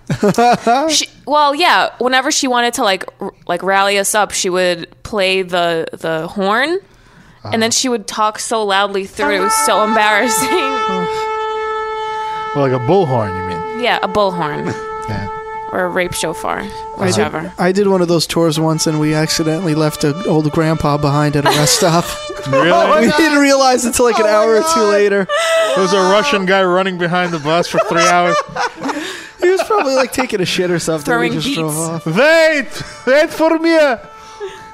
Speaker 5: she, well, yeah. Whenever she wanted to like r- like rally us up, she would play the the horn, and then she would talk so loudly through it. It was
Speaker 4: Ah.
Speaker 5: so embarrassing.
Speaker 4: *laughs*
Speaker 3: Well, like a bullhorn, you mean?
Speaker 5: yeah, a bullhorn. Or a rape shofar,
Speaker 4: I did,
Speaker 5: whatever.
Speaker 4: I did one of those tours once, and we accidentally left an old grandpa behind at a
Speaker 2: *laughs*
Speaker 4: rest stop.
Speaker 5: Oh
Speaker 3: Really? *laughs*
Speaker 4: we didn't realize until like an hour or two later.
Speaker 3: There was a Russian guy running behind the bus for three hours.
Speaker 4: He was probably like taking a shit or something.
Speaker 3: Throwing
Speaker 4: we just
Speaker 3: beats.
Speaker 4: drove off.
Speaker 3: Wait, wait for me.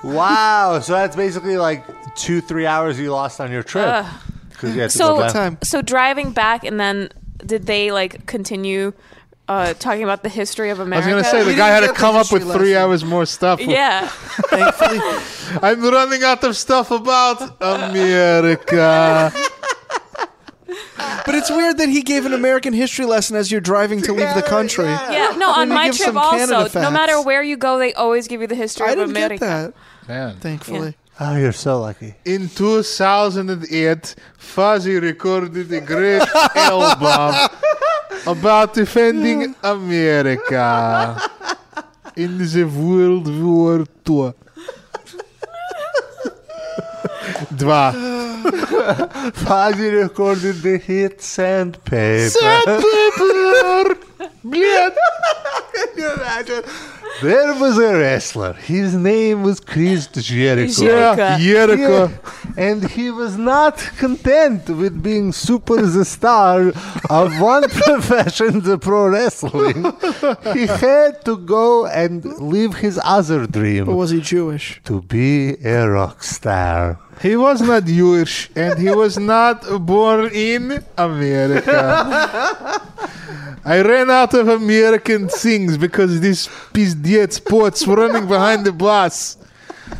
Speaker 2: Wow. So that's basically like two, three hours you lost on your trip.
Speaker 5: Ugh.
Speaker 2: 'Cause you had to go
Speaker 5: so,
Speaker 2: back.
Speaker 5: so driving back, and then did they like continue uh, talking about the history of
Speaker 3: I was
Speaker 5: America?
Speaker 3: gonna say the guy had to come up with three hours more stuff.
Speaker 4: *laughs*
Speaker 5: Yeah.
Speaker 3: *laughs* I'm running out of stuff about um, America.
Speaker 4: But it's weird that he gave an American history lesson as you're driving to leave the country.
Speaker 5: Yeah, no,
Speaker 4: When
Speaker 5: on
Speaker 4: they
Speaker 5: my
Speaker 4: give
Speaker 5: trip
Speaker 4: some Canada
Speaker 5: also, no
Speaker 4: facts.
Speaker 5: matter where you go, they always give you the history
Speaker 4: I
Speaker 5: of
Speaker 4: didn't get
Speaker 5: America.
Speaker 4: that.
Speaker 3: Man.
Speaker 4: Thankfully.
Speaker 2: Oh, you're so lucky.
Speaker 3: In 2008, Fuzzy recorded a great album about defending America in the World War II.
Speaker 2: *laughs*
Speaker 3: Два.
Speaker 2: Fuzzy recorded the hit Sandpaper.
Speaker 6: Can you *laughs* imagine?
Speaker 2: There was a wrestler. His name was Chris Jericho.
Speaker 6: Jericho. Yeah, Jericho.
Speaker 2: And he was not content with being super the star of one *laughs* profession, the pro wrestling. He had to go and live his other dream. But
Speaker 4: was he Jewish?
Speaker 2: To be a rock star.
Speaker 3: He was not Jewish and he was not born in America. I ran out of American things because this pizdiet sports were running behind the bus.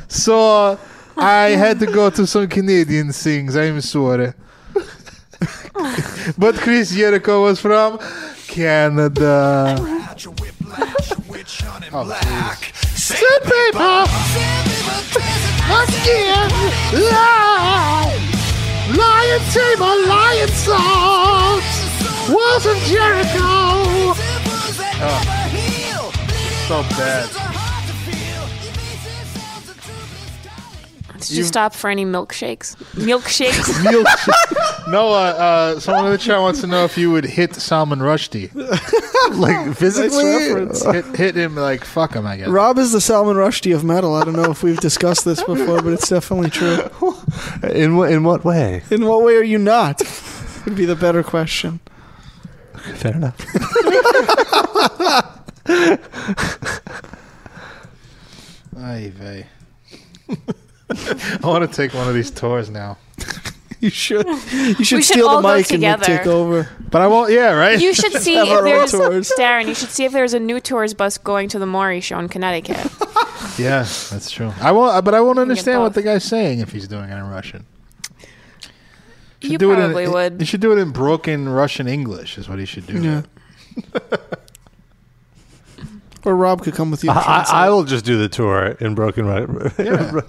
Speaker 3: So I had to go to some Canadian things, I'm sorry. *laughs* but Chris Jericho was from Canada.
Speaker 6: Oh, Black. Sandpaper. Once again. Lion Tamer, Lion Salt. Wilson Jericho. Oh.
Speaker 3: so bad.
Speaker 5: Did you,
Speaker 3: You-
Speaker 5: stop for any milkshakes?
Speaker 3: *laughs*
Speaker 5: Milkshakes.
Speaker 3: no, uh, uh, someone in the chat wants to know if you would hit Salman Rushdie.
Speaker 2: like
Speaker 4: physically? reference.
Speaker 3: hit, hit him like fuck him. I guess.
Speaker 4: Rob is the Salman Rushdie of metal. I don't know if we've discussed this before, but it's definitely true.
Speaker 2: In what in what way?
Speaker 4: In what way are you not? Would be the better question.
Speaker 2: *laughs* Fair enough.
Speaker 3: Ay, vey. *laughs* I want to take one of these tours now.
Speaker 4: You should. You
Speaker 5: should We should steal the all go mic and we'll together. take
Speaker 4: over.
Speaker 3: But I won't. Yeah, right.
Speaker 5: *laughs*
Speaker 3: *laughs*
Speaker 5: You should see
Speaker 4: Have
Speaker 5: if
Speaker 4: our own
Speaker 5: there's
Speaker 4: tours.
Speaker 5: Darren. You should see if there's a new tours bus going to the Maury show in
Speaker 3: *laughs*
Speaker 5: Connecticut.
Speaker 3: Yeah, that's true. I won't. uh, But I won't understand what the guy's saying if he's doing it in Russian.
Speaker 5: you
Speaker 3: Do it in-
Speaker 5: probably
Speaker 3: he-
Speaker 5: would.
Speaker 3: He should do it in broken Russian English. Is what he should do.
Speaker 4: Yeah. Or Rob could come with you.
Speaker 2: I, I, I will just do the tour in broken *laughs* Ru-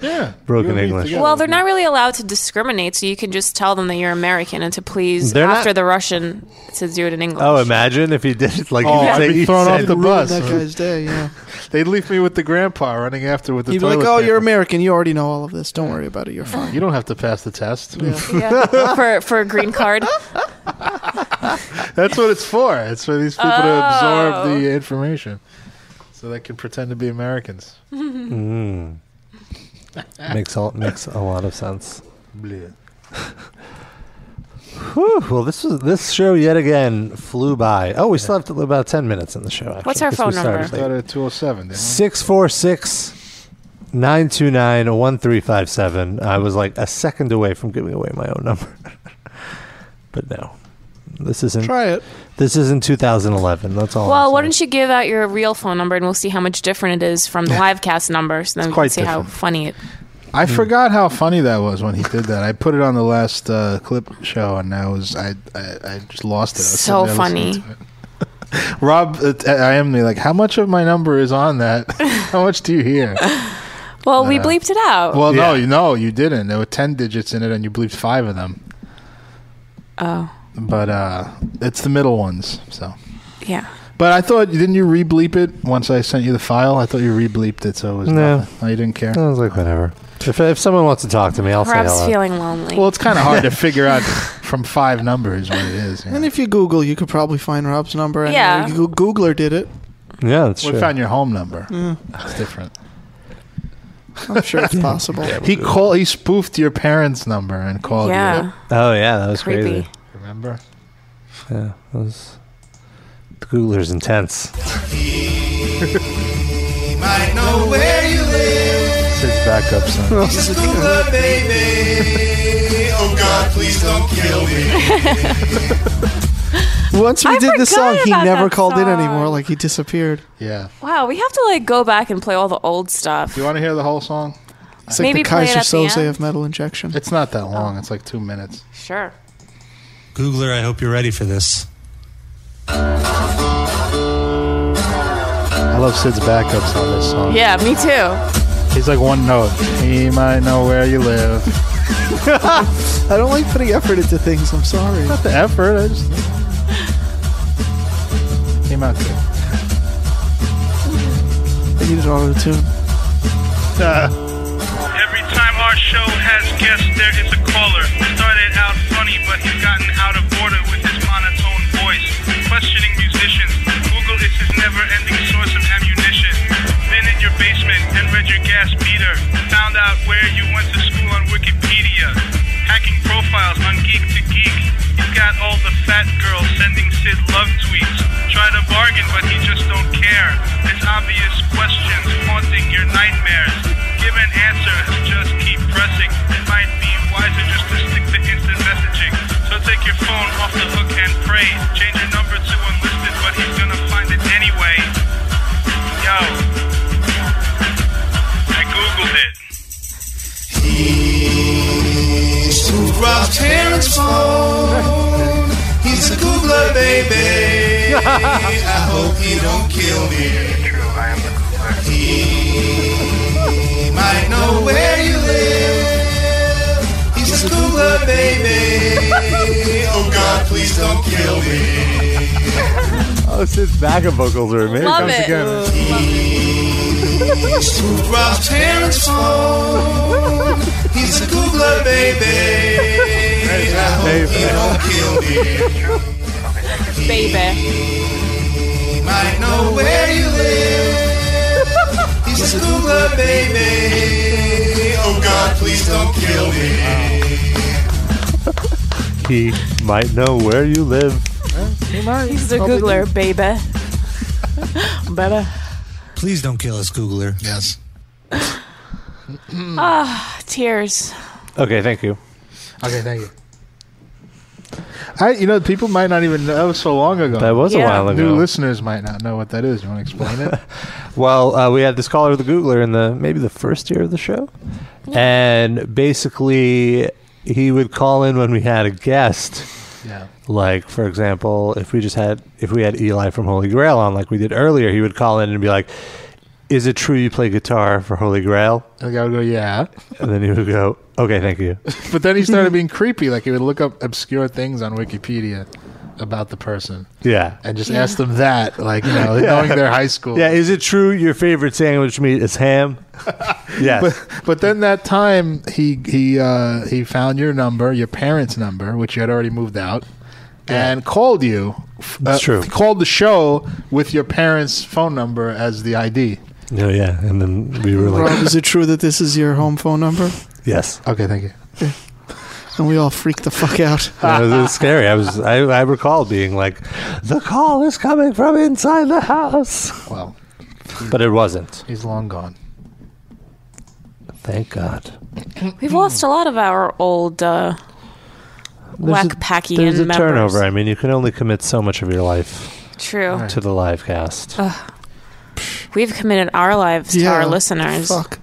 Speaker 3: yeah.
Speaker 2: broken English.
Speaker 5: Well, they're not really allowed to discriminate, so you can just tell them that you're American and to please
Speaker 2: They're not-
Speaker 5: after the Russian to do it in English.
Speaker 2: Oh, imagine if he did like
Speaker 3: Oh,
Speaker 2: he
Speaker 3: I'd
Speaker 2: said-
Speaker 3: be
Speaker 2: he
Speaker 3: thrown
Speaker 2: said-
Speaker 3: off the bus.
Speaker 4: That guy's day, yeah.
Speaker 3: *laughs* They'd leave me with the grandpa running after with the
Speaker 4: You'd be
Speaker 3: toilet
Speaker 4: like, "Oh,
Speaker 3: paper.
Speaker 4: you're American. You already know all of this. Don't worry about it. You're fine."
Speaker 3: You don't have to pass the test. *laughs*
Speaker 5: *laughs* Yeah, for for a green card.
Speaker 3: That's what it's for. It's for these people to absorb the
Speaker 5: Oh.
Speaker 3: information, so they can pretend to be
Speaker 5: *laughs*
Speaker 3: Americans.
Speaker 2: Mm. makes all makes a lot of sense.
Speaker 3: Bleh.
Speaker 2: Whew, well, this was this show yet again flew by. Oh, we still have to, about ten minutes in the show. Actually,
Speaker 5: What's our
Speaker 2: 'cause we
Speaker 5: phone
Speaker 2: started
Speaker 5: number?
Speaker 2: late.
Speaker 3: Started at 207. didn't
Speaker 2: 646 929 1357. I was like a second away from giving away my own number. *laughs* but no. This isn't
Speaker 4: Try it.
Speaker 2: This isn't 2011. That's all.
Speaker 5: Well, why don't you give out your real phone number and we'll see how much different it is from the live cast number so then we can
Speaker 3: quite
Speaker 5: see how
Speaker 3: different.
Speaker 5: funny it
Speaker 3: I forgot how funny that was when he did that. I put it on the last uh, clip show, and I was I I, I just lost it. I was
Speaker 5: So
Speaker 3: sitting there
Speaker 5: funny.
Speaker 3: listening to it.
Speaker 5: *laughs*
Speaker 3: Rob, uh, I am like, how much of my number is on that? how much do you hear?
Speaker 5: Well, we
Speaker 3: Uh,
Speaker 5: bleeped it out.
Speaker 3: Well, no, you no, you didn't. There were ten digits in it, and you bleeped five of them.
Speaker 5: Oh,
Speaker 3: But uh, it's the middle ones. So,
Speaker 5: yeah.
Speaker 3: but I thought didn't you re-bleep it once I sent you the file? I thought you re-bleeped it, so it was
Speaker 2: No.
Speaker 3: nothing. Oh, you didn't care.
Speaker 2: I was like, whatever. If, if someone wants to talk to me, I'll
Speaker 5: Perhaps
Speaker 2: say hello.
Speaker 5: feeling lonely.
Speaker 3: Well, it's kind
Speaker 2: *laughs*
Speaker 3: of hard to figure out from five numbers what it is.
Speaker 4: And if you Google, you could probably find Rob's number. Anyway.
Speaker 5: Yeah.
Speaker 4: Goo- Googler did it.
Speaker 2: Yeah, that's
Speaker 3: we
Speaker 2: true.
Speaker 3: found your home number.
Speaker 4: Mm.
Speaker 3: It's different.
Speaker 4: I'm sure
Speaker 3: *laughs*
Speaker 4: it's possible.
Speaker 3: he called. He spoofed your parents' number and called
Speaker 4: Yeah.
Speaker 3: you.
Speaker 2: Oh yeah, that was
Speaker 3: Creepy.
Speaker 2: crazy.
Speaker 3: Remember?
Speaker 2: Yeah, that was. The Googler's intense.
Speaker 6: Might know where you live.
Speaker 3: It's his backup
Speaker 4: *laughs*
Speaker 3: son.
Speaker 6: He's a Googler, baby. Oh God, please don't kill me.
Speaker 4: Once we
Speaker 5: I
Speaker 4: did this
Speaker 5: forgot
Speaker 4: song, he
Speaker 5: about
Speaker 4: never
Speaker 5: that
Speaker 4: called in
Speaker 5: song.
Speaker 4: anymore. Like he disappeared.
Speaker 3: Yeah.
Speaker 5: Wow, we have to like go back and play all the old stuff.
Speaker 3: You want to hear the whole song?
Speaker 4: It's like
Speaker 5: Maybe
Speaker 4: the
Speaker 5: play it
Speaker 4: Kaiser
Speaker 5: at the
Speaker 4: Soze
Speaker 5: end.
Speaker 4: of metal injection.
Speaker 3: It's not that long. It's like two minutes.
Speaker 5: Sure.
Speaker 16: *laughs* Googler, I hope you're ready for this.
Speaker 3: I love Sid's backups on this song.
Speaker 5: Yeah, me too.
Speaker 3: He's like one note. He might know where you live.
Speaker 4: *laughs* I don't like putting effort into things. I'm sorry. Not
Speaker 3: the effort. I just Came out good.
Speaker 4: I needed auto
Speaker 3: *laughs*
Speaker 4: tune.
Speaker 17: Every time our show has guests, there is a caller. Started out funny, but he's gotten out of order with his monotone voice. Questioning musicians, Google is his never-ending source of ammunition. Been in your basement and read your gas meter. Found out where you went to school on Wikipedia. Hacking profiles on Geek to Geek. He's got all the fat girls sending Sid love tweets. Try to bargain, but he just don't care. His obvious questions haunting your nightmares. Give an answer, just keep pressing. It might be wiser just to stick to instant messaging. So take your phone off the hook and pray. Change your number to unlisted, but he's gonna find it anyway. Yo. I googled it.
Speaker 6: He's moved Rob's parents' phone. He's a Googler, baby. I hope he don't kill me. True, I am the Googler. He might know where you live. He's a Googler, baby. Oh God, please don't kill me.
Speaker 2: Oh, Sid's backup vocals are amazing.
Speaker 6: Love it. He's moved Rob's parents' phone. He's a Googler, baby. I hope he don't kill me.
Speaker 5: Baby.
Speaker 6: He might know where you live. He's a Googler, baby. Oh God, please don't kill me.
Speaker 2: He might know where you live.
Speaker 5: He's the
Speaker 6: Probably
Speaker 5: Googler, baby. Better.
Speaker 16: Please don't kill us, Googler. Yes.
Speaker 5: Ah, tears.
Speaker 2: Okay, thank you.
Speaker 3: Okay, thank you. I, you know, people might not even know. That was so long ago.
Speaker 2: That was a Yeah. while ago.
Speaker 3: New listeners might not know what that is. You want to explain it? *laughs*
Speaker 2: Well, uh, we had this caller, the Googler, in the maybe the first year of the show, and basically he would call in when we had a guest.
Speaker 3: Yeah.
Speaker 2: Like for example, if we just had if we had Eli from Holy Grail on, like we did earlier, he would call in and be like, "Is it true you play guitar for Holy Grail?"
Speaker 3: And the guy would go, "Yeah."
Speaker 2: And then he would go, "Okay, thank you."
Speaker 3: But then he started being creepy. Like he would look up obscure things on Wikipedia about the person
Speaker 2: Yeah.
Speaker 3: and just ask them that, like
Speaker 2: *laughs*
Speaker 3: you know,
Speaker 2: Yeah.
Speaker 3: knowing their high school.
Speaker 2: Yeah, is it true your favorite sandwich meat is
Speaker 3: *laughs*
Speaker 2: ham? yes.
Speaker 3: But, but then that time he he uh, he found your number, your parents' number, which you had already moved out, and called you. f-
Speaker 2: That's true.
Speaker 3: Called the show with your parents' phone number as the ID.
Speaker 2: Oh yeah, and then we were like,
Speaker 4: Rob, is it true that this is your home phone number? *laughs*
Speaker 2: "Yes."
Speaker 3: Okay, thank you.
Speaker 4: And we all freaked the fuck
Speaker 3: *laughs*
Speaker 4: out.
Speaker 2: Yeah, it
Speaker 5: *laughs*
Speaker 2: was scary. I was. I, I recall being like, "The call is coming from inside the house."
Speaker 3: Well,
Speaker 2: but it wasn't.
Speaker 3: He's long gone.
Speaker 2: Thank God.
Speaker 5: We've lost a lot of our old uh, whack-packian
Speaker 2: There's a
Speaker 5: members.
Speaker 2: turnover. I mean, you can only commit so much of your life.
Speaker 5: True.
Speaker 2: To the live cast.
Speaker 5: Ugh. We've committed our lives to
Speaker 3: Yeah,
Speaker 5: our listeners.
Speaker 3: fuck.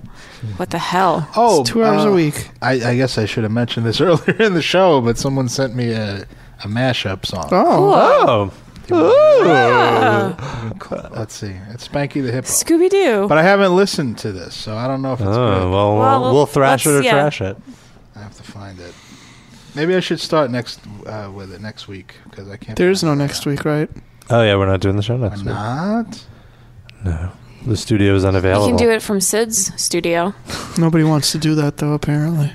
Speaker 5: What the hell?
Speaker 3: Oh,
Speaker 5: two
Speaker 3: uh, I, I guess I should have *laughs* mentioned this earlier in the show, but someone sent me a, a mashup song.
Speaker 5: Oh.
Speaker 2: Oh.
Speaker 3: Let's see. It's Spanky the Hippo.
Speaker 5: Scooby Doo.
Speaker 3: But I haven't listened to this, so I don't know if it's
Speaker 2: Oh,
Speaker 3: good.
Speaker 2: well, Well, we'll- we'll thrash it or let's- yeah. trash it.
Speaker 3: I have to find it. Maybe I should start next uh, with it next week because I can't.
Speaker 4: There is no next week, right?
Speaker 2: Oh yeah, we're not doing the show next week.
Speaker 3: Not.
Speaker 2: No, the studio is
Speaker 5: You
Speaker 2: unavailable.
Speaker 5: can do it from Sid's studio.
Speaker 4: Nobody wants to do that
Speaker 5: *laughs*
Speaker 4: though. Apparently,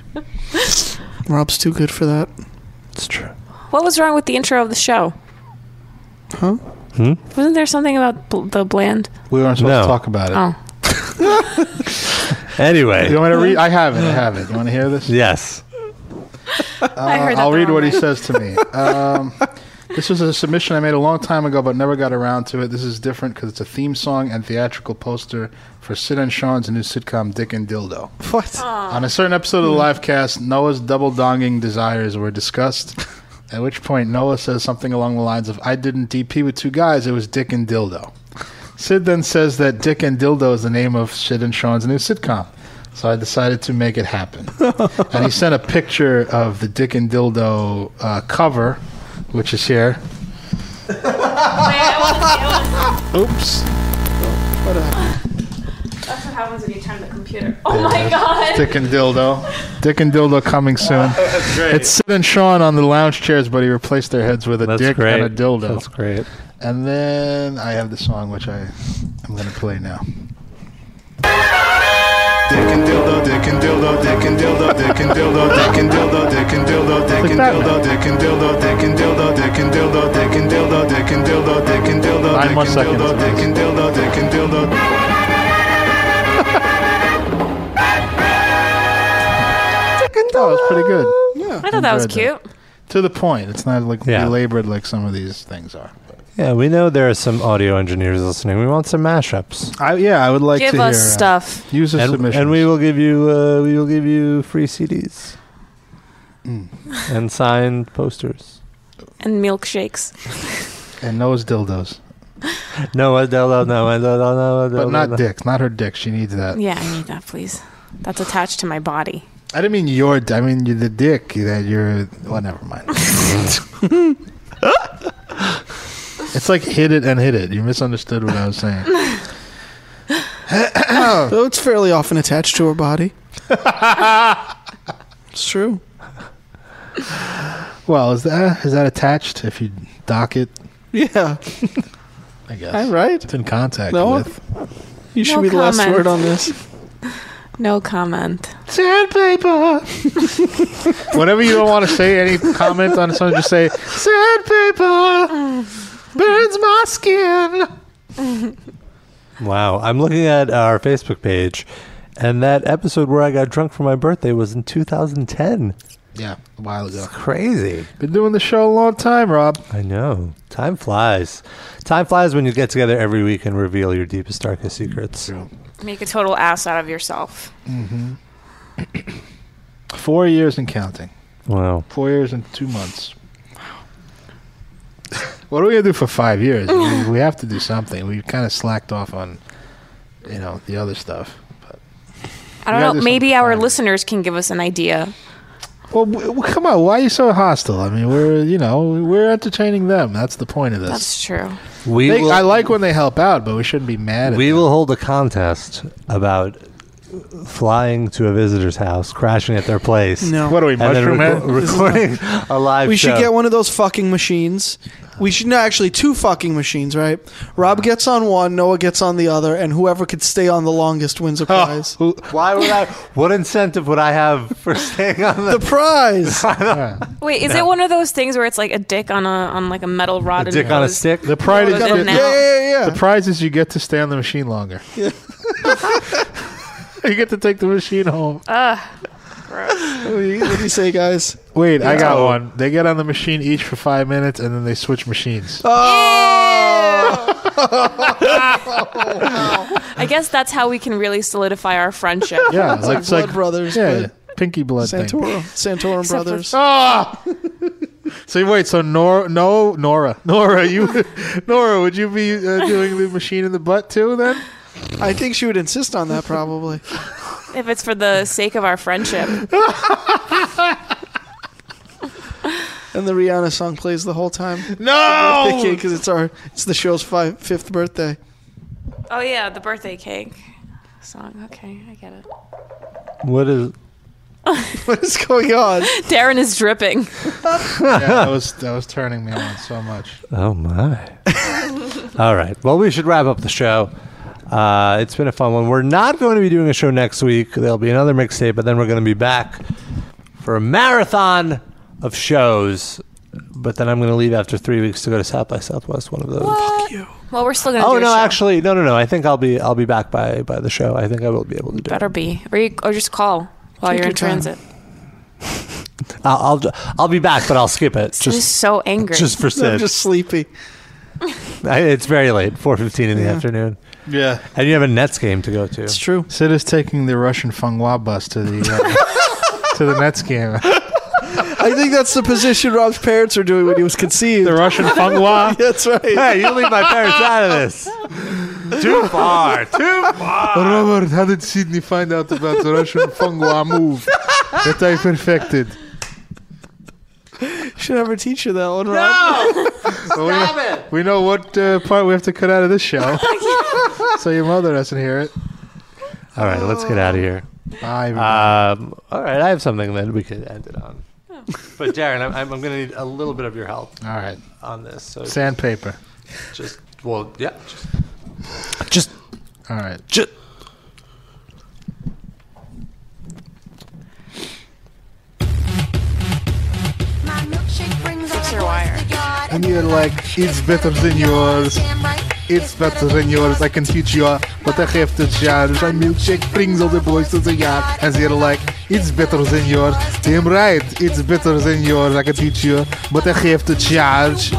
Speaker 4: Rob's too good for that.
Speaker 2: It's true.
Speaker 5: What was wrong with the intro of the show?
Speaker 4: Huh?
Speaker 2: Hmm?
Speaker 5: Wasn't there something about bl- the bland?
Speaker 3: We weren't supposed
Speaker 2: No.
Speaker 3: to talk
Speaker 6: Uh,
Speaker 3: about it.
Speaker 5: Oh.
Speaker 4: *laughs*
Speaker 2: Anyway,
Speaker 3: You want me to read? I have it. I have it. You want to hear this?
Speaker 6: *laughs*
Speaker 2: Yes.
Speaker 3: Uh,
Speaker 6: heard that
Speaker 3: I'll
Speaker 6: the
Speaker 3: read
Speaker 6: wrong
Speaker 3: what he
Speaker 6: way.
Speaker 3: says to me. Um, *laughs* this was a submission I made a long time ago, but never got around to it. This is different because it's a theme song and theatrical poster for Sid and Sean's new sitcom, Dick and Dildo.
Speaker 4: What?
Speaker 3: On a certain episode of the live cast, Noah's double donging desires were discussed. At which point, Noah says something along the lines of, I didn't DP with two guys, it was Dick and Dildo. Sid then says that Dick and Dildo is the name of Sid and Sean's new sitcom. So I decided to make it happen. and he sent a picture of the Dick and Dildo uh, cover, which is here. Oops.
Speaker 5: What That's what happens when you turn the computer. Oh
Speaker 3: There it
Speaker 5: my
Speaker 3: is.
Speaker 5: god!
Speaker 3: Dick and Dildo. Dick and Dildo coming
Speaker 6: *laughs*
Speaker 3: soon.
Speaker 5: That's great.
Speaker 3: It's Sid and Sean on the lounge chairs, but he replaced their heads with a dick
Speaker 2: great.
Speaker 3: and a dildo.
Speaker 2: That's great.
Speaker 3: And then I have the song which I I'm gonna play now.
Speaker 6: Dick and dildo, dick and dildo, dick and dildo, dick and dildo, dick and dildo, dick and dildo, dick and dildo, dick and dildo, dick and dildo, dick and dildo, dick and dildo, dick and dildo, dick and dildo, dick and dildo, dick and dildo, dick and dildo.
Speaker 3: *laughs* That was pretty good. Yeah,
Speaker 5: I thought that was cute.
Speaker 3: To the point. It's not like
Speaker 2: Yeah.
Speaker 3: belabored like some of these things are.
Speaker 2: Yeah, we know there are some audio engineers listening. We want some mashups.
Speaker 3: I, yeah, I would like
Speaker 5: Give
Speaker 3: to
Speaker 5: us
Speaker 3: hear, uh,
Speaker 5: stuff.
Speaker 3: user
Speaker 2: and,
Speaker 3: submissions.
Speaker 2: and we will give you uh, we will give you free CDs
Speaker 3: Mm.
Speaker 2: and signed posters.
Speaker 5: And milkshakes.
Speaker 3: and Noah's dildos.
Speaker 2: *laughs* No, I don't know, no, I don't know, no,
Speaker 3: But
Speaker 2: no,
Speaker 3: not
Speaker 2: no.
Speaker 3: dicks, not her dick. She needs that.
Speaker 5: Yeah, I need that, please. That's attached to my body.
Speaker 3: I didn't mean your. I mean you- the dick that you're. Well, never
Speaker 5: *laughs*
Speaker 3: mind. it's like hit it and hit it. You misunderstood what I was
Speaker 4: *coughs*
Speaker 3: saying.
Speaker 4: so Oh. it's fairly often attached to her body. it's true.
Speaker 3: Well, is that is that attached? If you dock it,
Speaker 4: Yeah.
Speaker 3: I guess.
Speaker 4: All right.
Speaker 3: It's in contact
Speaker 4: No?
Speaker 3: with.
Speaker 4: You should
Speaker 5: No
Speaker 4: be the last
Speaker 5: comment.
Speaker 4: word on this.
Speaker 5: No comment.
Speaker 3: Sandpaper. Whenever you don't want to say any comment on something, just say sandpaper burns my skin.
Speaker 2: Wow, I'm looking at our Facebook page, and that episode where I got drunk for my birthday was in 2010.
Speaker 3: Yeah, a while ago.
Speaker 2: Crazy.
Speaker 3: Been doing the show a long time, Rob.
Speaker 2: I know. Time flies. Time flies when you get together every week and reveal your deepest, darkest secrets.
Speaker 5: *laughs* Make a total ass out of yourself.
Speaker 3: Mm-hmm. Four years and counting.
Speaker 2: Wow.
Speaker 3: Four years and two months. what are we gonna do for five years? we, we have to do something. We kind of slacked off on, you know, the other stuff.
Speaker 5: I
Speaker 3: You
Speaker 5: don't
Speaker 3: gotta
Speaker 5: know.
Speaker 3: do
Speaker 5: Maybe our listeners can give us an idea.
Speaker 3: Well, w- w- come on. Why are you so hostile? I mean, we're you know we're entertaining them. That's the point of this.
Speaker 5: That's true.
Speaker 2: We
Speaker 3: They-
Speaker 2: will-
Speaker 3: I like when they help out, but we shouldn't be mad at.
Speaker 2: We will hold a contest about flying to a visitor's house, crashing at their place.
Speaker 4: No.
Speaker 2: and then reco- *laughs* recording a live
Speaker 4: We
Speaker 2: show.
Speaker 4: should get one of those fucking machines. We should no, actually two fucking machines, right? Rob gets on one, Noah gets on the other, and whoever could stay on the
Speaker 2: *laughs*
Speaker 4: longest wins a prize.
Speaker 2: Oh, Why would I? What incentive would I have for staying on
Speaker 4: the, prize?
Speaker 2: *laughs*
Speaker 5: Wait, is
Speaker 2: No.
Speaker 5: it one of those things where it's like a dick on a on like a metal rod? and it goes-
Speaker 3: The prize
Speaker 5: goes
Speaker 3: is
Speaker 5: in and out?
Speaker 3: The prize is you get to stay on the machine longer. *laughs* you get to take the machine home.
Speaker 5: Ugh.
Speaker 4: what do you what do you say, guys?
Speaker 3: Wait, I got
Speaker 4: Oh.
Speaker 3: one. They get on the machine each for five minutes, and then they switch
Speaker 4: *laughs*
Speaker 3: machines.
Speaker 5: *laughs* I guess that's how we can really solidify our friendship.
Speaker 3: Yeah, like, it's like
Speaker 4: brothers.
Speaker 3: Yeah, pinky blood
Speaker 4: *laughs* Santorum,
Speaker 3: thing.
Speaker 4: Santorum
Speaker 5: Except for-
Speaker 3: *laughs*
Speaker 4: brothers.
Speaker 3: Ah! So wait, so Nora, no, Nora, *laughs* Nora, you, Nora, would you be uh, doing the machine in the butt too? Then
Speaker 4: I think she would insist on that probably.
Speaker 5: If it's for the sake of our friendship.
Speaker 4: And and the Rihanna song plays the whole time.
Speaker 3: No!
Speaker 4: because it's our it's the show's five, fifth birthday.
Speaker 5: Oh yeah, the birthday cake song. Okay, I get it.
Speaker 2: What is?
Speaker 4: What is going on?
Speaker 5: Darren is dripping.
Speaker 3: *laughs* yeah, that was that was turning me on so much.
Speaker 2: Oh my! *laughs* All right. Well, we should wrap up the show. Uh, it's been a fun one. We're not going to be doing a show next week. There'll be another mixtape, but then we're going to be back for a marathon of shows. But then I'm going to leave after three weeks to go to South by Southwest. One of those.
Speaker 5: Well, we're still gonna.
Speaker 2: Oh
Speaker 5: do
Speaker 2: no!
Speaker 5: A show.
Speaker 2: Actually, no, no, no. I think I'll be I'll be back by by the show. I think I will be able to do. it.
Speaker 5: Better be, or you, or just call while
Speaker 2: Take
Speaker 5: you're
Speaker 2: your
Speaker 5: in
Speaker 2: time.
Speaker 5: transit.
Speaker 2: I'll, I'll I'll be back, but I'll skip it.
Speaker 5: Just,
Speaker 2: Just
Speaker 5: so
Speaker 4: *laughs*
Speaker 5: angry.
Speaker 2: just
Speaker 3: *laughs*
Speaker 2: for Sid.
Speaker 4: I'm just sleepy.
Speaker 2: I, it's very late, four fifteen in the
Speaker 3: Yeah.
Speaker 2: afternoon.
Speaker 3: Yeah.
Speaker 2: and you have a Nets game to go to. It's
Speaker 4: true.
Speaker 3: Sid is taking the Russian Fanghua bus to the
Speaker 2: *laughs*
Speaker 3: uh, to the Mets game.
Speaker 4: I think that's the position Rob's parents are doing when he was conceived. The
Speaker 3: Russian
Speaker 4: *laughs*
Speaker 2: Fanghua.
Speaker 4: that's right.
Speaker 2: Hey, you leave my parents out of *laughs* this. Too far. Too far.
Speaker 3: Robert, how did Sydney find out about the Russian Fanghua move that I perfected?
Speaker 4: Should ever teach you that one, Rob? No.
Speaker 3: Well, *laughs* we, know, we know what uh, part we have to cut out of this show, so your mother doesn't hear it.
Speaker 2: All right, let's get out of here. Um, all right, I have something that we could end it on. But Darren, I'm, I'm going to need a little bit of your help. All
Speaker 3: right,
Speaker 2: on this. So just-
Speaker 3: Sandpaper.
Speaker 2: Just well, yeah. Just,
Speaker 3: All right.
Speaker 2: Just.
Speaker 5: Fix your wire.
Speaker 3: And you're like, it's better than yours. It's better than yours. I can teach you, but I have to charge. My milkshake brings all the boys to the yard. And you're like, it's better than yours. Damn right, it's better than yours. I can teach you, but I have to charge.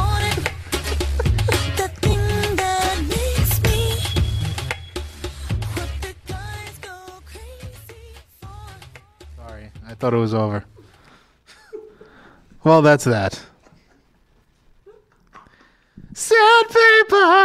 Speaker 3: Sorry, I thought it was over. Well, that's that. Sandpaper.